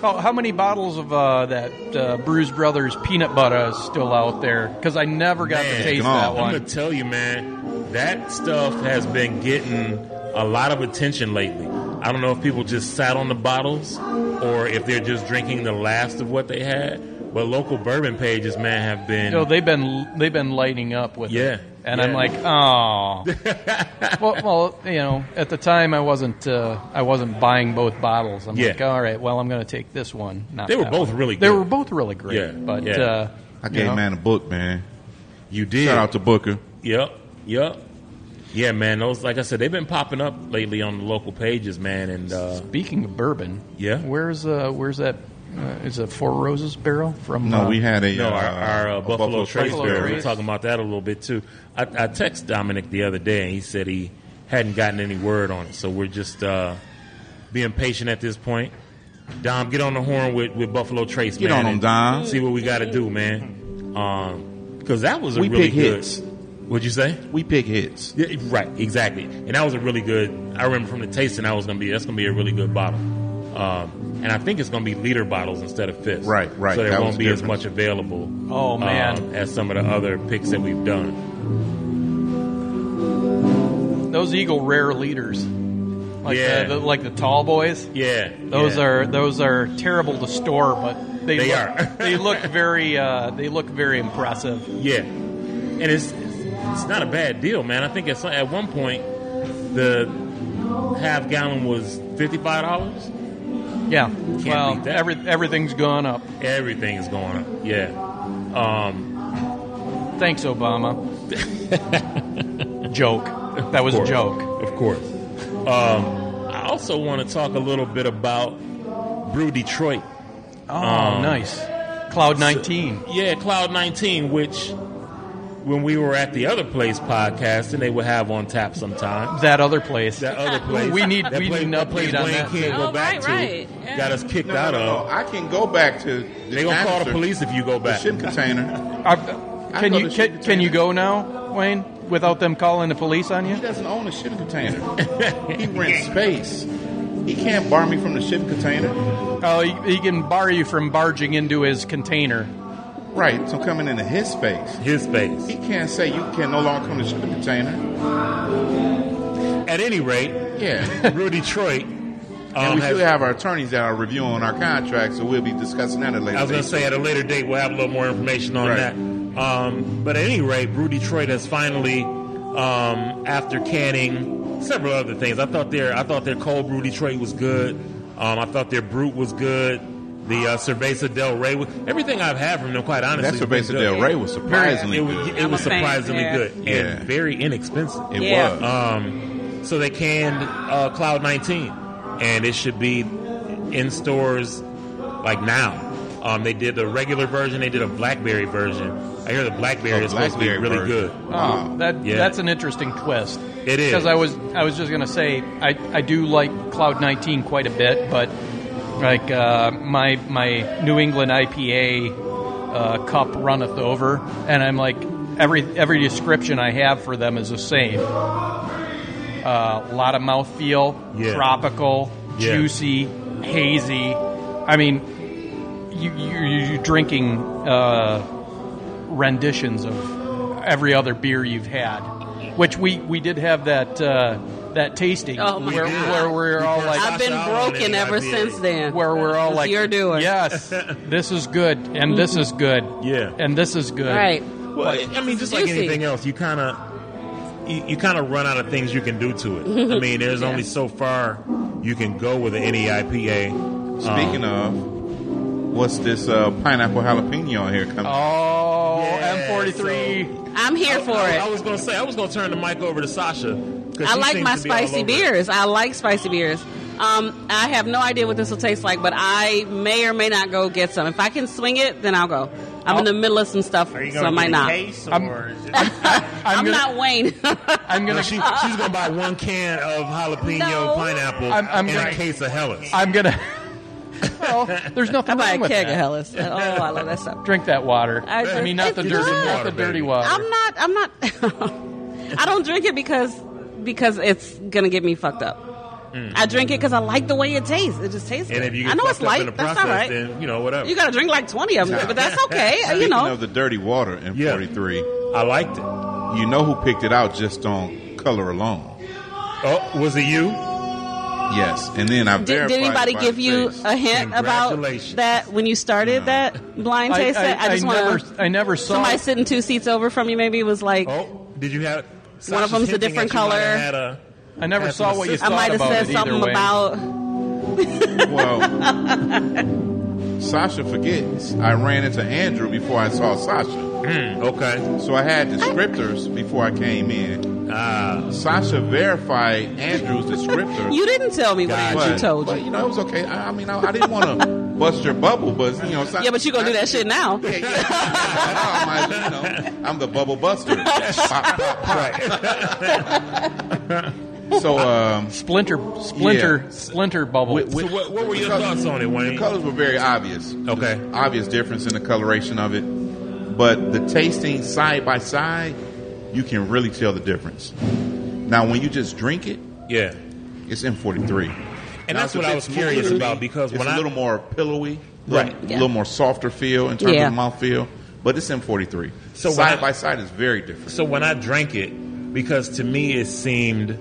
Speaker 5: Oh, how many bottles of uh, that uh, Bruise Brothers peanut butter is still out there? Because I never got to taste that
Speaker 2: I'm
Speaker 5: one.
Speaker 2: gonna tell you, man, that stuff has been getting a lot of attention lately. I don't know if people just sat on the bottles or if they're just drinking the last of what they had. But local bourbon pages, man, have been
Speaker 5: No, they've been they've been lighting up with
Speaker 2: Yeah,
Speaker 5: it. and
Speaker 2: yeah.
Speaker 5: I'm like,
Speaker 2: *laughs*
Speaker 5: oh. well, well, you know, at the time I wasn't uh, I wasn't buying both bottles. I'm
Speaker 2: Yeah.
Speaker 5: like, all right, well, I'm going to take this one. Not
Speaker 2: They were
Speaker 5: that
Speaker 2: both
Speaker 5: one."
Speaker 2: really
Speaker 5: They
Speaker 2: good.
Speaker 5: were both really great.
Speaker 2: Yeah,
Speaker 5: but
Speaker 2: yeah.
Speaker 5: Uh,
Speaker 3: I
Speaker 5: you
Speaker 3: gave
Speaker 5: know.
Speaker 3: man a book, man.
Speaker 2: You did.
Speaker 3: Shout out to Booker.
Speaker 2: Yep, yep. Yeah, man. Those, like I said, they've been popping up lately on the local pages, man. And uh,
Speaker 5: Speaking of bourbon,
Speaker 2: yeah,
Speaker 5: where's uh, where's that? Uh, is it Four Roses barrel from?
Speaker 3: No,
Speaker 5: uh,
Speaker 3: we had a,
Speaker 2: no, our,
Speaker 3: uh,
Speaker 2: our uh,
Speaker 3: a
Speaker 2: Buffalo,
Speaker 3: Buffalo
Speaker 2: Trace
Speaker 3: Trace
Speaker 2: Barrel.
Speaker 3: Barrel.
Speaker 2: We were talking about that a little bit too. I, I texted Dominic the other day, and he said he hadn't gotten any word on it. So we're just uh, being patient at this point. Dom, get on the horn with, with Buffalo Trace,
Speaker 3: Get
Speaker 2: man.
Speaker 3: on 'em,
Speaker 2: and
Speaker 3: Dom.
Speaker 2: See what we got to do, man. Because that was a
Speaker 3: We
Speaker 2: really
Speaker 3: pick
Speaker 2: good.
Speaker 3: hits.
Speaker 2: What'd you say?
Speaker 3: We pick hits.
Speaker 2: Yeah, right, exactly. And that was a really good. I remember from the tasting, I was gonna be that's gonna be a really good bottle. Um, and I think it's gonna be liter bottles instead of fifths.
Speaker 3: Right, right.
Speaker 2: So there
Speaker 3: That was
Speaker 2: won't
Speaker 3: the
Speaker 2: be as
Speaker 3: difference.
Speaker 2: much available.
Speaker 5: Oh,
Speaker 2: um,
Speaker 5: man.
Speaker 2: as some of the other picks that we've done.
Speaker 5: Those Eagle rare leaders, like
Speaker 2: Yeah.
Speaker 5: the, the like the tall boys.
Speaker 2: Yeah,
Speaker 5: those
Speaker 2: yeah.
Speaker 5: are those are terrible to store, but they,
Speaker 2: They
Speaker 5: look,
Speaker 2: are.
Speaker 5: they look very uh, they look very impressive.
Speaker 2: Yeah, and it's it's not a bad deal, man. I think at some, at one point the half gallon was fifty five dollars.
Speaker 5: Yeah.
Speaker 2: Can't beat
Speaker 5: well,
Speaker 2: that.
Speaker 5: every, everything's gone up.
Speaker 2: Everything is going up. Yeah. Um,
Speaker 5: Thanks,
Speaker 2: *laughs*
Speaker 5: Obama. joke. That was a
Speaker 2: course.
Speaker 5: joke.
Speaker 2: Of course. Um, I also want to talk a little bit about Brew Detroit.
Speaker 5: Oh,
Speaker 2: Um,
Speaker 5: nice. Cloud 19.
Speaker 2: yeah, Cloud 19, which when we were at the other place podcast, and they would have on tap sometime.
Speaker 5: That other place.
Speaker 2: That other place.
Speaker 5: *laughs* We need-
Speaker 2: that
Speaker 5: we
Speaker 2: place,
Speaker 5: need an
Speaker 2: that place
Speaker 5: update on
Speaker 2: Wayne
Speaker 5: that,
Speaker 2: King
Speaker 5: too.
Speaker 2: go
Speaker 5: Oh,
Speaker 2: back
Speaker 5: right,
Speaker 2: to.
Speaker 5: right. Yeah.
Speaker 2: Got us kicked
Speaker 3: No,
Speaker 2: out
Speaker 3: no,
Speaker 2: of.
Speaker 3: no. I can go back to.
Speaker 2: They gonna call the police if you go back.
Speaker 3: The ship container. I
Speaker 5: Uh, Can
Speaker 3: know
Speaker 5: you
Speaker 3: the
Speaker 5: can, can you go now, Wayne, without them calling the police on you? He
Speaker 3: doesn't own a shipping container. he rents space. He can't bar me from the ship container.
Speaker 5: Oh, he, he can bar you from barging into his container.
Speaker 3: Right, so coming into his space.
Speaker 2: His space.
Speaker 3: He can't say you can no longer come to the shipping container.
Speaker 2: At any rate, *laughs*
Speaker 3: yeah,
Speaker 2: Brew Detroit.
Speaker 3: and
Speaker 2: um,
Speaker 3: we
Speaker 2: has-
Speaker 3: do have our attorneys that are reviewing our contracts, so we'll be discussing that at a later.
Speaker 2: I was going to
Speaker 3: date.
Speaker 2: say at a later date we'll have a little more information on
Speaker 3: Right.
Speaker 2: that. Um, but at any rate, Brew Detroit has finally, um, after canning several other things, I thought their I thought their cold brew Detroit was good. Um, I thought their brute was good. The uh, Cerveza Del Rey, was, everything I've had from them, quite honestly,
Speaker 3: That
Speaker 2: has been
Speaker 3: Cerveza
Speaker 2: good.
Speaker 3: Del Rey was
Speaker 2: Very-
Speaker 3: surprisingly
Speaker 2: it was,
Speaker 3: good.
Speaker 2: It
Speaker 3: I'm
Speaker 2: was
Speaker 3: a fan,
Speaker 2: surprisingly
Speaker 3: yeah.
Speaker 2: good and
Speaker 3: Yeah.
Speaker 2: very inexpensive.
Speaker 3: It Yeah. was.
Speaker 2: Um, so they canned uh, Cloud 19, and it should be in stores like now. Um, they did the regular version. They did a blackberry version. I hear the blackberry
Speaker 5: Oh,
Speaker 2: is supposed to be
Speaker 5: blackberry
Speaker 2: really
Speaker 5: version.
Speaker 2: good.
Speaker 5: Oh, that
Speaker 2: Yeah.
Speaker 5: that's an interesting twist.
Speaker 2: It is.
Speaker 5: because I was I was just gonna say I, I do like Cloud Nineteen quite a bit, but like uh, my my New England IPA uh, cup runneth over, and I'm like every every description I have for them is the same. A uh, lot of mouthfeel,
Speaker 2: Yeah.
Speaker 5: tropical,
Speaker 2: Yeah.
Speaker 5: juicy, hazy. I mean, you you you're drinking uh, renditions of every other beer you've had, which we we did have that uh, that tasting
Speaker 4: Oh my
Speaker 5: where,
Speaker 4: God.
Speaker 5: where we're all like
Speaker 4: I've been broken ever since then.
Speaker 5: where we're all
Speaker 4: That's
Speaker 5: like
Speaker 4: your doing.
Speaker 5: yes this is good and this is good
Speaker 2: yeah
Speaker 5: and this is good
Speaker 2: Well, I mean, just like anything else, you kind of you, you kind of run out of things you can do to it.
Speaker 4: *laughs*
Speaker 2: I mean, there's
Speaker 3: Yeah.
Speaker 2: only so far you can go with an E NEIPA.
Speaker 3: Speaking of, what's this uh, pineapple jalapeno on here coming?
Speaker 5: Oh,
Speaker 2: M43.
Speaker 4: I'm here for
Speaker 2: I,
Speaker 4: it.
Speaker 2: I was gonna say I was gonna turn the mic over to Sasha. 'cause
Speaker 4: I
Speaker 2: she
Speaker 4: like
Speaker 2: seems
Speaker 4: my
Speaker 2: to be all
Speaker 4: spicy
Speaker 2: over it.
Speaker 4: beers. I like spicy beers. Um, I have no idea what this will taste like, but I may or may not go get some. If I can swing it, then I'll go. I'm in the middle of some stuff,
Speaker 5: you
Speaker 4: so
Speaker 5: gonna
Speaker 4: I might
Speaker 5: get a
Speaker 4: not.
Speaker 5: case,
Speaker 4: I'm,
Speaker 11: Um,
Speaker 4: I'm
Speaker 5: gonna-
Speaker 4: not Wayne. *laughs*
Speaker 5: I'm
Speaker 2: No, she, she's gonna buy one can of jalapeno
Speaker 4: No.
Speaker 2: pineapple
Speaker 5: I'm- I'm
Speaker 2: and
Speaker 5: gonna-
Speaker 2: a case of Hellas.
Speaker 5: I'm gonna *laughs* there's nothing
Speaker 4: I buy
Speaker 5: wrong
Speaker 4: a
Speaker 5: with
Speaker 4: keg
Speaker 5: that.
Speaker 4: of Hellas. Oh, I love that stuff.
Speaker 5: drink that water
Speaker 4: I
Speaker 5: I,
Speaker 4: drink-
Speaker 5: mean not
Speaker 4: it's
Speaker 5: the dirty
Speaker 4: good.
Speaker 5: not the dirty water
Speaker 4: I'm not. I'm not. *laughs* I don't drink it because because it's gonna get me fucked up.
Speaker 2: Mm.
Speaker 4: I drink it because I like the way it tastes. It just tastes.
Speaker 2: And
Speaker 4: good.
Speaker 2: if you get
Speaker 4: I know
Speaker 2: fucked
Speaker 4: it's
Speaker 2: up
Speaker 4: light.
Speaker 2: in the
Speaker 4: that's
Speaker 2: process,
Speaker 4: all right.
Speaker 2: then you know whatever.
Speaker 4: You gotta drink like twenty of them, but that's okay. you
Speaker 3: Speaking
Speaker 4: know.
Speaker 3: of the dirty water in '43,
Speaker 2: I liked it.
Speaker 3: You know who picked it out just on color alone?
Speaker 2: Oh, was it you?
Speaker 3: Yes, and then I
Speaker 4: Did,
Speaker 3: verified.
Speaker 4: did
Speaker 3: it
Speaker 4: anybody
Speaker 3: by
Speaker 4: give
Speaker 3: the
Speaker 4: you
Speaker 3: face.
Speaker 4: a hint about that when you started that blind
Speaker 5: I-
Speaker 4: taste?
Speaker 5: I-
Speaker 4: test? I, just
Speaker 5: I
Speaker 4: want
Speaker 5: never- I never saw-
Speaker 4: somebody sitting two seats over from you. Maybe was like,
Speaker 2: Oh, Did you have
Speaker 4: one of them's a different color.
Speaker 5: I never
Speaker 4: had
Speaker 5: saw
Speaker 4: some
Speaker 5: what you
Speaker 4: assist- I
Speaker 5: thought
Speaker 4: might have
Speaker 5: about
Speaker 4: said
Speaker 5: it either
Speaker 4: something
Speaker 5: way.
Speaker 4: about.
Speaker 3: Sasha forgets. I ran into Andrew before I saw Sasha.
Speaker 2: okay.
Speaker 3: So I had descriptors before I came in.
Speaker 2: Ah.
Speaker 3: Sasha verified Andrew's descriptor.
Speaker 4: You didn't tell me what
Speaker 3: But-
Speaker 4: Andrew told you.
Speaker 3: But, you know, it was okay. I, I mean, I, I didn't want to bust your bubble, but you know, Sasha,
Speaker 4: yeah, but you gonna do
Speaker 3: *laughs*
Speaker 4: that shit now? *laughs*
Speaker 3: I'm the bubble buster. Pop, pop, pop. So um,
Speaker 5: splinter, splinter, splinter bubble.
Speaker 2: So what- what were your thoughts on it, Wayne?
Speaker 3: The colors were very obvious. Okay, obvious difference in the coloration of it, but the tasting side by side, you can really tell the difference. Now, when you just drink it,
Speaker 2: yeah,
Speaker 3: it's M forty three,
Speaker 2: And that's what I was curious about because
Speaker 3: it's
Speaker 2: when
Speaker 3: a
Speaker 2: I-
Speaker 3: little more pillowy,
Speaker 2: Right.
Speaker 3: a little more softer feel in terms
Speaker 2: Yeah.
Speaker 3: of the mouthfeel, but it's M forty three. So
Speaker 2: So when
Speaker 3: side
Speaker 2: I-
Speaker 3: by side is very different.
Speaker 2: So when I drank it, because to me it seemed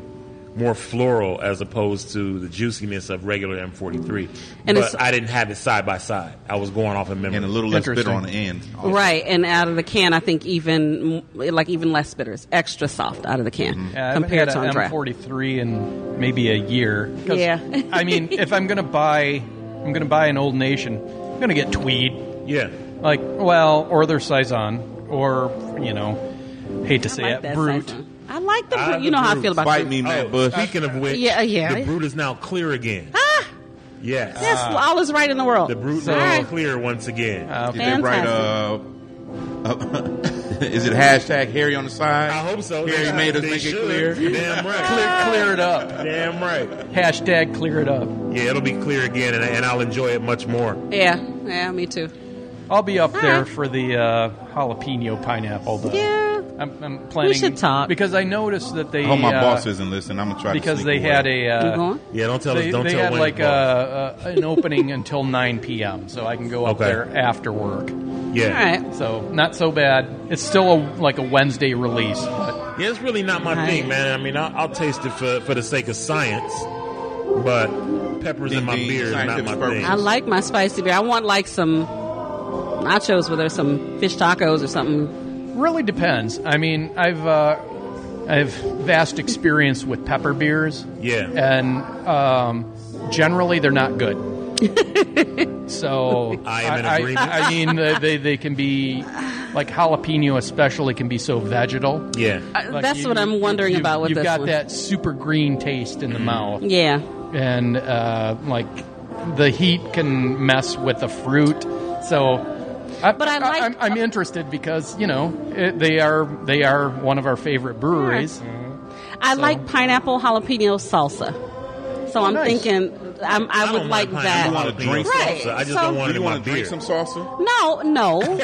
Speaker 2: more floral as opposed to the juiciness of regular M43.
Speaker 4: And it's-
Speaker 2: but I didn't have it side by side. I was going off in memory. And a
Speaker 3: little less bitter on the end.
Speaker 4: Right, and out of the can, I think even like even less bitters, extra soft out of the can
Speaker 5: Yeah, I haven't
Speaker 4: compared
Speaker 5: had
Speaker 4: to on
Speaker 5: an
Speaker 4: draft.
Speaker 5: M43 in maybe a year. 'Cause,
Speaker 4: Yeah.
Speaker 5: I mean, if I'm gonna buy, I'm gonna buy an Old Nation. I'm gonna get Tweed.
Speaker 2: Yeah.
Speaker 5: Like, well, or their saison, or you know, hate to say
Speaker 4: like
Speaker 5: it,
Speaker 4: that
Speaker 5: Brute. Ah,
Speaker 4: I like the, you know how I feel about Brut.
Speaker 5: Matt Bush.
Speaker 2: Oh, Speaking of which,
Speaker 4: Yeah, yeah.
Speaker 2: the brute is now clear again. Ah! Yes.
Speaker 4: Yes, Ah. all is right in the world.
Speaker 2: The brute is
Speaker 4: All right.
Speaker 2: clear once again.
Speaker 3: Did they write uh, *laughs* is it hashtag Harry on the side?
Speaker 2: I hope so.
Speaker 3: Harry
Speaker 2: Yeah,
Speaker 3: made us
Speaker 2: they
Speaker 3: make
Speaker 2: should.
Speaker 3: it clear.
Speaker 2: Damn
Speaker 4: Ah.
Speaker 2: right.
Speaker 5: Clear, clear it up.
Speaker 2: Damn right.
Speaker 5: Hashtag clear it up.
Speaker 2: Yeah, it'll be clear again, and, and I'll enjoy it much more.
Speaker 4: Yeah, yeah, me too.
Speaker 5: I'll be up
Speaker 4: All
Speaker 5: there
Speaker 4: right.
Speaker 5: for the uh, jalapeno pineapple. Though.
Speaker 4: Yeah.
Speaker 5: I'm, I'm planning.
Speaker 4: should talk.
Speaker 5: because I noticed that they.
Speaker 3: I hope my
Speaker 5: uh,
Speaker 3: boss isn't listening. I'm gonna try
Speaker 5: because
Speaker 3: to
Speaker 5: they
Speaker 3: sneak away.
Speaker 5: had a uh,
Speaker 3: You going? Yeah, don't tell
Speaker 5: they,
Speaker 3: us- don't
Speaker 5: they
Speaker 3: tell
Speaker 5: had
Speaker 3: Wayne
Speaker 5: like
Speaker 3: Boss.
Speaker 5: uh, uh, an opening until 9 p.m. so I can go up
Speaker 2: Okay.
Speaker 5: there after work.
Speaker 4: uh,
Speaker 2: Yeah. All
Speaker 5: So not so bad. It's still a, like a Wednesday release. But
Speaker 2: Yeah, it's really not my
Speaker 5: Right.
Speaker 2: thing, man. I mean, I'll, I'll taste it for, for the sake of science, but peppers in my beer is not my thing.
Speaker 4: I like my spicy beer. I want like some nachos with there's some fish tacos or something.
Speaker 5: really depends. I mean, I've uh, I've vast experience with pepper beers.
Speaker 2: Yeah.
Speaker 5: and um, generally they're not good. so
Speaker 2: I am in agreement.
Speaker 5: I, mean, they- they they can be like jalapeno, especially can be so vegetal.
Speaker 2: Yeah,
Speaker 4: Uh, that's what I'm wondering about with
Speaker 5: you've
Speaker 4: this
Speaker 5: got
Speaker 4: one. Mm.
Speaker 5: that super green taste in the mouth.
Speaker 4: Yeah.
Speaker 5: and uh, like the heat can mess with the fruit. So. I, but I like, I'm, I'm interested because you know it, they are they are one of our favorite breweries.
Speaker 4: I like pineapple jalapeno salsa. So I'm
Speaker 5: nice.
Speaker 4: thinking I'm, I, would like that. right. so,
Speaker 3: Do you want to drink some salsa?
Speaker 4: No, no.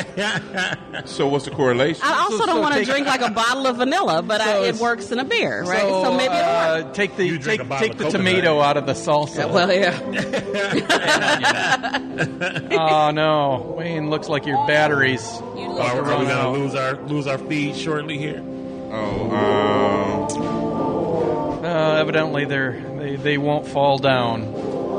Speaker 5: *laughs*
Speaker 3: *laughs* So what's the correlation?
Speaker 4: I also don't want to drink like a bottle of vanilla, but
Speaker 5: So
Speaker 4: I, it
Speaker 5: it's-
Speaker 4: works in a beer, right?
Speaker 5: So,
Speaker 4: So, maybe it works.
Speaker 5: uh, take the
Speaker 2: drink a
Speaker 5: take,
Speaker 2: bottle
Speaker 5: take
Speaker 2: of
Speaker 5: the
Speaker 2: coconut.
Speaker 5: tomato out of the salsa.
Speaker 4: well, *laughs* yeah.
Speaker 5: oh no, Wayne looks like
Speaker 4: Oh.
Speaker 5: your batteries.
Speaker 2: Are, are we gonna lose our lose our feed shortly here?
Speaker 3: Oh,
Speaker 5: Uh, evidently, they're they they won't fall down.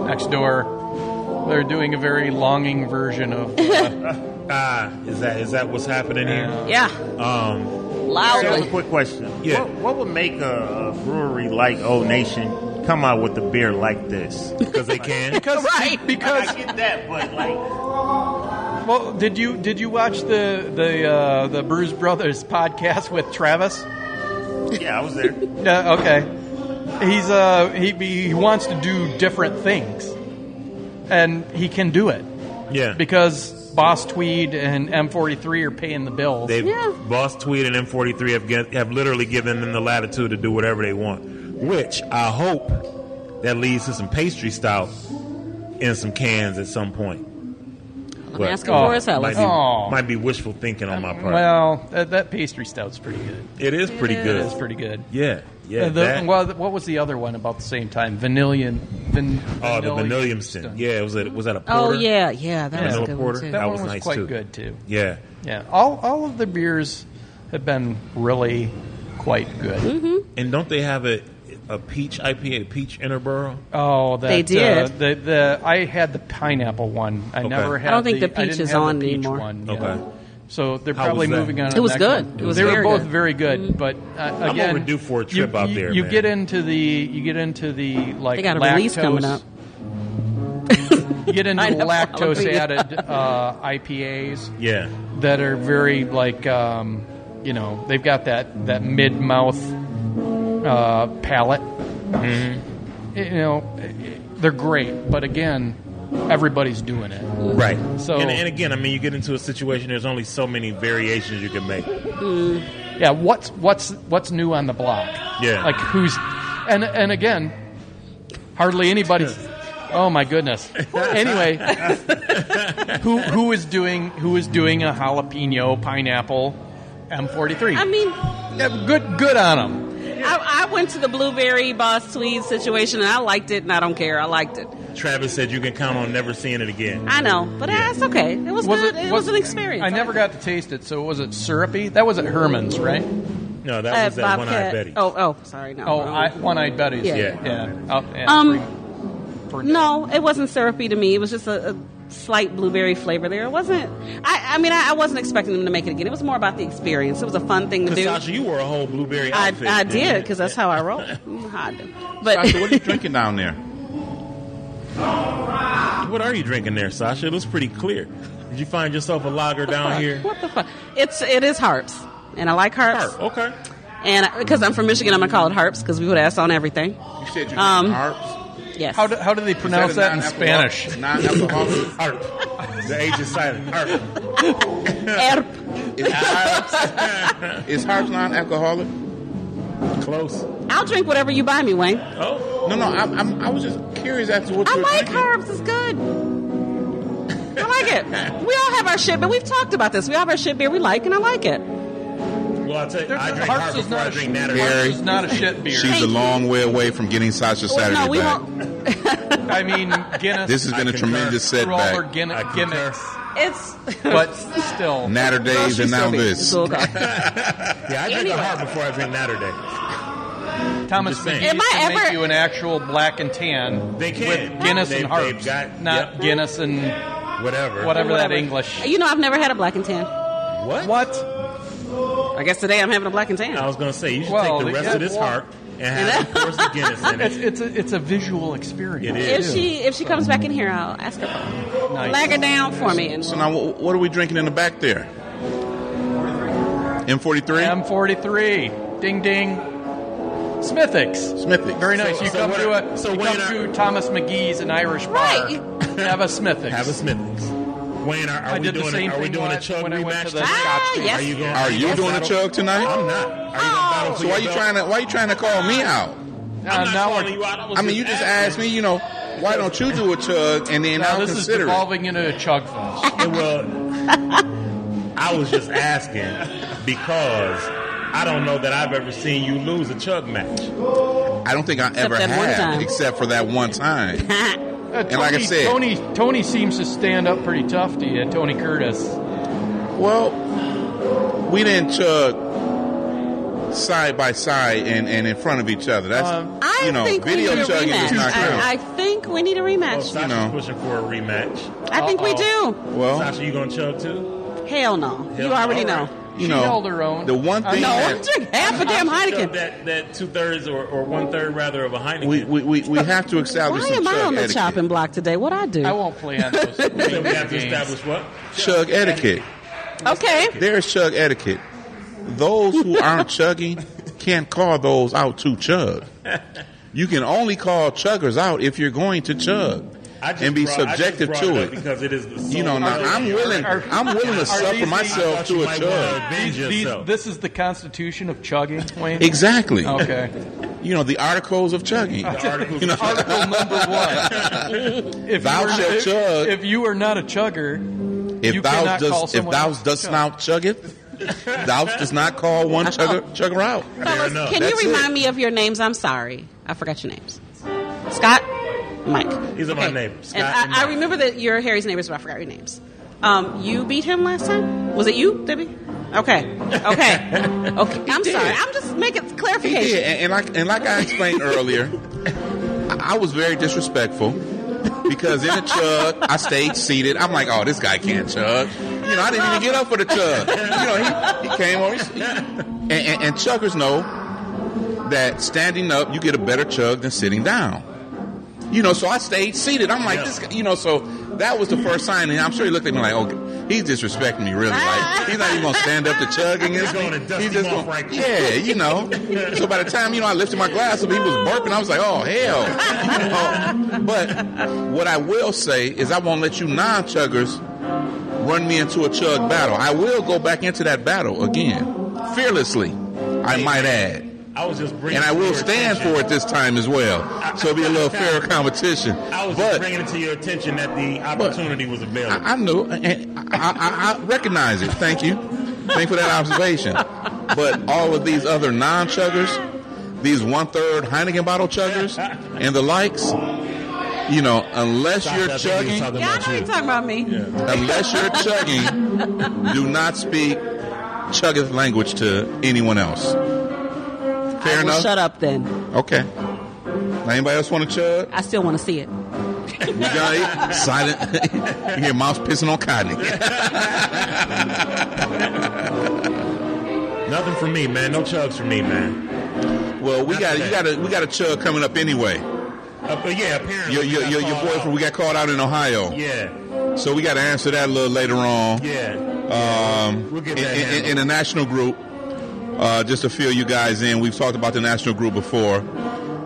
Speaker 5: Next door, they're doing a very longing version of. Uh,
Speaker 2: ah, is that is that what's happening here?
Speaker 4: Yeah. Oh,
Speaker 2: Um,
Speaker 6: So, a quick question.
Speaker 2: Yeah.
Speaker 6: What, what would make a, a brewery like Old Nation come out with a beer like this?
Speaker 2: Because they can.
Speaker 5: because
Speaker 6: *laughs*
Speaker 5: because
Speaker 6: I get that, but like.
Speaker 5: well, did you did you watch the the uh, the Bruise Brothers podcast with Travis?
Speaker 6: Yeah, I was there.
Speaker 5: Yeah, okay. He's uh he he wants to do different things, and he can do it.
Speaker 2: Yeah.
Speaker 5: because Boss Tweed and M43 are paying the bills.
Speaker 2: They've Boss Tweed and M43 have get, have literally given them the latitude to do whatever they want, which I hope that leads to some pastry stout in some cans at some point. I'm
Speaker 4: asking for his help.
Speaker 2: Might be,
Speaker 5: Oh.
Speaker 2: might be wishful thinking on my part.
Speaker 5: well, that, that pastry stout's pretty good.
Speaker 2: it is pretty good.
Speaker 5: It is pretty good.
Speaker 2: Yeah, yeah.
Speaker 5: Uh, the-
Speaker 2: that-
Speaker 5: well, th- what was the other one about the same time? Vanillion. Van,
Speaker 2: oh, the
Speaker 5: vanillion.
Speaker 2: Vanilliumston. Yeah, it was that was that a porter?
Speaker 4: Oh yeah, yeah, that was a
Speaker 2: Vanilla
Speaker 4: good
Speaker 2: porter.
Speaker 4: one too.
Speaker 2: That,
Speaker 5: That
Speaker 2: was,
Speaker 5: one was
Speaker 2: nice
Speaker 5: quite
Speaker 2: too.
Speaker 5: good, too.
Speaker 2: Yeah.
Speaker 5: Yeah, all all of the beers have been really quite good.
Speaker 2: And don't they have a a peach IPA, peach Interborough?
Speaker 5: Oh, that,
Speaker 4: They did.
Speaker 5: Uh, the the I had the pineapple one. I
Speaker 2: Okay.
Speaker 5: never
Speaker 2: I
Speaker 5: had.
Speaker 4: don't think the
Speaker 5: I
Speaker 4: peach
Speaker 5: didn't
Speaker 4: is
Speaker 5: have the
Speaker 4: on
Speaker 5: peach
Speaker 4: anymore.
Speaker 5: One, yeah.
Speaker 2: Okay.
Speaker 5: So they're
Speaker 2: How was
Speaker 5: probably
Speaker 2: that?
Speaker 5: moving on. to
Speaker 4: It was
Speaker 5: the next
Speaker 4: good.
Speaker 5: one.
Speaker 4: It was
Speaker 5: they were
Speaker 4: very
Speaker 5: both
Speaker 4: good. Mm-hmm.
Speaker 5: very good, but uh,
Speaker 2: I'm
Speaker 5: again,
Speaker 2: overdue for a
Speaker 5: you,
Speaker 2: trip out
Speaker 5: you-
Speaker 2: there,
Speaker 5: You
Speaker 2: man.
Speaker 5: get into the you get into the like
Speaker 4: They got a
Speaker 5: lactose,
Speaker 4: release coming up.
Speaker 5: *laughs* You
Speaker 4: *laughs*
Speaker 5: get into
Speaker 4: Pineapple
Speaker 5: lactose
Speaker 4: jalapeno.
Speaker 5: added uh, IPAs
Speaker 2: Yeah.
Speaker 5: that are very like um, you know they've got that that mid mouth uh, palate. You know, they're great, but again, everybody's doing it.
Speaker 2: Right.
Speaker 5: So-
Speaker 2: and, and again, I mean, you get into a situation. There's only so many variations you can make.
Speaker 5: Yeah, what's what's what's new on the block?
Speaker 2: Yeah.
Speaker 5: like who's and and again, hardly anybody. Oh my goodness. Anyway, who who is doing who is doing a jalapeno pineapple M43?
Speaker 4: I mean,
Speaker 5: Yeah, good good on them.
Speaker 4: I, I went to the blueberry boss tweed situation and I liked it and I don't care. I liked it.
Speaker 2: Travis said you can count on never seeing it again.
Speaker 4: I know, but that's okay. It was, good. It, was, an experience.
Speaker 5: I never got to taste it, so was it syrupy? That was at Herman's, right?
Speaker 2: No,
Speaker 4: Uh, Bobcat- Oh, oh, sorry, no.
Speaker 5: Oh,
Speaker 4: wrong.
Speaker 5: I, one-eyed Betty's.
Speaker 4: Yeah.
Speaker 5: yeah. Up and
Speaker 4: Um, no, it wasn't syrupy to me. It was just a, a slight blueberry flavor there. It wasn't. I, I mean, I, I wasn't expecting them to make it again. It was more about the experience. It was a fun thing to do.
Speaker 2: Sasha, you wore a whole blueberry
Speaker 4: I,
Speaker 2: outfit.
Speaker 4: I
Speaker 2: didn't
Speaker 4: did
Speaker 2: you?
Speaker 4: because that's how I roll. I'm hiding. But
Speaker 2: Sasha,
Speaker 4: *laughs*
Speaker 2: what are you drinking down there? What are you drinking there, Sasha? It was pretty clear. Did you find yourself a lager down here?
Speaker 4: What the fuck? It's it is harps, and I like harps.
Speaker 2: okay.
Speaker 4: And because I'm from Michigan, I'm gonna call it harps because we would ask on everything.
Speaker 3: You said you
Speaker 4: Um,
Speaker 3: um, harps.
Speaker 4: Yes.
Speaker 5: How do, how do they pronounce that, in Spanish?
Speaker 3: Non-alcoholic
Speaker 5: *laughs*
Speaker 2: harp. The H is silent. Harp.
Speaker 3: Is harps, is harps non-alcoholic?
Speaker 2: Close.
Speaker 4: I'll drink whatever you buy me, Wayne.
Speaker 2: Oh
Speaker 3: no, no. I, I'm, I was just curious as to what
Speaker 4: I
Speaker 3: you were
Speaker 4: like
Speaker 3: drinking.
Speaker 4: herbs. It's good. I like it. We all have our shit, but we've talked about this. We all have our shit beer we like, and I like it.
Speaker 2: Well, I'll tell you, I drink
Speaker 5: Harps
Speaker 2: harp
Speaker 5: is
Speaker 2: before
Speaker 5: not
Speaker 2: I
Speaker 5: a
Speaker 2: drink Natterers.
Speaker 3: Barry,
Speaker 5: It's not a shit beer.
Speaker 3: She's a long way away from getting Sasha
Speaker 5: Well, no,
Speaker 3: Saturday
Speaker 5: we
Speaker 3: back.
Speaker 5: I mean, Guinness.
Speaker 3: This has been
Speaker 5: a
Speaker 3: a tremendous
Speaker 5: All
Speaker 3: setback.
Speaker 5: their Guinness gimmicks,
Speaker 4: It's
Speaker 5: but still.
Speaker 3: Natter days and now this. *laughs*
Speaker 2: Yeah, I drink a harp before I drink Natterday.
Speaker 5: Thomas
Speaker 2: Just saying.
Speaker 5: McGee
Speaker 4: Am I
Speaker 5: can
Speaker 4: ever-
Speaker 5: make you an actual black and tan.
Speaker 2: They can.
Speaker 5: With Guinness
Speaker 2: They've-
Speaker 5: and harps,
Speaker 2: they've got-
Speaker 5: not
Speaker 2: yep.
Speaker 5: Guinness and
Speaker 2: whatever.
Speaker 5: Whatever, that English.
Speaker 4: You know, I've never had a black and tan.
Speaker 2: What?
Speaker 5: What?
Speaker 4: I guess today I'm having a black and tan.
Speaker 3: Oh,
Speaker 2: I was going to say, you should
Speaker 5: Well,
Speaker 2: take the rest
Speaker 5: yeah,
Speaker 2: of this
Speaker 5: well-
Speaker 2: harp and have of course the Guinness
Speaker 5: *laughs*
Speaker 2: in
Speaker 5: It's,
Speaker 2: it.
Speaker 5: it's, a, it's a visual experience.
Speaker 2: It
Speaker 4: If
Speaker 2: is.
Speaker 4: she if she comes back in here, I'll ask her. for it.
Speaker 5: Nice.
Speaker 4: Lag her down for me. And
Speaker 3: So now, wh- what are we drinking in the back there? M43.
Speaker 5: M43. Ding ding. Smithix.
Speaker 3: Smithix.
Speaker 5: Very nice.
Speaker 2: So-
Speaker 5: you
Speaker 2: so
Speaker 5: come
Speaker 2: what
Speaker 5: to
Speaker 2: are-
Speaker 5: a
Speaker 2: so
Speaker 5: you
Speaker 2: Wayne,
Speaker 5: come
Speaker 2: are-
Speaker 5: to Thomas McGee's an Irish bar. Have a Smithix.
Speaker 2: Have a Smithings. Wayne, are,
Speaker 5: I
Speaker 2: are we
Speaker 5: did the
Speaker 2: doing?
Speaker 5: same
Speaker 2: a, are we
Speaker 5: thing
Speaker 2: doing
Speaker 5: when I-
Speaker 2: a chug
Speaker 5: when I went
Speaker 2: rematch?
Speaker 5: to the
Speaker 2: tonight?
Speaker 5: Scotch
Speaker 4: Ah, yes.
Speaker 2: Are you going?
Speaker 3: Are you
Speaker 2: gonna
Speaker 3: doing a
Speaker 2: battle-
Speaker 3: chug tonight?
Speaker 2: I'm not. Are you gonna battle for
Speaker 3: So why
Speaker 2: your
Speaker 3: you
Speaker 2: belt?
Speaker 3: trying to why you trying to call me out?
Speaker 5: Uh,
Speaker 2: I'm not
Speaker 5: now
Speaker 2: calling
Speaker 5: we're-
Speaker 2: you out. was
Speaker 3: I mean, you just asked me, you know, why don't you do a chug and then
Speaker 5: now
Speaker 3: I'll
Speaker 5: this is
Speaker 3: consider it.
Speaker 5: evolving into a chug fest.
Speaker 2: Yeah, Well, *laughs* I was just asking because I don't know that I've ever seen you lose a chug match.
Speaker 3: I don't think I ever
Speaker 4: that one
Speaker 3: have,
Speaker 4: time.
Speaker 3: except for that one time.
Speaker 5: Uh,
Speaker 3: And like I said-
Speaker 5: Tony Tony seems to stand up pretty tough to you, Tony Curtis.
Speaker 3: Well, we didn't chug side by side and, and in front of each other. That's
Speaker 5: Um,
Speaker 4: *laughs* I
Speaker 3: you know,
Speaker 4: think we need
Speaker 3: video
Speaker 4: a
Speaker 3: chugging
Speaker 4: rematch.
Speaker 3: is not count.
Speaker 4: I, I think we need a
Speaker 2: Oh,
Speaker 4: rematch.
Speaker 2: Sasha's
Speaker 3: know.
Speaker 2: pushing for a rematch.
Speaker 4: I think we do.
Speaker 3: well,
Speaker 2: Sasha, you gonna chug too?
Speaker 4: Hell no. you
Speaker 2: no.
Speaker 4: already
Speaker 2: All right.
Speaker 4: know.
Speaker 3: you
Speaker 5: she
Speaker 3: know,
Speaker 5: held her own.
Speaker 3: the one
Speaker 5: I
Speaker 3: thing
Speaker 5: know.
Speaker 4: No,
Speaker 3: that
Speaker 4: drink half a damn
Speaker 2: I'll chug
Speaker 4: Heineken.
Speaker 2: That that two thirds or, or one third rather of a Heineken.
Speaker 3: we, we, we, we have to
Speaker 4: Why
Speaker 3: establish some
Speaker 4: am I
Speaker 3: chug
Speaker 4: on the
Speaker 3: etiquette.
Speaker 4: chopping block today? What I do?
Speaker 5: I won't play on those.
Speaker 2: so *laughs* we have to
Speaker 5: games.
Speaker 2: establish what?
Speaker 3: Chug etiquette.
Speaker 4: Okay.
Speaker 3: There's chug etiquette. Those who aren't chugging can't call those out to chug. You can only call chuggers out if you're going to chug
Speaker 2: I just
Speaker 3: and be
Speaker 2: brought- I just
Speaker 3: subjective
Speaker 2: brought
Speaker 3: to
Speaker 2: it up
Speaker 3: it.
Speaker 2: because it is the
Speaker 3: You know,
Speaker 2: sole
Speaker 3: now,
Speaker 2: purpose
Speaker 3: I'm
Speaker 2: of your
Speaker 3: willing.
Speaker 2: record.
Speaker 3: I'm willing to suffer
Speaker 5: these-
Speaker 2: I
Speaker 3: myself
Speaker 2: thought you
Speaker 3: to a
Speaker 2: might
Speaker 3: chug.
Speaker 2: wanna avenge
Speaker 5: These-
Speaker 2: yourself.
Speaker 5: this is the constitution of chugging, Wayne.
Speaker 3: Exactly.
Speaker 5: Okay.
Speaker 3: You know the articles of chugging.
Speaker 2: The articles
Speaker 3: You know,
Speaker 5: Article number
Speaker 3: *laughs*
Speaker 5: one. If
Speaker 3: Thou
Speaker 5: you are-
Speaker 3: shalt
Speaker 5: if-
Speaker 3: chug.
Speaker 5: If you are not a chugger,
Speaker 3: if
Speaker 5: you
Speaker 3: thou
Speaker 5: cannot call
Speaker 3: dost, if
Speaker 5: someone
Speaker 3: thou
Speaker 5: else a
Speaker 3: dost
Speaker 5: chug.
Speaker 3: not chug it, thou does not call one chugger, chugger out.
Speaker 4: Fellas,
Speaker 2: enough.
Speaker 4: can
Speaker 3: That's
Speaker 4: you remind
Speaker 3: it.
Speaker 4: me of your names? I'm sorry. I forgot your names. Scott, Mike.
Speaker 2: These are my neighbors,
Speaker 4: And
Speaker 2: Scott
Speaker 4: I,
Speaker 2: and
Speaker 4: I
Speaker 2: Mike.
Speaker 4: remember that you're Harry's neighbors, but I forgot your names. Um, you beat him last time? Was it you, Debbie? Okay.
Speaker 2: *laughs*
Speaker 4: Okay. Okay. I'm sorry. I'm just making
Speaker 3: He
Speaker 4: clarification.
Speaker 3: did, and, and like and like I explained earlier, I I was very disrespectful because in the chug, I stayed seated. I'm like, oh, this guy can't chug. You know, I didn't even get up for the chug. You know, he, he came over, he- and, and, and chuggers know that standing up you get a better chug than sitting down. You know, so I stayed seated. I'm like,
Speaker 2: Yeah.
Speaker 3: this, guy, you know, so that was the first sign, and I'm sure he looked at me like, oh, he's disrespecting me, really. Like, he's not even gonna stand up to chug against
Speaker 2: He's gonna
Speaker 3: me.
Speaker 2: dust
Speaker 3: He's
Speaker 2: him
Speaker 3: just
Speaker 2: off
Speaker 3: gonna-
Speaker 2: right quick.
Speaker 3: yeah, you know. So by the time you know I lifted my glass up, he was burping. I was like, oh hell. You
Speaker 2: *laughs*
Speaker 3: know? But what I will say is I won't let you non-chuggers run me into a chug battle. I will go back into that battle again, fearlessly. I might add.
Speaker 2: I was just bringing.
Speaker 3: and I
Speaker 2: to
Speaker 3: will
Speaker 2: your
Speaker 3: stand
Speaker 2: attention-
Speaker 3: for it this time as well. So it'll be a little fairer competition.
Speaker 2: I was just bringing it to your attention that the opportunity was available.
Speaker 3: I, I knew, and I, I, I recognize it. Thank you, thank you for that observation. But all of these other non-chuggers, these one-third Heineken bottle chuggers, and the likes, you know, unless
Speaker 4: Stop
Speaker 3: you're
Speaker 4: that, I think he was
Speaker 3: chugging,
Speaker 4: Yeah, I know you're talking about me.
Speaker 3: unless you're chugging, do not speak chuggeth language to anyone else. Fair enough.
Speaker 4: shut up then.
Speaker 3: Okay. Now, anybody else want to chug?
Speaker 4: I still want to see it.
Speaker 3: You got it? Silent. *laughs* you hear mouse pissing on cotton.
Speaker 2: Nothing for me, man. No chugs for me, man.
Speaker 3: Well, we got
Speaker 2: today.
Speaker 3: you got a we got a chug coming up anyway.
Speaker 2: Uh, but yeah, apparently.
Speaker 3: Your
Speaker 2: we
Speaker 3: your
Speaker 2: got
Speaker 3: your, your
Speaker 2: called
Speaker 3: boyfriend we got called out in Ohio.
Speaker 2: out. Yeah.
Speaker 3: So we got to answer that a little later on.
Speaker 2: Yeah.
Speaker 3: Um,
Speaker 2: We'll get
Speaker 3: in,
Speaker 2: that
Speaker 3: in- in, in the national group, uh, just to fill you guys in, we've talked about the national group before.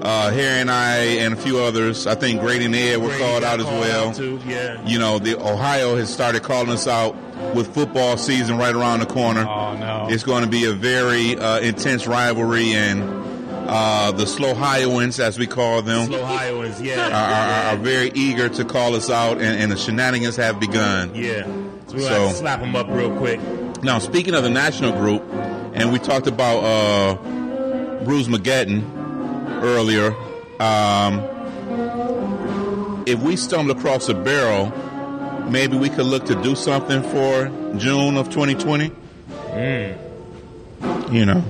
Speaker 3: Uh, Harry and I and a few others, I think Grady and Ed were
Speaker 2: Brady
Speaker 3: called
Speaker 2: got
Speaker 3: out as
Speaker 2: called
Speaker 3: well.
Speaker 2: out too,
Speaker 3: *laughs*
Speaker 2: Yeah.
Speaker 3: You know, the Ohio has started calling us out with football season right around the corner. Oh
Speaker 5: no!
Speaker 3: It's going to be a very uh, intense rivalry, and uh, the slow Ohioans, as we call them,
Speaker 2: Slow Iowas, yeah.
Speaker 3: are, are, are very eager to call us out, and, and the shenanigans have begun.
Speaker 2: Yeah. So we gotta slap them up real quick.
Speaker 3: Now, speaking of the national group, and we talked about uh, Bruce McGetton earlier. Um, if we stumble across a barrel, maybe we could look to do something for June of 2020. You know,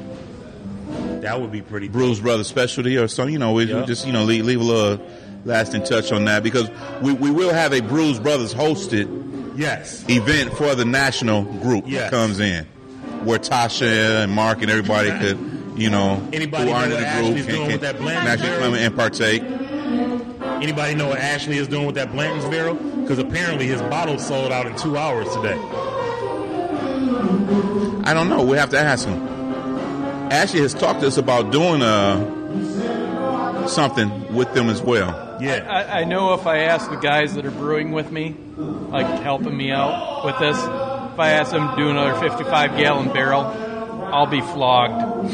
Speaker 2: That would be pretty.
Speaker 3: Bruce Brothers specialty or something. You know, we, we
Speaker 2: Yeah.
Speaker 3: just you know leave, leave a little lasting touch on that because we, we will have a Bruce Brothers hosted
Speaker 2: Yes.
Speaker 3: event for the national group
Speaker 2: Yes.
Speaker 3: that comes in, where Tasha and Mark and everybody could, you know,
Speaker 2: Anybody
Speaker 3: who aren't
Speaker 2: know
Speaker 3: in
Speaker 2: what
Speaker 3: the
Speaker 2: Ashley's
Speaker 3: group
Speaker 2: doing with
Speaker 3: can,
Speaker 2: that
Speaker 3: can,
Speaker 2: blanket
Speaker 3: can actually
Speaker 2: there?
Speaker 3: come in and partake.
Speaker 2: Anybody know what Ashley is doing with that Blanton's barrel? Because apparently his bottle sold out in two hours today.
Speaker 3: I don't know. We have to ask him. Ashley has talked to us about doing uh, something with them as well.
Speaker 2: Yeah.
Speaker 5: I, I know if I ask the guys that are brewing with me, like helping me out with this, if I ask them to do another 55 gallon barrel, I'll be flogged.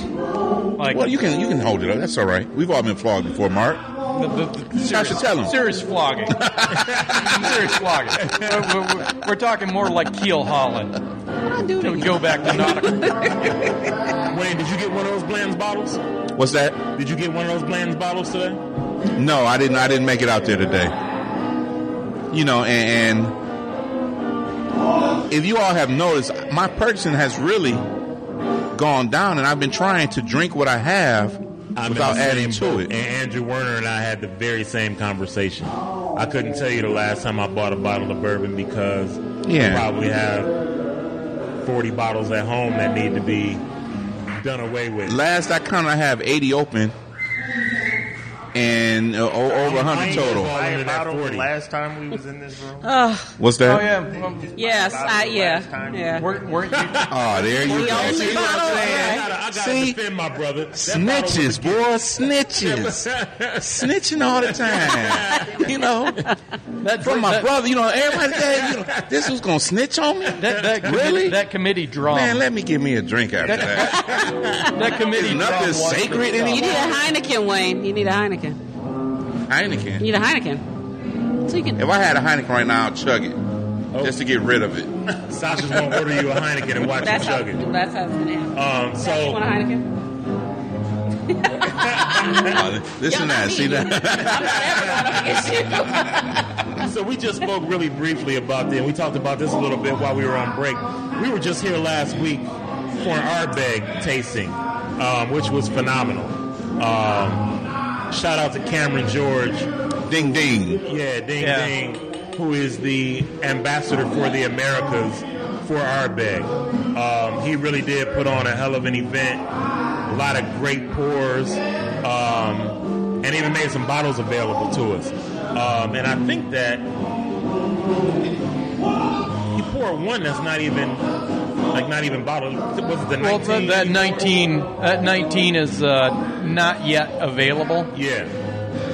Speaker 5: Like,
Speaker 3: well, you can you can hold it up. That's all right. We've all been flogged before, Mark.
Speaker 5: The, the, the
Speaker 3: Tasha,
Speaker 5: serious,
Speaker 3: tell 'em.
Speaker 5: serious
Speaker 3: *laughs*
Speaker 5: flogging. serious flogging. We're, we're- we're talking more like Keel Holland. Don't go back to nautical.
Speaker 2: Wayne, did you get one of those Blanton's bottles?
Speaker 3: What's that?
Speaker 2: Did you get one of those Blanton's bottles today?
Speaker 3: No, I didn't. I didn't make it out there today. You know, and, and if you all have noticed, my purchasing has really gone down, and I've been trying to drink what I have
Speaker 2: I'm in
Speaker 3: without
Speaker 2: the
Speaker 3: adding
Speaker 2: same
Speaker 3: to
Speaker 2: boat,
Speaker 3: it.
Speaker 2: And Andrew Werner and I had the very same conversation. I couldn't tell you the last time I bought a bottle of bourbon because
Speaker 3: Yeah.
Speaker 2: I probably have 40 bottles at home that need to be done away with.
Speaker 3: Last I counted, I have 80 open and uh, o- over 100 total.
Speaker 6: I bottled the last time we was in this room.
Speaker 3: What's that?
Speaker 5: Oh yeah. Well,
Speaker 4: yes, I, yeah, yeah.
Speaker 5: Weren't, weren't you?
Speaker 3: Oh, there you
Speaker 4: The
Speaker 3: go.
Speaker 4: only
Speaker 3: See what
Speaker 4: bottle,
Speaker 3: I'm saying?
Speaker 2: I gotta
Speaker 3: See?
Speaker 2: defend my brother.
Speaker 3: Snitches, boy, snitches. Snitching all
Speaker 5: *laughs*
Speaker 3: the time. You know? From my brother, you know, everybody said, you know, this was going to snitch on me?
Speaker 5: That, um, that committee,
Speaker 3: Really?
Speaker 5: That committee drama.
Speaker 3: Man, let me give me a drink after that.
Speaker 5: *laughs* that committee
Speaker 3: Is nothing
Speaker 5: drama was for
Speaker 3: sacred
Speaker 5: itself.
Speaker 4: You need a Heineken, Wayne. You need a Heineken.
Speaker 3: Heineken.
Speaker 4: You need a Heineken. So you can.
Speaker 3: If I had a Heineken right now, I'd chug it.
Speaker 5: Oh.
Speaker 3: Just to get rid of
Speaker 5: *laughs*
Speaker 3: it.
Speaker 2: *laughs* Sasha's gonna order you a Heineken and watch
Speaker 4: That's
Speaker 2: you
Speaker 4: how.
Speaker 2: chug it.
Speaker 4: That's how it's gonna happen.
Speaker 2: Um,
Speaker 4: you want a
Speaker 2: so
Speaker 4: Heineken?
Speaker 3: Uh, this and that. See that?
Speaker 2: so we just spoke really briefly about that. We talked about this a little bit while we were on break. We were just here last week for an Ardbeg tasting, um, which was phenomenal. Um, shout out to Cameron George.
Speaker 3: Ding ding.
Speaker 2: Yeah, Ding
Speaker 5: Yeah.
Speaker 2: Ding, who is the ambassador for the Americas for Ardbeg. Um, he really did put on a hell of an event. A lot of great pours, um, and even made some bottles available to us. Um, and I think that he poured one that's not even like not even bottled. Was it the
Speaker 5: Well,
Speaker 2: 19?
Speaker 5: that, that 19, that 19 is uh, not yet available.
Speaker 2: yeah,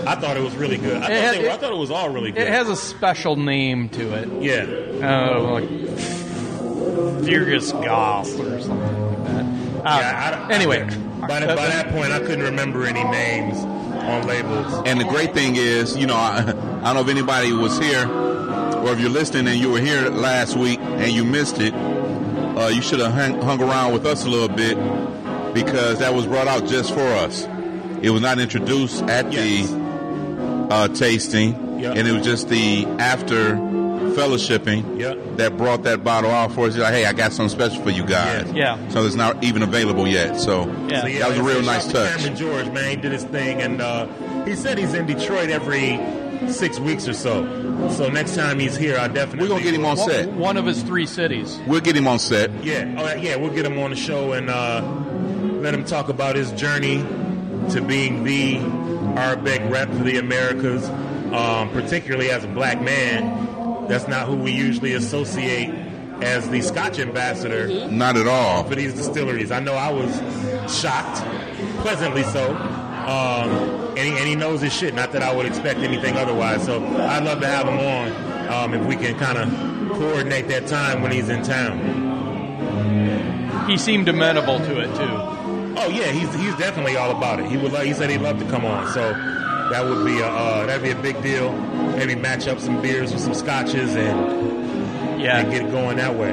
Speaker 2: I thought it was really good. I,
Speaker 5: It
Speaker 2: thought,
Speaker 5: has-
Speaker 2: they were, I
Speaker 5: it-
Speaker 2: thought it was all really good.
Speaker 5: It has a special name to it.
Speaker 2: yeah.
Speaker 5: Uh, like Furious Goss or something like that. Uh,
Speaker 2: Yeah, I don't-
Speaker 5: anyway,
Speaker 2: By, the, by that point, I couldn't remember any names on labels.
Speaker 3: And the great thing is, you know, I, *laughs* I don't know if anybody was here or if you're listening and you were here last week and you missed it, uh, you should have hung, hung around with us a little bit because that was brought out just for us. It was not introduced at the uh, tasting,
Speaker 2: Yep.
Speaker 3: and it was just the after fellowshipping
Speaker 2: Yep.
Speaker 3: that brought that bottle out for us. Like, hey, I got something special for you guys.
Speaker 2: Yeah.
Speaker 3: So it's not even available yet. So
Speaker 2: So, yeah,
Speaker 3: that was a real
Speaker 2: shout
Speaker 3: nice
Speaker 2: out to
Speaker 3: touch.
Speaker 2: Cameron George, man, he did his thing, and uh, he said he's in Detroit every six weeks or so. So next time he's here, I definitely we're gonna get
Speaker 3: him on set.
Speaker 2: One of his three cities.
Speaker 3: We'll get him on set.
Speaker 2: Yeah, oh, yeah, we'll get him on the show and uh, let him talk about his journey to being the Arbeck rep for the Americas, um, particularly as a black man. That's not who we usually associate as the Scotch ambassador.
Speaker 3: Not at all.
Speaker 2: For these distilleries, I know I was shocked, pleasantly so. Um, and, he, and he knows his shit. Not that I would expect anything otherwise. So I'd love to have him on um, if we can kind of coordinate that time when he's in town.
Speaker 5: He seemed amenable to it too.
Speaker 2: Oh yeah, he's he's definitely all about it. He would love, he said he'd love to come on. So that would be a uh, that'd be a big deal. Maybe match up some beers with some scotches and
Speaker 5: yeah,
Speaker 2: and get it going that way.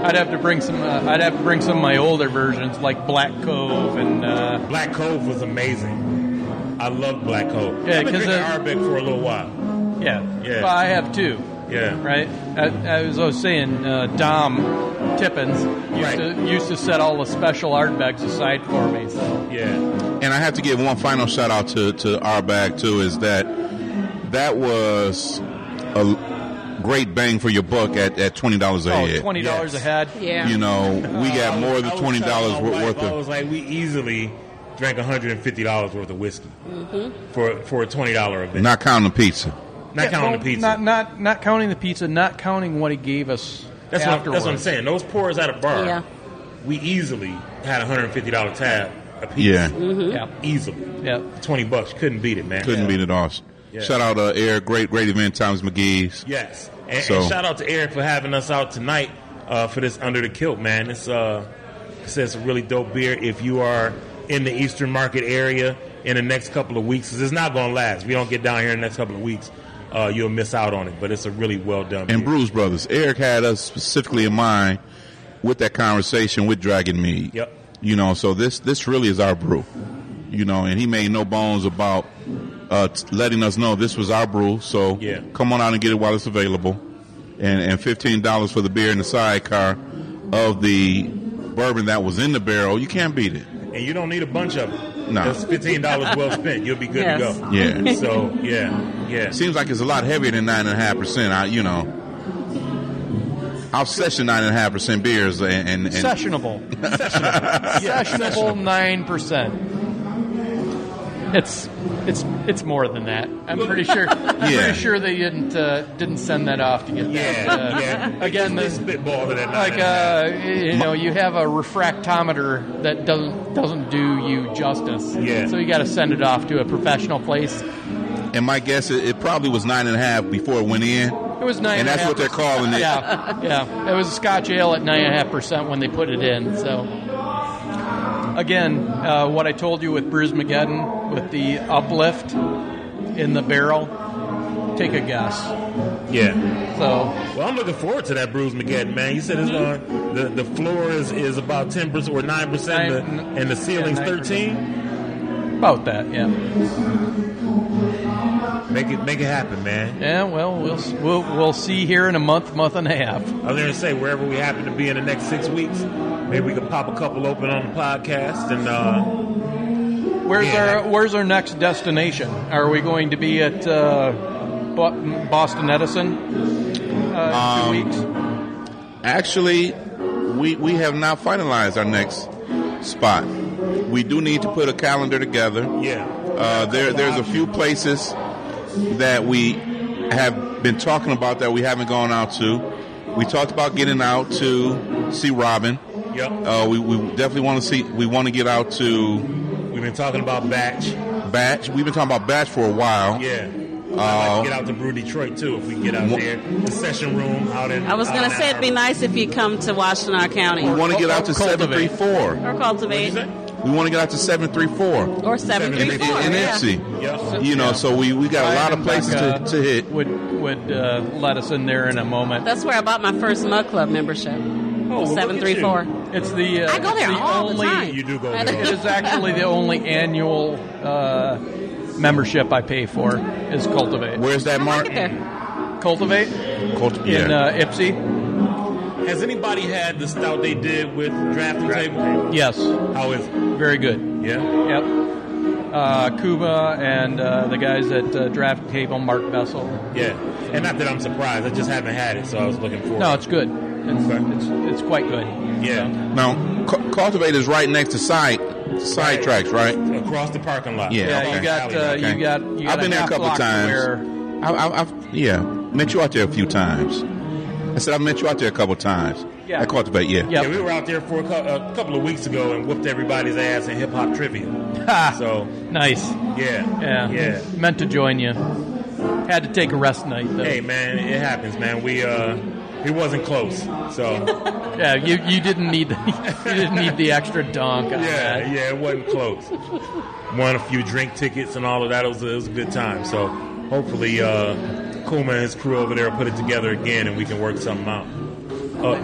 Speaker 5: I'd have to bring some. Uh, I'd have to bring some of my older versions, like Black Cove and uh,
Speaker 2: Black Cove was amazing. I love Black Cove.
Speaker 5: Yeah,
Speaker 2: I've been
Speaker 5: 'cause,
Speaker 2: drinking
Speaker 5: uh,
Speaker 2: Arabic for a little while.
Speaker 5: Yeah,
Speaker 2: Yeah.
Speaker 5: Well, I have two.
Speaker 2: Yeah.
Speaker 5: Right. I, I was, I was saying, uh, Dom Tippins used, to, used to set all the special Ardbecks aside for me. So
Speaker 2: yeah,
Speaker 3: And I have to give one final shout out to to our bag too. Is that that was a great bang for your buck at, at twenty dollars a
Speaker 5: oh,
Speaker 3: head.
Speaker 5: twenty dollars Uh, a head.
Speaker 3: You know, we got more than twenty dollars worth
Speaker 2: I was
Speaker 3: of.
Speaker 2: like, we easily drank one hundred and fifty dollars worth of whiskey for for a twenty dollar event.
Speaker 3: Not counting the pizza.
Speaker 2: Not
Speaker 5: Mm-hmm. Yeah,
Speaker 2: counting
Speaker 5: well,
Speaker 2: the pizza.
Speaker 5: Not, not not counting the pizza. Not counting what he gave us.
Speaker 2: That's what,
Speaker 5: afterwards.
Speaker 2: that's what I'm saying. Those pours at a bar,
Speaker 5: Yeah.
Speaker 2: we easily had a hundred fifty dollar tab a piece.
Speaker 3: Yeah.
Speaker 5: Mhm. Yeah.
Speaker 2: easily.
Speaker 5: Yeah,
Speaker 2: twenty bucks couldn't beat it, man.
Speaker 3: Couldn't beat it off.
Speaker 2: Yeah.
Speaker 3: Shout out uh, Eric, great great event, Thomas McGee's.
Speaker 2: Yes, and,
Speaker 3: So-
Speaker 2: and shout out to Eric for having us out tonight uh, for this under the kilt, man. It's uh, it says a really dope beer. If you are in the Eastern Market area in the next couple of weeks, 'cause it's not going to last. We don't get down here in the next couple of weeks, uh, you'll miss out on it. But it's a really well done.
Speaker 3: and Bruise Brothers. Eric had us specifically in mind with that conversation with Dragon Mead.
Speaker 2: Yep.
Speaker 3: You know, so this this really is our brew. You know, and he made no bones about uh, t- letting us know this was our brew. So
Speaker 2: Yeah.
Speaker 3: come on out and get it while it's available, and and fifteen dollars for the beer in the sidecar of the bourbon that was in the barrel. You can't beat it.
Speaker 2: and you don't need a bunch of them.
Speaker 3: No.
Speaker 2: That's fifteen dollars well spent. You'll be good to go.
Speaker 3: Yeah.
Speaker 2: So yeah, yeah.
Speaker 3: Seems like it's a lot heavier than nine and a half percent. I, you know, I've sessioned nine and a half percent beers and, and, and
Speaker 5: Sessionable.
Speaker 2: *laughs*
Speaker 5: Sessionable. Sessionable nine percent. It's it's it's more than that. I'm pretty sure.
Speaker 2: *laughs*
Speaker 5: I'm
Speaker 3: Yeah.
Speaker 5: pretty sure they didn't uh, didn't send that off to get that. Uh, Again,
Speaker 2: they
Speaker 5: the,
Speaker 2: spitball to that.
Speaker 5: like
Speaker 2: nine
Speaker 5: uh,
Speaker 2: and
Speaker 5: you know, you have a refractometer that doesn't doesn't do you justice.
Speaker 3: Yeah.
Speaker 5: So you got to send it off to a professional place.
Speaker 3: And my guess is it probably was nine and a half before it went in.
Speaker 5: It was nine,
Speaker 3: And that's
Speaker 5: half
Speaker 3: what they're
Speaker 5: percent.
Speaker 3: calling it.
Speaker 5: Yeah, yeah. It was a Scotch ale at nine and a half percent when they put it in. So, again, uh, what I told you with Bruce Mageddon with the uplift in the barrel, take a guess.
Speaker 2: Yeah.
Speaker 5: So.
Speaker 2: Well, I'm looking forward to that Bruce McGadden, man. You said it's
Speaker 4: Mm-hmm.
Speaker 2: going. The the floor is, is about ten percent or nine percent, and the ceiling's
Speaker 5: yeah,
Speaker 2: thirteen.
Speaker 5: About that, yeah.
Speaker 2: Make it make it happen, man.
Speaker 5: Yeah, well, we'll s- we'll, we'll see here in a month, month and a half.
Speaker 2: I was going to say wherever we happen to be in the next six weeks, maybe we could pop a couple open on the podcast and. uh
Speaker 5: Where's our Where's our next destination? Are we going to be at uh, Bo- Boston Edison? Uh,
Speaker 3: Um,
Speaker 5: in two weeks.
Speaker 3: Actually, we we have not finalized our next spot. We do need to put a calendar together.
Speaker 2: Yeah.
Speaker 3: Uh, there there's a few places that we have been talking about that we haven't gone out to. We talked about getting out to see Robin.
Speaker 2: Yep.
Speaker 3: Uh, we, we definitely want to see. We want to get out to.
Speaker 2: We've been talking about Batch.
Speaker 3: Batch. We've been talking about Batch for a while.
Speaker 2: Yeah. I'd
Speaker 3: Uh,
Speaker 2: like to get out to Brew Detroit too if we can get out there. The session room out in.
Speaker 4: I was
Speaker 2: out
Speaker 4: gonna
Speaker 2: in
Speaker 4: say it'd be
Speaker 2: Ann
Speaker 4: nice if you come to Washington County.
Speaker 3: We want to get out to seven three four.
Speaker 4: or cultivate.
Speaker 3: We want to get out to seven three four
Speaker 4: Or 734.
Speaker 3: in
Speaker 4: yeah.
Speaker 3: Ipsy. You know, so we, we got a lot of places to,
Speaker 5: Becca
Speaker 3: to hit.
Speaker 5: uh, Would would uh, let us in there in a moment.
Speaker 4: That's where I bought my first Mug Club membership.
Speaker 5: well, look at
Speaker 4: seven three four.
Speaker 5: It's the uh,
Speaker 4: I go
Speaker 5: it's
Speaker 4: there
Speaker 5: the
Speaker 4: all
Speaker 5: only
Speaker 4: the time. I know.
Speaker 5: *laughs* It is actually the only annual uh, membership I pay for is Cultivate.
Speaker 3: Where's that mark?
Speaker 5: Cultivate
Speaker 3: Cult-
Speaker 5: in
Speaker 2: yeah.
Speaker 5: uh, Ipsy.
Speaker 2: Has anybody had the stout they did with drafting table?
Speaker 5: Yes.
Speaker 2: How is it?
Speaker 5: Very good.
Speaker 2: Yeah.
Speaker 5: Yep. Uh, Cuba and uh, the guys at uh, Draft Table, Mark Bessel.
Speaker 2: Yeah. And not that I'm surprised. I just haven't had it, so I was looking forward.
Speaker 5: No, it's good. It's, it's, it's quite good.
Speaker 2: Yeah.
Speaker 3: Now, cu- cultivate is right next to side side tracks, right?
Speaker 2: Across the parking lot.
Speaker 3: Yeah,
Speaker 5: Yeah,
Speaker 3: okay.
Speaker 5: you got, uh,
Speaker 3: Okay.
Speaker 5: you got, you got.
Speaker 3: I've been there a
Speaker 5: half
Speaker 3: couple
Speaker 5: block
Speaker 3: times.
Speaker 5: Where
Speaker 3: I, I, I've yeah met you out there a few times. I said I met you out there a couple times.
Speaker 2: Yeah.
Speaker 3: At cultivate, yeah.
Speaker 2: Yeah, we were out there for a, cou- a couple of weeks ago and whooped everybody's ass in hip hop trivia.
Speaker 5: *laughs*
Speaker 2: so
Speaker 5: nice.
Speaker 2: Yeah,
Speaker 5: Yeah.
Speaker 2: yeah.
Speaker 5: Meant to join you. Had to take a rest night though.
Speaker 2: Hey man, it happens, man. We uh, it wasn't close. So
Speaker 5: Yeah, you, you didn't need the, *laughs* you didn't need the extra dunk. on
Speaker 2: yeah,
Speaker 5: that.
Speaker 2: yeah, it wasn't
Speaker 5: *laughs*
Speaker 2: close. Won a few drink tickets and all of that. It was, it was a good time. So hopefully, uh, Kuma and his crew over there will put it together again, and we can work something out. Oh, are-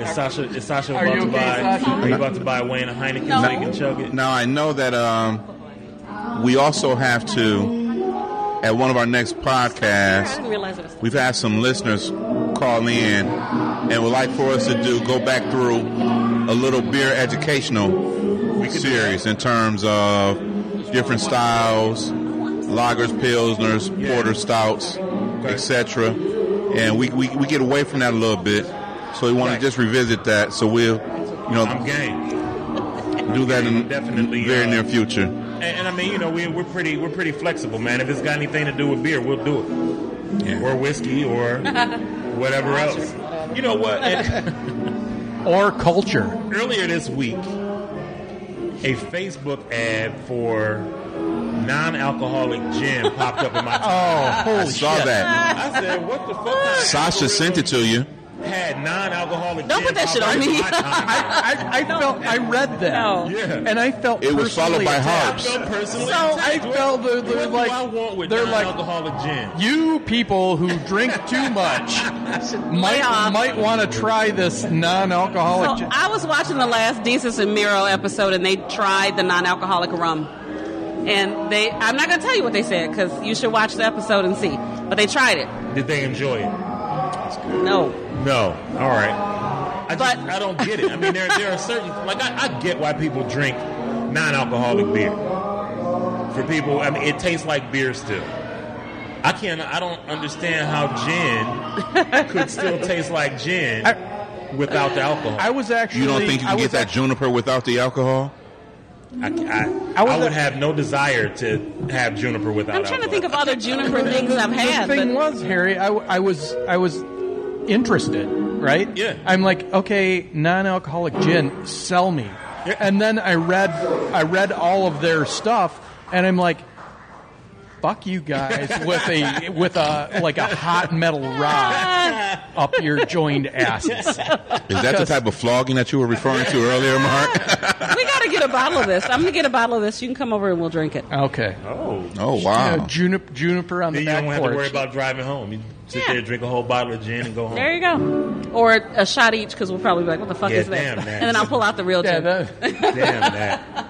Speaker 2: is Sasha is Sasha
Speaker 5: Are
Speaker 2: about
Speaker 5: you
Speaker 2: to
Speaker 5: okay,
Speaker 2: buy?
Speaker 5: Sasha?
Speaker 2: Are you about to buy Wayne a Heineken so you can chug it?
Speaker 3: Now I know that um, we also have to at one of our next
Speaker 4: I
Speaker 3: podcasts.
Speaker 4: didn't realize it was.
Speaker 3: We've had some listeners call in and would like for us to do go back through a little beer educational series in terms of different styles, lagers, pilsners, porter stouts, etc. And we, we we get away from that a little bit, so we want to just revisit that. So we'll you know
Speaker 2: I'm game.
Speaker 3: do that in
Speaker 2: definitely
Speaker 3: very
Speaker 2: uh,
Speaker 3: near future.
Speaker 2: And, and I mean, you know, we, we're pretty we're pretty flexible, man. If it's got anything to do with beer, we'll do it, or whiskey,
Speaker 5: *laughs*
Speaker 2: or whatever else. You know what?
Speaker 5: Uh, Or culture.
Speaker 2: Earlier this week, a Facebook ad for non-alcoholic gin popped
Speaker 3: *laughs*
Speaker 2: up in my. timeline.
Speaker 3: I saw that.
Speaker 2: *laughs* I said, "What the fuck?"
Speaker 3: Oh. Sasha sent it to you.
Speaker 2: Had non-alcoholic.
Speaker 4: Don't
Speaker 2: gin
Speaker 4: put that shit on
Speaker 2: popped up in
Speaker 4: me.
Speaker 2: my timeline.
Speaker 5: I, I felt I read that.
Speaker 4: No.
Speaker 2: Yeah.
Speaker 5: And I felt
Speaker 3: It was
Speaker 5: personally
Speaker 3: followed by
Speaker 5: attacked.
Speaker 3: harps.
Speaker 2: I felt personally
Speaker 5: So I
Speaker 2: attacked. What-
Speaker 5: felt they're, they're
Speaker 2: what
Speaker 5: like
Speaker 2: do I want with
Speaker 5: they're like
Speaker 2: non-alcoholic gin.
Speaker 5: you people who drink too much might might want to try this non-alcoholic.
Speaker 4: So
Speaker 5: gin.
Speaker 4: Oh, I was watching the last Desus and Miro episode, and they tried the non-alcoholic rum. And they, I'm not going to tell you what they said because you should watch the episode and see. But they tried it.
Speaker 2: Did they enjoy it?
Speaker 4: No.
Speaker 2: No. All right. I just, I don't get it. I mean, there there are certain like I, I get why people drink non-alcoholic beer. For people, I mean, it tastes like beer still. I can't. I don't understand how gin
Speaker 4: *laughs*
Speaker 2: could still taste like gin without the alcohol.
Speaker 5: I was actually
Speaker 3: You don't think you
Speaker 5: I
Speaker 3: can
Speaker 5: was
Speaker 3: get
Speaker 2: uh,
Speaker 3: that juniper without the alcohol?
Speaker 2: I, I,
Speaker 5: I was
Speaker 2: I would
Speaker 5: a-
Speaker 2: have no desire to have juniper without.
Speaker 4: I'm trying to
Speaker 2: alcohol.
Speaker 4: think of other juniper things I've had.
Speaker 5: The thing
Speaker 4: but
Speaker 5: was, Harry, I, w- I was I was interested, right?
Speaker 2: Yeah.
Speaker 5: I'm like, okay, non-alcoholic gin, sell me. And then I read I read all of their stuff, and I'm like, fuck you
Speaker 3: *laughs*
Speaker 5: guys with a with a like a hot metal rod up your joined asses.
Speaker 3: Is that the type of flogging that you were referring to earlier, Mark? *laughs*
Speaker 4: we got to get a bottle of this. I'm going to get a bottle of this. You can come over and we'll drink it.
Speaker 5: Okay.
Speaker 2: Oh.
Speaker 3: Oh
Speaker 5: Yeah,
Speaker 3: wow!
Speaker 5: juniper, juniper on the
Speaker 2: Then you
Speaker 5: back
Speaker 2: don't have
Speaker 5: porch.
Speaker 2: to worry about driving home. You sit
Speaker 4: Yeah.
Speaker 2: there, drink a whole bottle of gin, and go home.
Speaker 4: There you go. Or a shot each because we'll probably be like, what the fuck
Speaker 2: Yeah,
Speaker 4: is that?
Speaker 2: damn that.
Speaker 4: And then I'll pull out the real
Speaker 5: yeah,
Speaker 4: gin.
Speaker 2: *laughs*
Speaker 5: that,
Speaker 2: Damn that.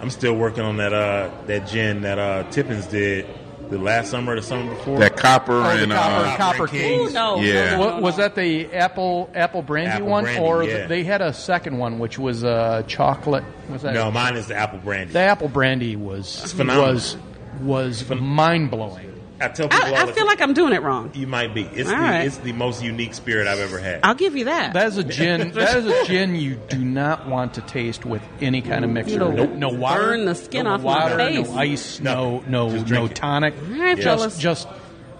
Speaker 2: I'm still working on that uh that gin that uh Tippins did the last summer or the summer before.
Speaker 3: That copper
Speaker 5: Oh, the
Speaker 3: and
Speaker 5: copper,
Speaker 3: uh,
Speaker 5: copper
Speaker 4: Ooh,
Speaker 5: kings.
Speaker 4: no. No,
Speaker 3: Yeah.
Speaker 4: no,
Speaker 5: Wa-
Speaker 4: no,
Speaker 5: was
Speaker 4: no.
Speaker 5: that the apple apple brandy
Speaker 2: Apple
Speaker 5: one,
Speaker 2: brandy,
Speaker 5: or
Speaker 2: yeah.
Speaker 5: they had a second one which was uh, chocolate? Was that
Speaker 2: No, mine is the apple brandy.
Speaker 5: the apple brandy was
Speaker 2: phenomenal.
Speaker 5: was was mind blowing.
Speaker 2: I tell people all
Speaker 4: I, I
Speaker 2: the
Speaker 4: feel
Speaker 2: time,
Speaker 4: like I'm doing it wrong.
Speaker 2: you might be. It's the,
Speaker 4: All right.
Speaker 2: it's the most unique spirit I've ever had.
Speaker 4: I'll give you that.
Speaker 5: That is a
Speaker 4: *laughs*
Speaker 5: gin. that is a gin you do not want to taste with any kind of mixer.
Speaker 4: It'll
Speaker 5: No, no water,
Speaker 4: burn the skin
Speaker 5: no
Speaker 4: off my
Speaker 5: water,
Speaker 4: face.
Speaker 5: no ice, no no
Speaker 2: Just
Speaker 5: no
Speaker 2: drink it.
Speaker 5: tonic.
Speaker 4: right, fellas.
Speaker 5: just just.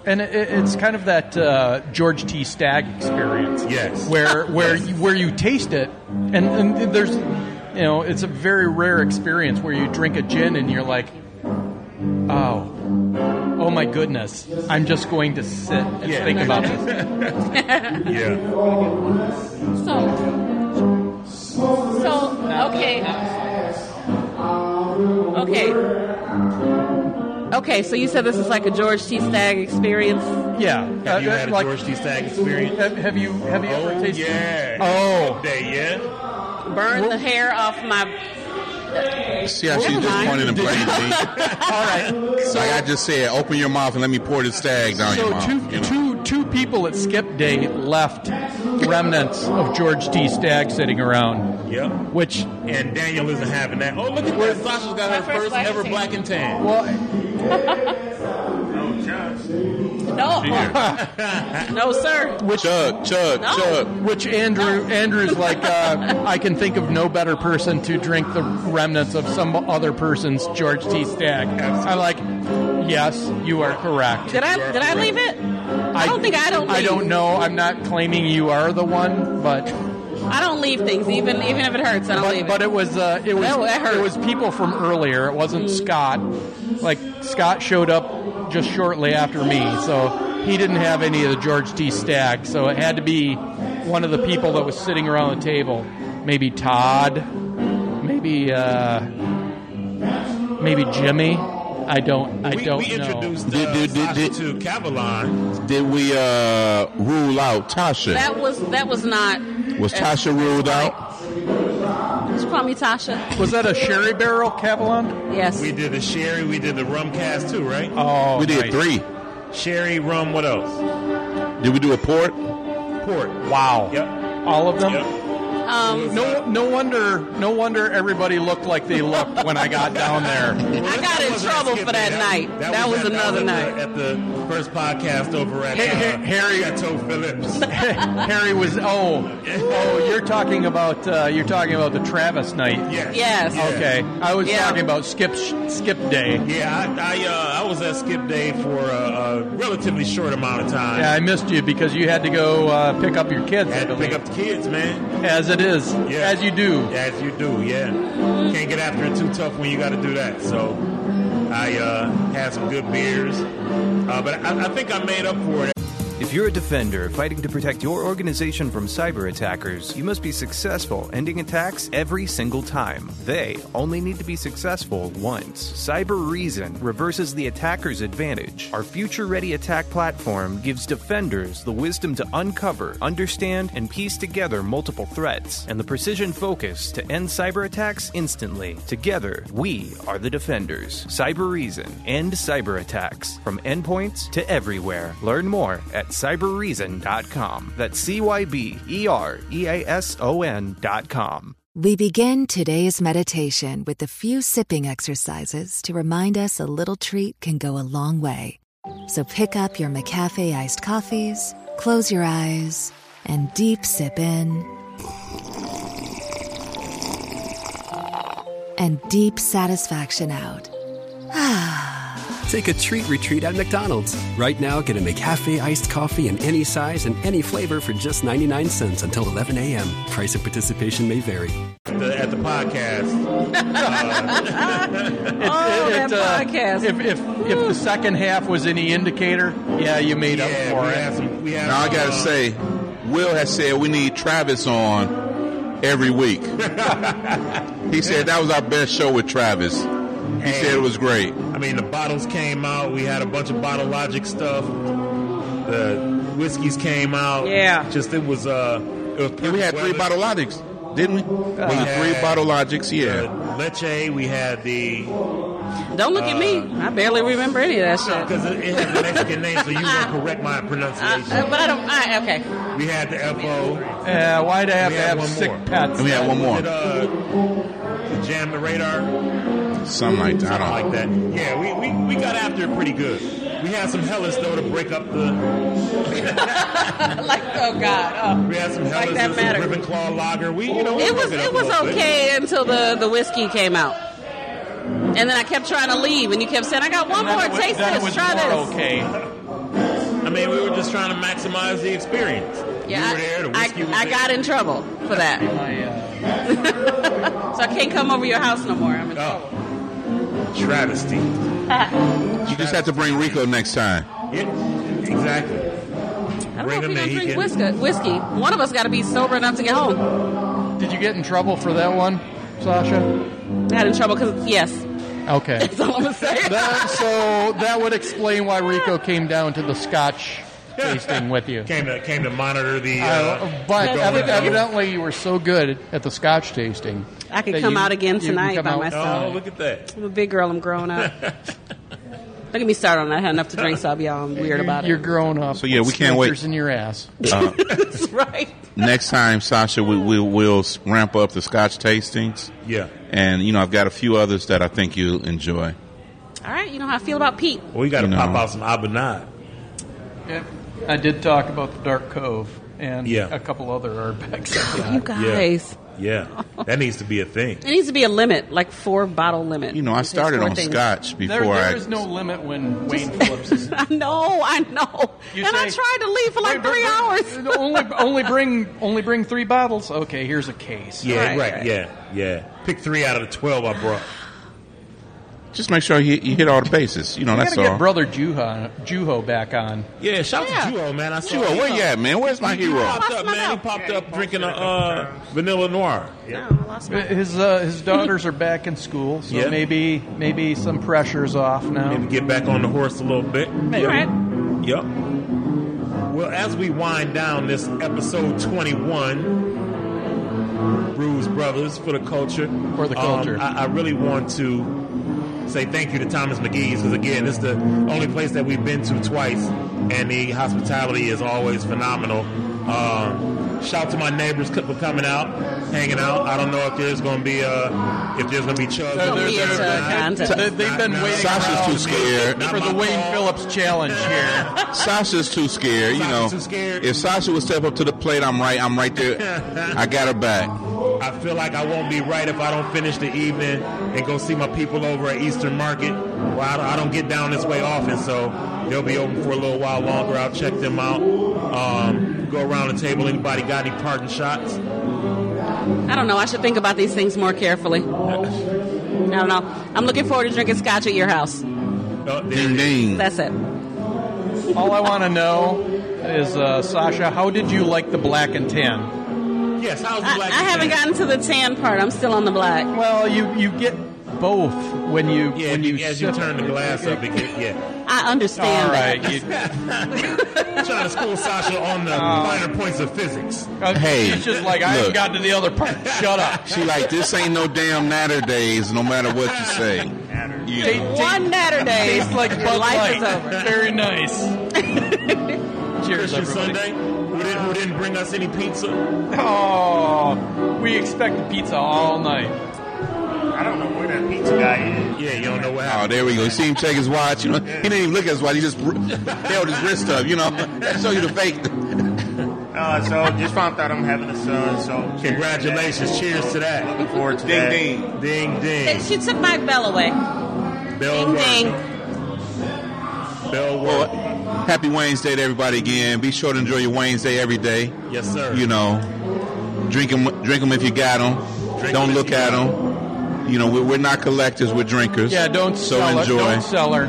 Speaker 5: And it, it's kind of that uh, George T. Stagg experience.
Speaker 2: Yes. *laughs*
Speaker 5: where where you, where you taste it, and, and there's, you know, it's a very rare experience where you drink a gin and you're like, oh, oh my goodness, I'm just going to sit and
Speaker 2: Yeah.
Speaker 5: think about this.
Speaker 2: *laughs* yeah.
Speaker 11: So, so
Speaker 4: Okay. Okay. Okay, so you said this is like a George T. Stag experience.
Speaker 5: Yeah. Uh,
Speaker 2: Have you had a George T. Stag experience?
Speaker 5: Have, have you have you
Speaker 2: oh,
Speaker 5: ever tasted?
Speaker 2: Yeah.
Speaker 5: Oh.
Speaker 2: Day, yeah.
Speaker 4: Burn the hair off my.
Speaker 3: See how she
Speaker 4: Never
Speaker 3: just
Speaker 4: mind.
Speaker 3: pointed and blamed
Speaker 5: *laughs*
Speaker 3: me.
Speaker 5: All right.
Speaker 3: like I just said, open your mouth and let me pour this stag down your
Speaker 5: So
Speaker 3: mouth.
Speaker 5: two,
Speaker 3: you know?
Speaker 5: two, two people at Skip Day left remnants of George T. Stag sitting around.
Speaker 2: Yep.
Speaker 5: Which
Speaker 2: and Daniel isn't having that. Oh, look at that. Sasha's got her
Speaker 4: first
Speaker 2: first
Speaker 4: black and
Speaker 2: ever
Speaker 4: tan.
Speaker 2: black and tan.
Speaker 4: No, no, sir.
Speaker 5: Which
Speaker 3: chug, chug,
Speaker 4: No. chug.
Speaker 5: Which Andrew Andrew's like uh, I can think of no better person to drink the remnants of some other person's George T. Stag. I'm like, yes, you are correct.
Speaker 4: Did I did I leave it? I don't think I don't. Leave.
Speaker 5: I don't know. I'm not claiming you are the one, but
Speaker 4: I don't leave things, even even if it hurts. I don't
Speaker 5: but,
Speaker 4: leave
Speaker 5: but
Speaker 4: it.
Speaker 5: it was uh, it was
Speaker 4: That- that hurt.
Speaker 5: it was people from earlier. It wasn't Scott. Like Scott showed up just shortly after me, so he didn't have any of the George T. Stack. So it had to be one of the people that was sitting around the table. Maybe Todd. Maybe uh, maybe Jimmy. I don't. I
Speaker 2: we,
Speaker 5: don't
Speaker 2: we
Speaker 5: know.
Speaker 2: introduced uh, Sasha to Cavalon.
Speaker 3: Did we uh, rule out Tasha?
Speaker 4: That was that was not.
Speaker 3: was Tasha ruled out?
Speaker 4: Did you call me Tasha?
Speaker 5: Was that a sherry barrel Cavalon?
Speaker 4: Yes. Um,
Speaker 2: We did the sherry. We did the rum cast too, right?
Speaker 5: Oh,
Speaker 3: we
Speaker 5: nice.
Speaker 3: did three.
Speaker 2: Sherry, rum. What else?
Speaker 3: Did we do a port?
Speaker 2: Port.
Speaker 5: Wow.
Speaker 2: Yep.
Speaker 5: All of them.
Speaker 2: Yep.
Speaker 4: Um,
Speaker 5: No, no wonder, no wonder everybody looked like they looked when I got down there.
Speaker 4: I got in trouble for that night. That was
Speaker 2: at-
Speaker 4: another
Speaker 2: was
Speaker 4: night.
Speaker 2: At the first podcast over at uh,
Speaker 5: Harry-
Speaker 2: Chateau
Speaker 5: *laughs*
Speaker 2: Phillips.
Speaker 5: Harry was oh, oh, you're talking about uh, you're talking about the Travis night.
Speaker 2: Yes.
Speaker 4: Yes.
Speaker 5: Okay, I was
Speaker 4: Yeah.
Speaker 5: talking about Skip Skip Day.
Speaker 2: Yeah, I I, uh, I was at Skip Day for a, a relatively short amount of time.
Speaker 5: Yeah, I missed you because you had to go uh, pick up your kids. I
Speaker 2: had to pick
Speaker 5: believe.
Speaker 2: up the kids, man.
Speaker 5: as it is,
Speaker 2: Yeah.
Speaker 5: as you do.
Speaker 2: As you do, yeah. Can't get after it too tough when you got to do that. So I uh, had some good beers, uh, but I, I think I made up for it.
Speaker 11: If you're a defender fighting to protect your organization from cyber attackers, you must be successful ending attacks every single time. They only need to be successful once. Cyber Reason reverses the attacker's advantage. Our future ready attack platform gives defenders the wisdom to uncover, understand, and piece together multiple threats, and the precision focus to end cyber attacks instantly. Together, we are the defenders. Cyber Reason. End cyber attacks from endpoints to everywhere. Learn more at cyberreason.com. That's C Y B E R E A S O N.com.
Speaker 12: We begin today's meditation with a few sipping exercises to remind us a little treat can go a long way. So pick up your McCafe iced coffees, close your eyes, and deep sip in. And deep satisfaction out.
Speaker 13: Take a treat retreat at McDonald's. Right now, get a McCafe iced coffee in any size and any flavor for just 99 cents until 11 a.m. Price of participation may vary.
Speaker 2: At the, at the podcast,
Speaker 4: Oh, that
Speaker 5: uh,
Speaker 4: podcast.
Speaker 5: If, if if the second half was any indicator, yeah, you made up
Speaker 2: yeah,
Speaker 5: for
Speaker 2: we
Speaker 5: it.
Speaker 2: had some. We had
Speaker 3: Now I
Speaker 2: some,
Speaker 3: gotta
Speaker 2: uh,
Speaker 3: say, Will has said we need Travis on every week. *laughs* he said that was our best show with Travis. He said it was great.
Speaker 2: uh, I mean, the bottles came out. We had a bunch of bottle logic stuff. The whiskeys came out.
Speaker 4: Yeah.
Speaker 2: just it was. Uh, it was
Speaker 3: And we had three
Speaker 2: perfect
Speaker 3: bottle logics, didn't we? was it three
Speaker 2: Yeah.
Speaker 3: bottle logics?
Speaker 2: weather.
Speaker 3: Yeah.
Speaker 2: The Uh, Leche. We had the
Speaker 4: Don't look at me. I barely remember any of that shit.
Speaker 2: because it, it has a Mexican name, so you gonna correct my
Speaker 4: I,
Speaker 2: pronunciation.
Speaker 4: uh, but I don't. I, okay.
Speaker 2: We had the FO.
Speaker 5: Yeah, why'd I have
Speaker 2: We
Speaker 5: to
Speaker 2: had
Speaker 5: have
Speaker 2: one
Speaker 5: sick
Speaker 2: more.
Speaker 5: pets?
Speaker 3: And we had one more.
Speaker 2: Did, uh, the jam the radar,
Speaker 3: Something like that.
Speaker 2: something
Speaker 3: I
Speaker 2: like
Speaker 3: don't know.
Speaker 2: that. Yeah, we, we, we got after it pretty good. We had some Hellas though to break up the.
Speaker 4: Like oh god.
Speaker 2: We had some
Speaker 4: Like
Speaker 2: Hellas
Speaker 4: that
Speaker 2: and some
Speaker 4: matter.
Speaker 2: Ribbon Claw Lager. We you know
Speaker 4: Oh.
Speaker 2: we
Speaker 4: It
Speaker 2: broke
Speaker 4: was
Speaker 2: up
Speaker 4: it
Speaker 2: a
Speaker 4: was
Speaker 2: little bit.
Speaker 4: okay until the the whiskey came out. And then I kept trying to leave, and you kept saying, "I got one
Speaker 5: Then
Speaker 4: more.
Speaker 5: it was-
Speaker 4: Taste
Speaker 5: then it
Speaker 4: this.
Speaker 5: was
Speaker 4: Try
Speaker 5: more
Speaker 4: this."
Speaker 5: Okay.
Speaker 2: I mean, we were just trying to maximize the experience.
Speaker 4: Yeah,
Speaker 2: we were there. The
Speaker 4: I,
Speaker 2: whiskey was
Speaker 4: I, I
Speaker 2: there.
Speaker 4: got in trouble for that, *laughs* so I can't come over your house no more. I'm in trouble.
Speaker 2: uh, Oh, travesty.
Speaker 3: You just have to bring Rico next time.
Speaker 2: Yeah, exactly.
Speaker 4: I don't know if
Speaker 2: Bring him
Speaker 4: we're
Speaker 2: in,
Speaker 4: gonna
Speaker 2: he
Speaker 4: drink
Speaker 2: can-
Speaker 4: whiskey. Whiskey. One of us got to be sober enough to get home.
Speaker 5: Did you get in trouble for that one? Sasha?
Speaker 4: I had in trouble because yes, *laughs*
Speaker 5: Okay.
Speaker 4: that's all I'm gonna say.
Speaker 2: *laughs*
Speaker 5: That- so that would explain why Rico came down to the Scotch tasting with *laughs* you.
Speaker 2: Came to came to monitor the. Uh,
Speaker 5: Uh, but
Speaker 2: going
Speaker 5: evi-
Speaker 2: down.
Speaker 5: evidently, you were so good at the Scotch tasting.
Speaker 4: I could
Speaker 5: that
Speaker 4: come
Speaker 5: you-
Speaker 4: out again
Speaker 5: you can
Speaker 4: tonight
Speaker 5: come
Speaker 4: by
Speaker 5: out-
Speaker 4: myself.
Speaker 2: Oh,
Speaker 4: Oh.
Speaker 2: look at that.
Speaker 4: I'm a big girl. I'm grown
Speaker 2: *laughs*
Speaker 4: up. Don't get me started on that. I had enough to drink, so I'll be all weird about
Speaker 5: You're
Speaker 4: it.
Speaker 5: grown up.
Speaker 3: So, yeah,
Speaker 5: with
Speaker 3: we can't wait.
Speaker 5: Snickers in your ass.
Speaker 3: Uh,
Speaker 4: That's *laughs* right.
Speaker 3: next time, Sasha, we, we will s- ramp up the Scotch tastings.
Speaker 2: Yeah.
Speaker 3: And you know, I've got a few others that I think you'll enjoy.
Speaker 4: All right, you know how I feel about Pete.
Speaker 2: We got to
Speaker 3: No.
Speaker 2: pop out some Abenad.
Speaker 5: I did talk about the Dark Cove and
Speaker 2: Yeah.
Speaker 5: a couple other artifacts.
Speaker 4: *laughs* You guys.
Speaker 2: Uh, Yeah. That needs to be a
Speaker 4: *laughs*
Speaker 2: thing.
Speaker 4: It needs to be a limit, like four bottle limit.
Speaker 3: You know, I
Speaker 4: There's
Speaker 3: started
Speaker 4: four
Speaker 3: on
Speaker 4: things.
Speaker 3: Scotch
Speaker 5: There,
Speaker 3: before
Speaker 5: there
Speaker 3: I.
Speaker 5: is no limit when Wayne Phillips is.
Speaker 4: *laughs* I know, I know. and I
Speaker 5: say-
Speaker 4: tried to leave for like three hours.
Speaker 5: only, only bring, only bring three bottles. Okay, here's a case.
Speaker 2: Yeah, right, Yeah, yeah. Pick three out of the 12 I brought.
Speaker 3: Just make sure you, you hit all the bases. You know,
Speaker 5: We
Speaker 3: that's
Speaker 5: gotta get
Speaker 3: all.
Speaker 5: brother Juho, Juho back on.
Speaker 2: Yeah, shout out to Juho, man. I saw
Speaker 3: Juho, where you at, man? Where's my
Speaker 2: He
Speaker 3: hero?
Speaker 2: popped up, man. He popped up drinking a uh, vanilla noir.
Speaker 5: His uh, his daughters are back in school, so
Speaker 2: Yeah.
Speaker 5: maybe maybe some pressure's off now.
Speaker 2: Maybe get back on the horse a little bit.
Speaker 5: Maybe.
Speaker 2: Yep. Well, as we wind down this episode 21, Brews Brothers for the culture. Um,
Speaker 5: For the culture.
Speaker 2: I, I really want to say thank you to Thomas McGee's because, again, it's the only place that we've been to twice, and the hospitality is always phenomenal. Um, shout to my neighbors c- for coming out, hanging out. I don't know if there's going to be uh, if there's going to be chugs.
Speaker 5: They're- they're-
Speaker 4: Yes,
Speaker 5: they're-
Speaker 4: uh, contest.
Speaker 5: they- they've been waiting
Speaker 3: Sasha's too
Speaker 5: around
Speaker 3: scared.
Speaker 5: for the Wayne Phillips challenge here.
Speaker 3: Sasha's too scared. You know,
Speaker 2: Sasha's too scared.
Speaker 3: if Sasha would step up to the plate, I'm right. I'm right there. I got her back.
Speaker 2: I feel like I won't be right if I don't finish the evening and go see my people over at Eastern Market. Well, I don't, I don't get down this way often, so they'll be open for a little while longer. I'll check them out. Um, go around the table. Anybody got any parting shots?
Speaker 4: I don't know. I should think about these things more carefully. I don't know. I'm looking forward to drinking scotch at your house.
Speaker 2: Oh, there
Speaker 3: Ding ding.
Speaker 4: That's it.
Speaker 5: All I want to know is uh, Sasha, how did you like the black and tan?
Speaker 2: Yes, how's the
Speaker 4: I,
Speaker 2: black?
Speaker 4: I haven't gotten to the tan part. I'm still on the black.
Speaker 5: Well, you you get both when you
Speaker 2: Yeah,
Speaker 5: when you
Speaker 2: as you
Speaker 5: sip
Speaker 2: turn the
Speaker 5: it.
Speaker 2: glass up, it get, yeah.
Speaker 4: I understand
Speaker 5: All
Speaker 4: that.
Speaker 5: right,
Speaker 2: *laughs*
Speaker 5: you-
Speaker 2: I'm trying to school Sasha on the finer points of physics.
Speaker 5: uh,
Speaker 3: Hey,
Speaker 5: she's just like I haven't
Speaker 3: look.
Speaker 5: got to the other part. Shut
Speaker 2: *laughs*
Speaker 5: up.
Speaker 3: She like this ain't no damn natter days. No matter what you say. You know.
Speaker 4: One Saturday,
Speaker 5: Tastes like
Speaker 4: your
Speaker 5: Bud
Speaker 4: life
Speaker 5: Light.
Speaker 4: is over.
Speaker 5: Very nice. *laughs* Cheers,
Speaker 2: Christian
Speaker 5: everybody.
Speaker 2: Sunday, who didn't, who didn't bring us any pizza?
Speaker 5: Oh, we expect pizza all night.
Speaker 6: I don't know where that pizza guy is.
Speaker 2: Yeah, you don't know what
Speaker 3: Oh,
Speaker 2: happened.
Speaker 3: there we go. You see him check his watch. You know, he didn't even look at his watch. He just r- held his wrist up. You know, *laughs* that show you the fake.
Speaker 6: Uh, so just found out I'm having a son. So
Speaker 2: Congratulations. Cheers to that.
Speaker 6: Looking forward to that.
Speaker 3: ding.
Speaker 2: Ding,
Speaker 4: Hey,
Speaker 2: ding.
Speaker 4: She took my bell away.
Speaker 2: Bell
Speaker 4: Ding,
Speaker 2: work.
Speaker 4: ding.
Speaker 2: Bell
Speaker 3: Well,
Speaker 2: work.
Speaker 3: happy Wayne's Day to everybody again. Be sure to enjoy your Wayne's Day every day.
Speaker 2: Yes, sir.
Speaker 3: You know, drink them, drink 'em if you got them.
Speaker 2: Drink 'em
Speaker 3: don't
Speaker 2: if
Speaker 3: look
Speaker 2: you
Speaker 3: at
Speaker 2: got
Speaker 3: them. You know, we're, we're not collectors. We're drinkers.
Speaker 5: Yeah, don't
Speaker 3: so
Speaker 5: sell
Speaker 3: enjoy.
Speaker 5: her. Don't sell her.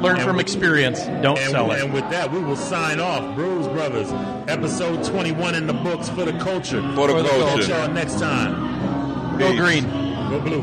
Speaker 5: Learn from experience. Don't
Speaker 2: and,
Speaker 5: sell
Speaker 2: with-
Speaker 5: her.
Speaker 2: and with that, we will sign off. Brews Brothers, episode 21 in the books for the culture.
Speaker 3: For the culture.
Speaker 2: Y'all next time.
Speaker 5: Go
Speaker 3: Peace.
Speaker 5: green.
Speaker 2: Go blue.